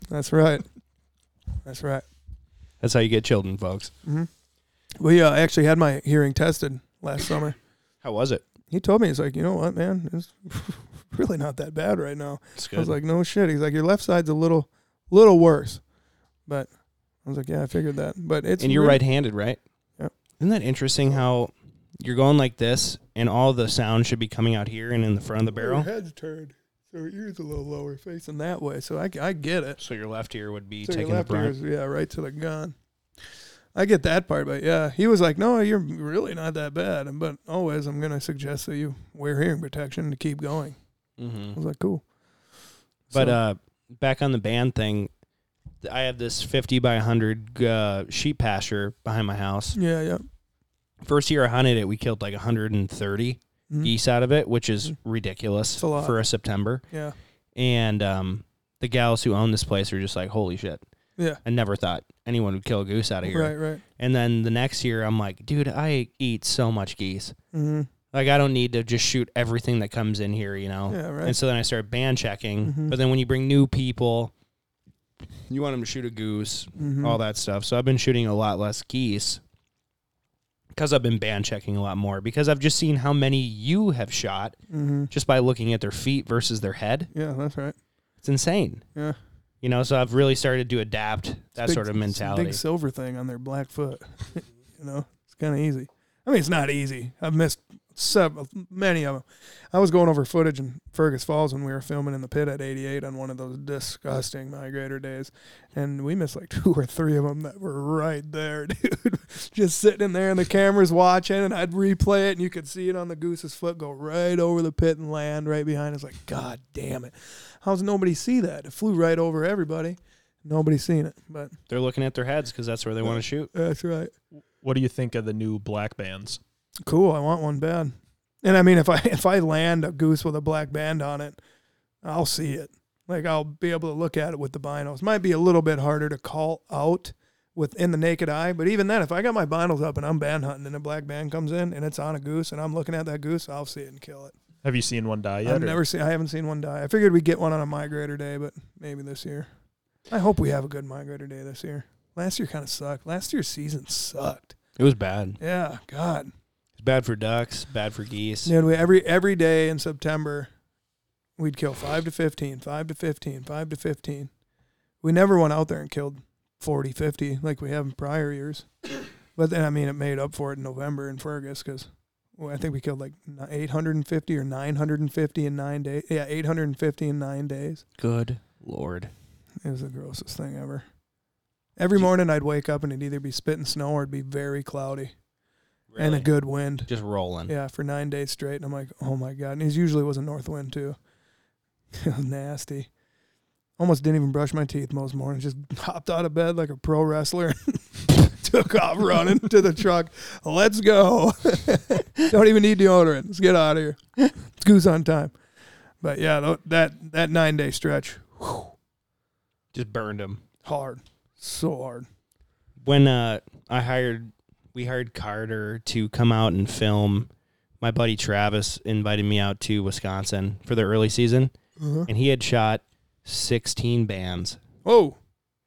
Speaker 2: That's right. That's right.
Speaker 1: That's how you get children, folks.
Speaker 2: We uh, actually had my hearing tested last summer.
Speaker 1: How was it?
Speaker 2: He told me, he's like, you know what, man? It's really not that bad right now.
Speaker 1: It's
Speaker 2: I was like, no shit. He's like, your left side's a little, little worse. But I was like, yeah, I figured that. But it's
Speaker 1: and you're
Speaker 2: really-
Speaker 1: right-handed, right?
Speaker 2: Yep.
Speaker 1: Isn't that interesting how you're going like this, and all the sound should be coming out here and in the front of the barrel?
Speaker 2: Your head's turned, so your ear's a little lower, facing that way. So I, I get it.
Speaker 1: So your left ear would be
Speaker 2: So your
Speaker 1: taking the
Speaker 2: left
Speaker 1: brunt.
Speaker 2: ear's, yeah, right to the gun. I get that part, but yeah, he was like, "No, you're really not that bad." And But always, I'm gonna suggest that you wear hearing protection to keep going. I
Speaker 1: Mm-hmm.
Speaker 2: was like, "Cool."
Speaker 1: But
Speaker 2: So-
Speaker 1: uh, back on the band thing, I have this 50 by 100 uh, sheep pasture behind my house.
Speaker 2: yeah, yeah,
Speaker 1: First year I hunted it, we killed like 130
Speaker 2: Mhm.
Speaker 1: geese out of it, which is ridiculous
Speaker 2: Mm-hmm. It's a lot.
Speaker 1: for a September.
Speaker 2: yeah,
Speaker 1: And um, the gals who own this place are just like, holy shit.
Speaker 2: yeah.
Speaker 1: I never thought anyone would kill a goose out of here.
Speaker 2: Right, right.
Speaker 1: And then the next year, I'm like, dude, I eat so much geese.
Speaker 2: Mm-hmm.
Speaker 1: Like, I don't need to just shoot everything that comes in here, you know?
Speaker 2: Yeah, right.
Speaker 1: And so then I start band checking.
Speaker 2: Mhm.
Speaker 1: But then when you bring new people, you want them to shoot a goose,
Speaker 2: Mhm.
Speaker 1: all that stuff. So I've been shooting a lot less geese because I've been band checking a lot more because I've just seen how many you have shot
Speaker 2: Mm-hmm.
Speaker 1: just by looking at their feet versus their head.
Speaker 2: Yeah, that's right.
Speaker 1: It's insane.
Speaker 2: Yeah.
Speaker 1: You know, so I've really started to adapt that
Speaker 2: Big-
Speaker 1: sort of
Speaker 2: it's a
Speaker 1: mentality.
Speaker 2: Big silver thing on their black foot. you know, it's kind of easy. I mean, it's not easy. I've missed several, many of them. I was going over footage in Fergus Falls when we were filming in the pit at 88 on one of those disgusting migrator days, and we missed like two or three of them that were right there, dude. Just sitting in there, and the camera's watching, and I'd replay it, and you could see it on the goose's foot go right over the pit and land right behind. us. like, God damn it! How's nobody see that? It flew right over everybody. Nobody's seen it, but
Speaker 1: They're looking at their heads because that's where they want to shoot.
Speaker 2: that's right.
Speaker 3: What do you think of the new black bands?
Speaker 2: Cool. I want one bad. And I mean, if I if I land a goose with a black band on it, I'll see it. Like I'll be able to look at it with the binos. Might be a little bit harder to call out within the naked eye, but even then, if I got my binos up and I'm band hunting and a black band comes in and it's on a goose and I'm looking at that goose, I'll see it and kill it.
Speaker 3: Have you seen one die yet?
Speaker 2: I've
Speaker 3: or-
Speaker 2: never seen. I haven't seen one die. I figured we'd get one on a migrator day, but maybe this year. I hope we have a good migrator day this year. Last year kind of sucked. Last year's season sucked.
Speaker 1: It was bad.
Speaker 2: Yeah, God.
Speaker 1: It's bad for ducks, bad for geese.
Speaker 2: Dude, we, every every day in September, we'd kill five to 15, five to 15, five to 15. We never went out there and killed 40, 50 like we have in prior years. But then, I mean, it made up for it in November in Fergus because well, I think we killed like ni- 850 or 950 in nine days. Yeah, 850 in nine days.
Speaker 1: Good lord.
Speaker 2: It was the grossest thing ever. Every morning I'd wake up and it'd either be spitting snow or it'd be very cloudy and a good wind.
Speaker 1: just rolling.
Speaker 2: Yeah, for nine days straight. And I'm like, oh my God. And it usually was a north wind too. It was nasty. Almost didn't even brush my teeth most mornings. Just hopped out of bed like a pro wrestler and took off running to the truck. Let's go. Don't even need deodorant. Let's get out of here. It's goose on time. But yeah, tho- that, that nine day stretch,
Speaker 1: Just burned them.
Speaker 2: hard. So hard.
Speaker 1: When uh I hired we hired Carter to come out and film my buddy Travis invited me out to Wisconsin for the early season
Speaker 2: Uh-huh.
Speaker 1: and he had shot 16 bands,
Speaker 2: Oh,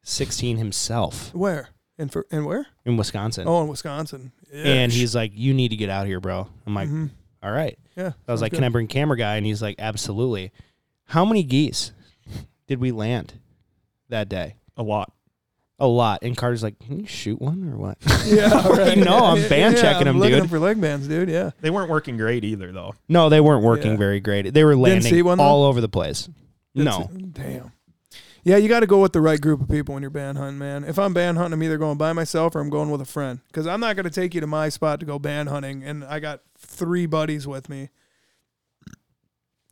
Speaker 1: 16 himself
Speaker 2: where? And for and where?
Speaker 1: in Wisconsin.
Speaker 2: Oh, in Wisconsin.
Speaker 1: and he's like you need to get out here, bro. I'm like,
Speaker 2: Mhm.
Speaker 1: "All right."
Speaker 2: yeah.
Speaker 1: I was like, "Can I bring camera guy?" And he's like, "Absolutely." How many geese did we land that day?
Speaker 3: a lot.
Speaker 1: a lot. And Carter's like, can you shoot one or what?
Speaker 2: Yeah, right.
Speaker 1: No, I'm band checking them,
Speaker 2: I'm looking
Speaker 1: dude.
Speaker 2: for leg bands, dude. Yeah,
Speaker 3: They weren't working great either, though.
Speaker 1: no, they weren't working
Speaker 2: Yeah.
Speaker 1: very great. They were landing
Speaker 2: see one, though?
Speaker 1: all over the place. no.
Speaker 2: It's- damn. Yeah, you got to go with the right group of people when you're band hunting, man. If I'm band hunting, I'm either going by myself or I'm going with a friend because I'm not going to take you to my spot to go band hunting, and I got three buddies with me.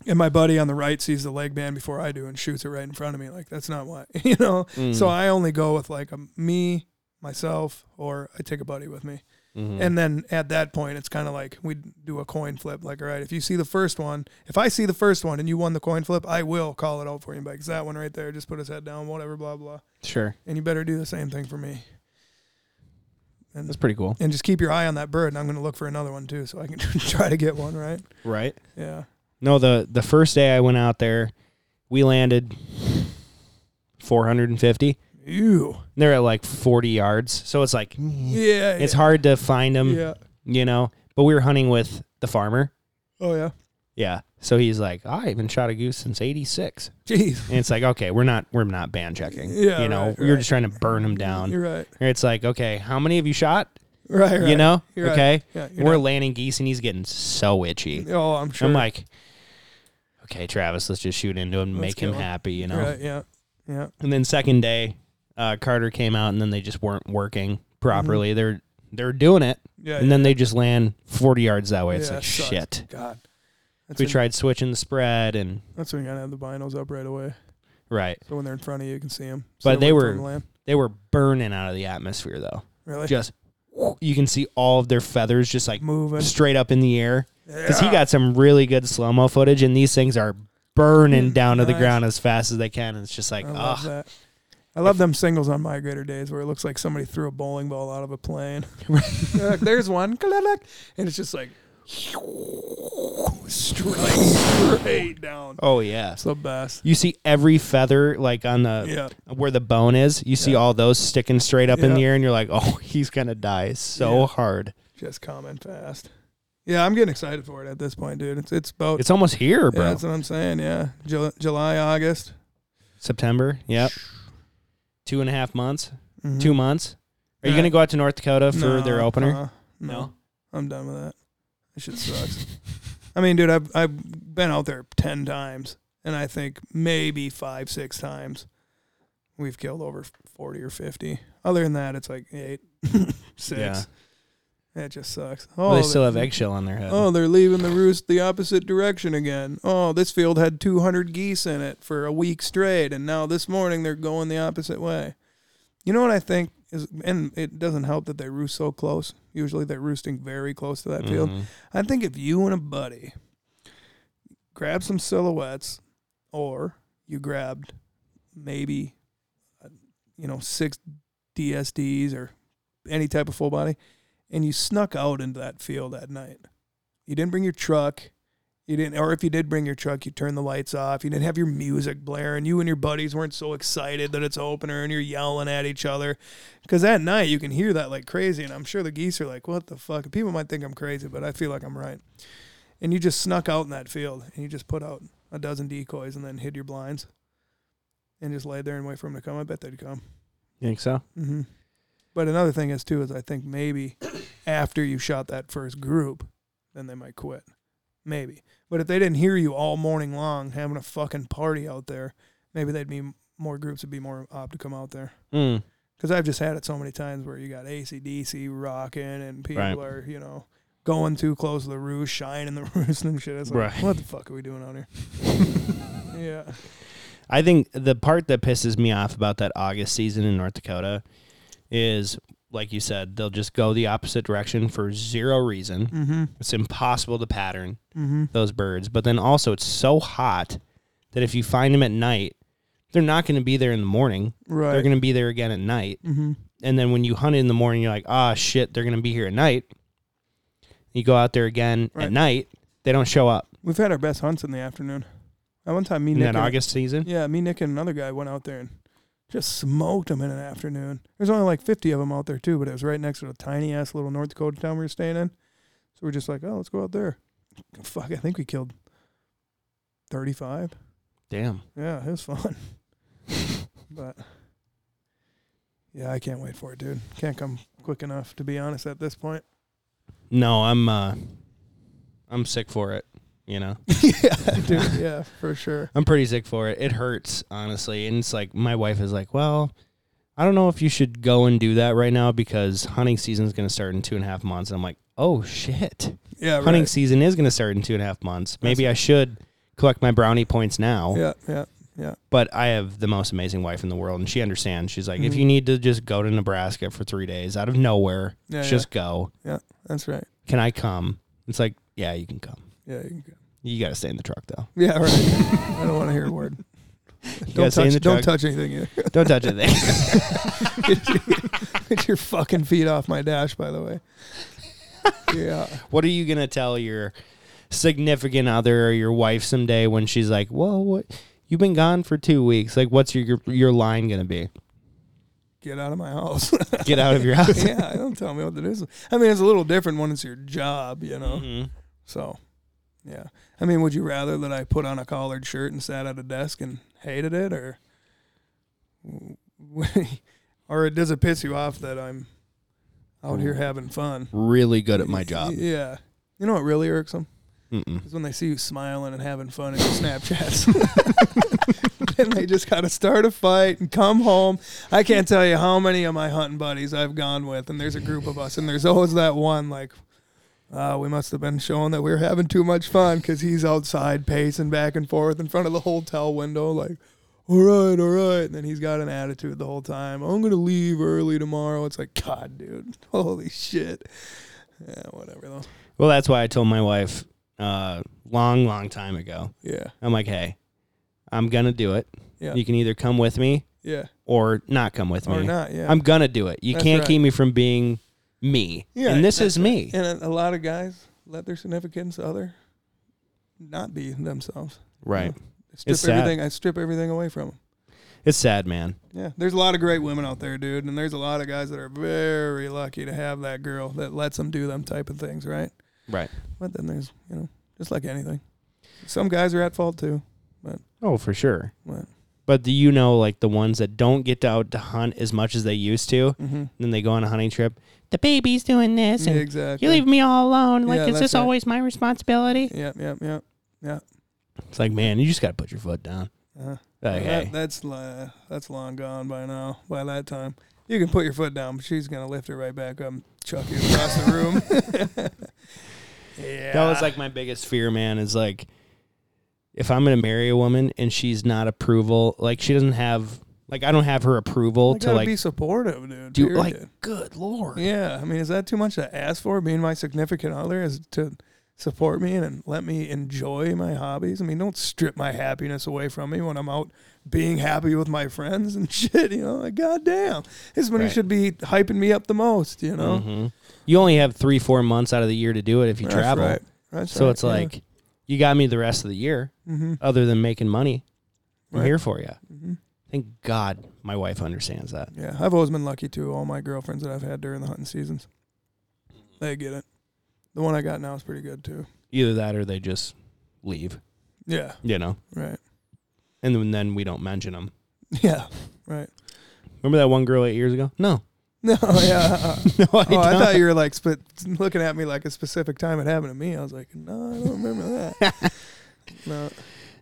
Speaker 2: And my buddy on the right sees the leg band before I do and shoots it right in front of me. Like that's not why, you know.
Speaker 1: Mm.
Speaker 2: So I only go with like a me, myself, or I take a buddy with me.
Speaker 1: Mhm.
Speaker 2: And then at that point, it's kind of like we do a coin flip. Like, all right, if you see the first one, if I see the first one and you won the coin flip, I will call it out for you. and be Like, it's that one right there. Just put his head down, whatever, blah, blah.
Speaker 1: sure,
Speaker 2: And you better do the same thing for me. And,
Speaker 1: that's pretty cool,
Speaker 2: and just keep your eye on that bird. And I'm going to look for another one too so I can try to get one, right?
Speaker 1: right?
Speaker 2: Yeah.
Speaker 1: No, the the first day I went out there, we landed 450.
Speaker 2: Ew.
Speaker 1: They're at like 40 yards, so it's like
Speaker 2: Yeah.
Speaker 1: Mm. it's
Speaker 2: yeah,
Speaker 1: hard to find them,
Speaker 2: Yeah.
Speaker 1: you know. But we were hunting with the farmer.
Speaker 2: Oh, yeah.
Speaker 1: Yeah. So he's like, I haven't shot a goose since '86,
Speaker 2: Jeez.
Speaker 1: and it's like, okay, we're not we're not band checking.
Speaker 2: Yeah,
Speaker 1: you know,
Speaker 2: right,
Speaker 1: we were
Speaker 2: right.
Speaker 1: just trying to burn them down.
Speaker 2: You're right.
Speaker 1: And it's like, okay, how many have you shot?
Speaker 2: Right. right.
Speaker 1: You know,
Speaker 2: You're right.
Speaker 1: okay.
Speaker 2: Yeah. you're
Speaker 1: We're
Speaker 2: not-
Speaker 1: landing geese, and he's getting so itchy.
Speaker 2: Oh, I'm sure.
Speaker 1: I'm like, okay, Travis, let's just shoot into him, and
Speaker 2: Let's
Speaker 1: make him
Speaker 2: go.
Speaker 1: happy, you know.
Speaker 2: Right. Yeah. Yeah.
Speaker 1: And then second day, uh, Carter came out, and then they just weren't working properly. They're they're doing it,
Speaker 2: Mm-hmm. Yeah.
Speaker 1: and then they just land 40 yards that way. It's
Speaker 2: Yeah,
Speaker 1: like
Speaker 2: it sucks.
Speaker 1: shit.
Speaker 2: God. That's
Speaker 1: We
Speaker 2: when-
Speaker 1: tried switching the spread, and
Speaker 2: That's when you gotta have the binos up right away,
Speaker 1: right,
Speaker 2: so when they're in front of you, you can see them.
Speaker 1: But they were- they were burning out of the atmosphere though.
Speaker 2: really
Speaker 1: Just you can see all of their feathers just like
Speaker 2: moving.
Speaker 1: straight up in the air because he
Speaker 2: Yeah.
Speaker 1: got some really good slow mo footage, and these things are burning
Speaker 2: Mm,
Speaker 1: down to the
Speaker 2: nice.
Speaker 1: ground as fast as they can. And it's just like,
Speaker 2: I love
Speaker 1: ugh,
Speaker 2: that. I love them singles on Migrator Days where it looks like somebody threw a bowling ball out of a plane. Look, There's one, Ka-la-la. and it's just like straight, straight down.
Speaker 1: oh yeah.
Speaker 2: It's the best.
Speaker 1: You see every feather like on the
Speaker 2: Yeah,
Speaker 1: where the bone is, you see
Speaker 2: Yeah.
Speaker 1: all those sticking straight up in
Speaker 2: Yeah.
Speaker 1: the air, and you're like, oh, he's gonna die so
Speaker 2: Yeah.
Speaker 1: hard.
Speaker 2: just coming fast. Yeah, I'm getting excited for it at this point, dude. It's it's about
Speaker 1: It's almost here,
Speaker 2: yeah,
Speaker 1: bro.
Speaker 2: that's what I'm saying. Yeah, Ju- July, August.
Speaker 1: September, yep. Two and a half months,
Speaker 2: Mhm.
Speaker 1: two months. Are you
Speaker 2: Yeah.
Speaker 1: gonna go out to North Dakota for
Speaker 2: No,
Speaker 1: their opener?
Speaker 2: uh-uh. no.
Speaker 1: No?
Speaker 2: I'm done with that. That shit sucks. I mean, dude, I've I've been out there ten times, and I think maybe five, six times we've killed over forty or fifty. Other than that, it's like eight, six.
Speaker 1: Yeah.
Speaker 2: That just sucks. Oh,
Speaker 1: Well, they still have eggshell on their head.
Speaker 2: Oh, they're leaving the roost the opposite direction again. Oh, this field had 200 geese in it for a week straight, and now this morning they're going the opposite way. You know what I think is, and it doesn't help that they roost so close. Usually they're roosting very close to that field.
Speaker 1: Mhm.
Speaker 2: I think if you and a buddy grab some silhouettes, or you grabbed maybe, uh, you know, six DSDs or any type of full body, and you snuck out into that field at night. You didn't bring your truck. You didn't, or if you did bring your truck, you turned the lights off. You didn't have your music blaring. You and your buddies weren't so excited that it's opener, and you're yelling at each other. Because at night you can hear that like crazy, and I'm sure the geese are like, "What the fuck?" People might think I'm crazy, but I feel like I'm right. And you just snuck out in that field, and you just put out a dozen decoys, and then hid your blinds, and just laid there and wait for them to come. I bet they'd come.
Speaker 1: You think so?
Speaker 2: Mm-hmm. But another thing is too is I think maybe after you shot that first group, then they might quit. Maybe. But if they didn't hear you all morning long having a fucking party out there, maybe they'd be more groups would be more apt to come out there.
Speaker 1: Mm.
Speaker 2: Because I've just had it so many times where you got ACDC rocking and people
Speaker 1: Right.
Speaker 2: are you know going too close to the roost, shining the roost and shit. It's like,
Speaker 1: Right.
Speaker 2: what the fuck are we doing out here? yeah.
Speaker 1: I think the part that pisses me off about that August season in North Dakota is, like you said, they'll just go the opposite direction for zero reason.
Speaker 2: Mm-hmm.
Speaker 1: It's impossible to pattern.
Speaker 2: Mm-hmm.
Speaker 1: those birds. But then also, it's so hot that if you find them at night, they're not going to be there in the morning.
Speaker 2: Right.
Speaker 1: They're going to be there again at night.
Speaker 2: mm-hmm.
Speaker 1: And then when you hunt in the morning, you're like, ah, shit, they're going to be here at night. You go out there again
Speaker 2: Right.
Speaker 1: at night, they don't show up
Speaker 2: We've had our best hunts in the afternoon. That one time, me,
Speaker 1: in
Speaker 2: Nick,
Speaker 1: that
Speaker 2: and,
Speaker 1: August season.
Speaker 2: yeah, me, Nick, and another guy went out there and just smoked them in an afternoon. There's only like 50 of them out there too, but it was right next to a tiny ass little North Dakota town we were staying in. So we're just like, oh, let's go out there. Fuck, I think we killed 35.
Speaker 1: Damn.
Speaker 2: Yeah, it was fun, but Yeah, I can't wait for it, dude. Can't come quick enough, to be honest, at this point.
Speaker 1: No, I'm uh I'm sick for it, you know.
Speaker 2: yeah, dude. Yeah, for sure.
Speaker 1: I'm pretty sick for it. It hurts, honestly. And it's like my wife is like, Well, I don't know if you should go and do that right now because hunting season's gonna start in two and a half months. And I'm like, Oh shit.
Speaker 2: Yeah,
Speaker 1: Hunting
Speaker 2: right.
Speaker 1: season is gonna start in two and a half months. Maybe I should collect my brownie points now.
Speaker 2: Yeah, yeah, yeah.
Speaker 1: But I have the most amazing wife in the world and she understands. She's like, If
Speaker 2: Mhm.
Speaker 1: you need to just go to Nebraska for three days out of nowhere,
Speaker 2: Yeah, yeah.
Speaker 1: just go.
Speaker 2: That's right.
Speaker 1: Can I come? It's like, Yeah, you can come.
Speaker 2: Yeah, you can go.
Speaker 1: You gotta stay in the truck though.
Speaker 2: Yeah, right. I don't want to hear a word.
Speaker 1: You
Speaker 2: Don't
Speaker 1: gotta stay in
Speaker 2: touch,
Speaker 1: the
Speaker 2: don't
Speaker 1: truck.
Speaker 2: touch anything. Either.
Speaker 1: Don't touch it. There.
Speaker 2: get, your, get your fucking feet off my dash, by the way. Yeah.
Speaker 1: What are you gonna tell your significant other or your wife someday when she's like, "Well, what you've been gone for two weeks? Like, what's your your line gonna be?
Speaker 2: Get out of my house.
Speaker 1: Get out of your house."
Speaker 2: yeah, don't tell me what to do. I mean, it's a little different when it's your job, you know?
Speaker 1: Mhm.
Speaker 2: So, yeah. I mean, would you rather that I put on a collared shirt and sat at a desk and hated it, or, or does it piss you off that I'm out here having fun?
Speaker 1: Really good at my job.
Speaker 2: Yeah. You know what really irks them?
Speaker 1: Mm-mm.
Speaker 2: is when they see you smiling and having fun in your Snapchats. then they just got to start a fight and come home. I can't tell you how many of my hunting buddies I've gone with, and there's a group of us, and there's always that one like, uh, we must have been showing that we were having too much fun because he's outside pacing back and forth in front of the hotel window, like, all right, all right. And then he's got an attitude the whole time. I'm going to leave early tomorrow. It's like, God, dude, holy shit. Yeah, whatever, though.
Speaker 1: Well, that's why I told my wife uh, long, long time ago.
Speaker 2: Yeah,
Speaker 1: I'm like, "Hey, I'm gonna do it.
Speaker 2: Yeah.
Speaker 1: You can either come with me
Speaker 2: yeah.
Speaker 1: or not come with
Speaker 2: Or
Speaker 1: me.
Speaker 2: not, yeah.
Speaker 1: I'm gonna do it. You
Speaker 2: That's
Speaker 1: can't
Speaker 2: right.
Speaker 1: keep me from being me.
Speaker 2: Yeah,
Speaker 1: and this is me.
Speaker 2: And a, a lot of guys let their significant other not be themselves.
Speaker 1: Right.
Speaker 2: Strip
Speaker 1: It's sad.
Speaker 2: everything. I strip everything away from them.
Speaker 1: It's sad, man.
Speaker 2: Yeah, there's a lot of great women out there, dude, and there's a lot of guys that are very lucky to have that girl that lets them do them type of things, right?
Speaker 1: Right.
Speaker 2: But then there's, you know, just like anything, some guys are at fault too.
Speaker 1: Oh, for sure.
Speaker 2: But
Speaker 1: But do you know like the ones that don't get to out to hunt as much as they used to?
Speaker 2: mm-hmm.
Speaker 1: then they go on a hunting trip. The baby's doing this, and
Speaker 2: exactly.
Speaker 1: you leave me all alone. Like,
Speaker 2: Yeah,
Speaker 1: is
Speaker 2: that's
Speaker 1: this
Speaker 2: right.
Speaker 1: always my responsibility?
Speaker 2: Yep, yep, yep.
Speaker 1: It's like, man, you just got to put your foot down.
Speaker 2: Uh,
Speaker 1: Like, hey,
Speaker 2: that, that's li- that's long gone by now. By that time, you can put your foot down, but she's gonna lift it right back up, and chuck you across the room. yeah,
Speaker 1: that was like my biggest fear, man. Is like, if I'm gonna marry a woman and she's not approval, like she doesn't have, like I don't have her approval
Speaker 2: I
Speaker 1: to
Speaker 2: gotta
Speaker 1: like
Speaker 2: be supportive, dude.
Speaker 1: do,
Speaker 2: period.
Speaker 1: like, good lord,
Speaker 2: yeah. I mean, is that too much to ask for? Being my significant other is to support me and let me enjoy my hobbies. I mean, don't strip my happiness away from me when I'm out being happy with my friends and shit. You know, like goddamn, this is when you
Speaker 1: Right.
Speaker 2: should be hyping me up the most. You know,
Speaker 1: Mhm. you only have three, four months out of the year to do it if you
Speaker 2: That's
Speaker 1: travel.
Speaker 2: right. That's
Speaker 1: So
Speaker 2: right,
Speaker 1: it's
Speaker 2: yeah.
Speaker 1: like, you got me the rest of the year,
Speaker 2: Mhm.
Speaker 1: other than making money. I'm
Speaker 2: Right.
Speaker 1: here for you.
Speaker 2: Mhm.
Speaker 1: Thank God, my wife understands that.
Speaker 2: Yeah, I've always been lucky too. All my girlfriends that I've had during the hunting seasons,
Speaker 1: Mm-hmm.
Speaker 2: they get it. The one I got now is pretty good too.
Speaker 1: either that or they just leave,
Speaker 2: Yeah,
Speaker 1: you know,
Speaker 2: right.
Speaker 1: and then, then we don't mention them.
Speaker 2: Yeah, right.
Speaker 1: Remember that one girl eight years ago? No,
Speaker 2: No, yeah.
Speaker 1: no, I,
Speaker 2: oh, I
Speaker 1: don't.
Speaker 2: thought you were like sp- looking at me like a specific time it happened to me. I was like, no, I don't remember that. no.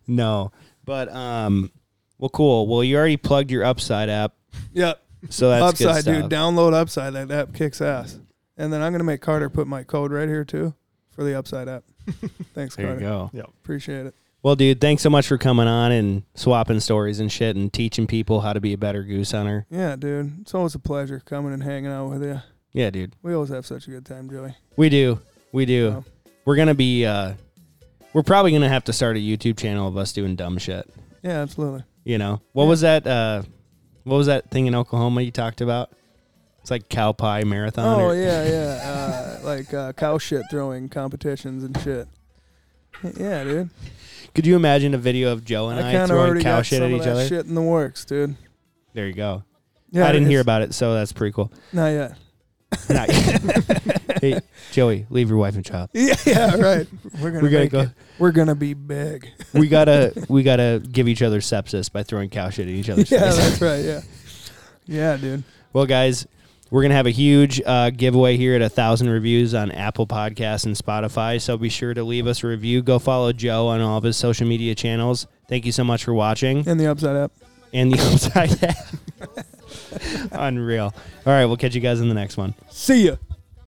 Speaker 1: no. But um, well, cool. Well, you already plugged your Upside app,
Speaker 2: Yep.
Speaker 1: so that's good
Speaker 2: upside,
Speaker 1: stuff.
Speaker 2: dude. Download Upside. That app kicks ass. And then I'm gonna make Carter put my code right here too for the Upside app. Thanks,
Speaker 1: There you
Speaker 2: Carter.
Speaker 1: go.
Speaker 2: Appreciate it.
Speaker 1: Well, dude, thanks so much for coming on and swapping stories and shit and teaching people how to be a better goose hunter.
Speaker 2: Yeah, dude. It's always a pleasure coming and hanging out with you.
Speaker 1: Yeah, dude,
Speaker 2: We always have such a good time, Joey.
Speaker 1: we do, we do.
Speaker 2: Well.
Speaker 1: We're gonna be, uh, we're probably gonna have to start a YouTube channel of us doing dumb shit.
Speaker 2: Yeah, absolutely.
Speaker 1: You know what
Speaker 2: Yeah.
Speaker 1: was that? Uh, what was that thing in Oklahoma you talked about? It's like cow pie marathon.
Speaker 2: Oh
Speaker 1: or-
Speaker 2: yeah, yeah. Uh, like uh, cow shit throwing competitions and shit. Yeah, dude.
Speaker 1: Could you imagine a video of Joe and
Speaker 2: I
Speaker 1: I,
Speaker 2: kind of
Speaker 1: throwing
Speaker 2: already
Speaker 1: cow
Speaker 2: got
Speaker 1: shit
Speaker 2: some
Speaker 1: at
Speaker 2: of
Speaker 1: each
Speaker 2: that
Speaker 1: other?
Speaker 2: shit in the works, dude.
Speaker 1: There you go.
Speaker 2: Yeah,
Speaker 1: I didn't hear
Speaker 2: it's-
Speaker 1: about it, so that's pretty cool.
Speaker 2: Not yet.
Speaker 1: Not hey, Joey, leave your wife and child.
Speaker 2: Yeah, yeah, right. We're gonna
Speaker 1: We gotta
Speaker 2: make
Speaker 1: go.
Speaker 2: it. We're gonna be big.
Speaker 1: We gotta we gotta give each other sepsis by throwing cow Oh, shit at each other's
Speaker 2: yeah,
Speaker 1: face.
Speaker 2: that's right. Yeah. Yeah, dude.
Speaker 1: Well, guys, we're gonna have a huge uh, giveaway here at a thousand reviews on Apple Podcasts and Spotify. So be sure to leave us a review. Go follow Joe on all of his social media channels. Thank you so much for watching.
Speaker 2: And the upside up.
Speaker 1: And the upside down. Unreal. All right, we'll catch you guys in the next one.
Speaker 2: See ya.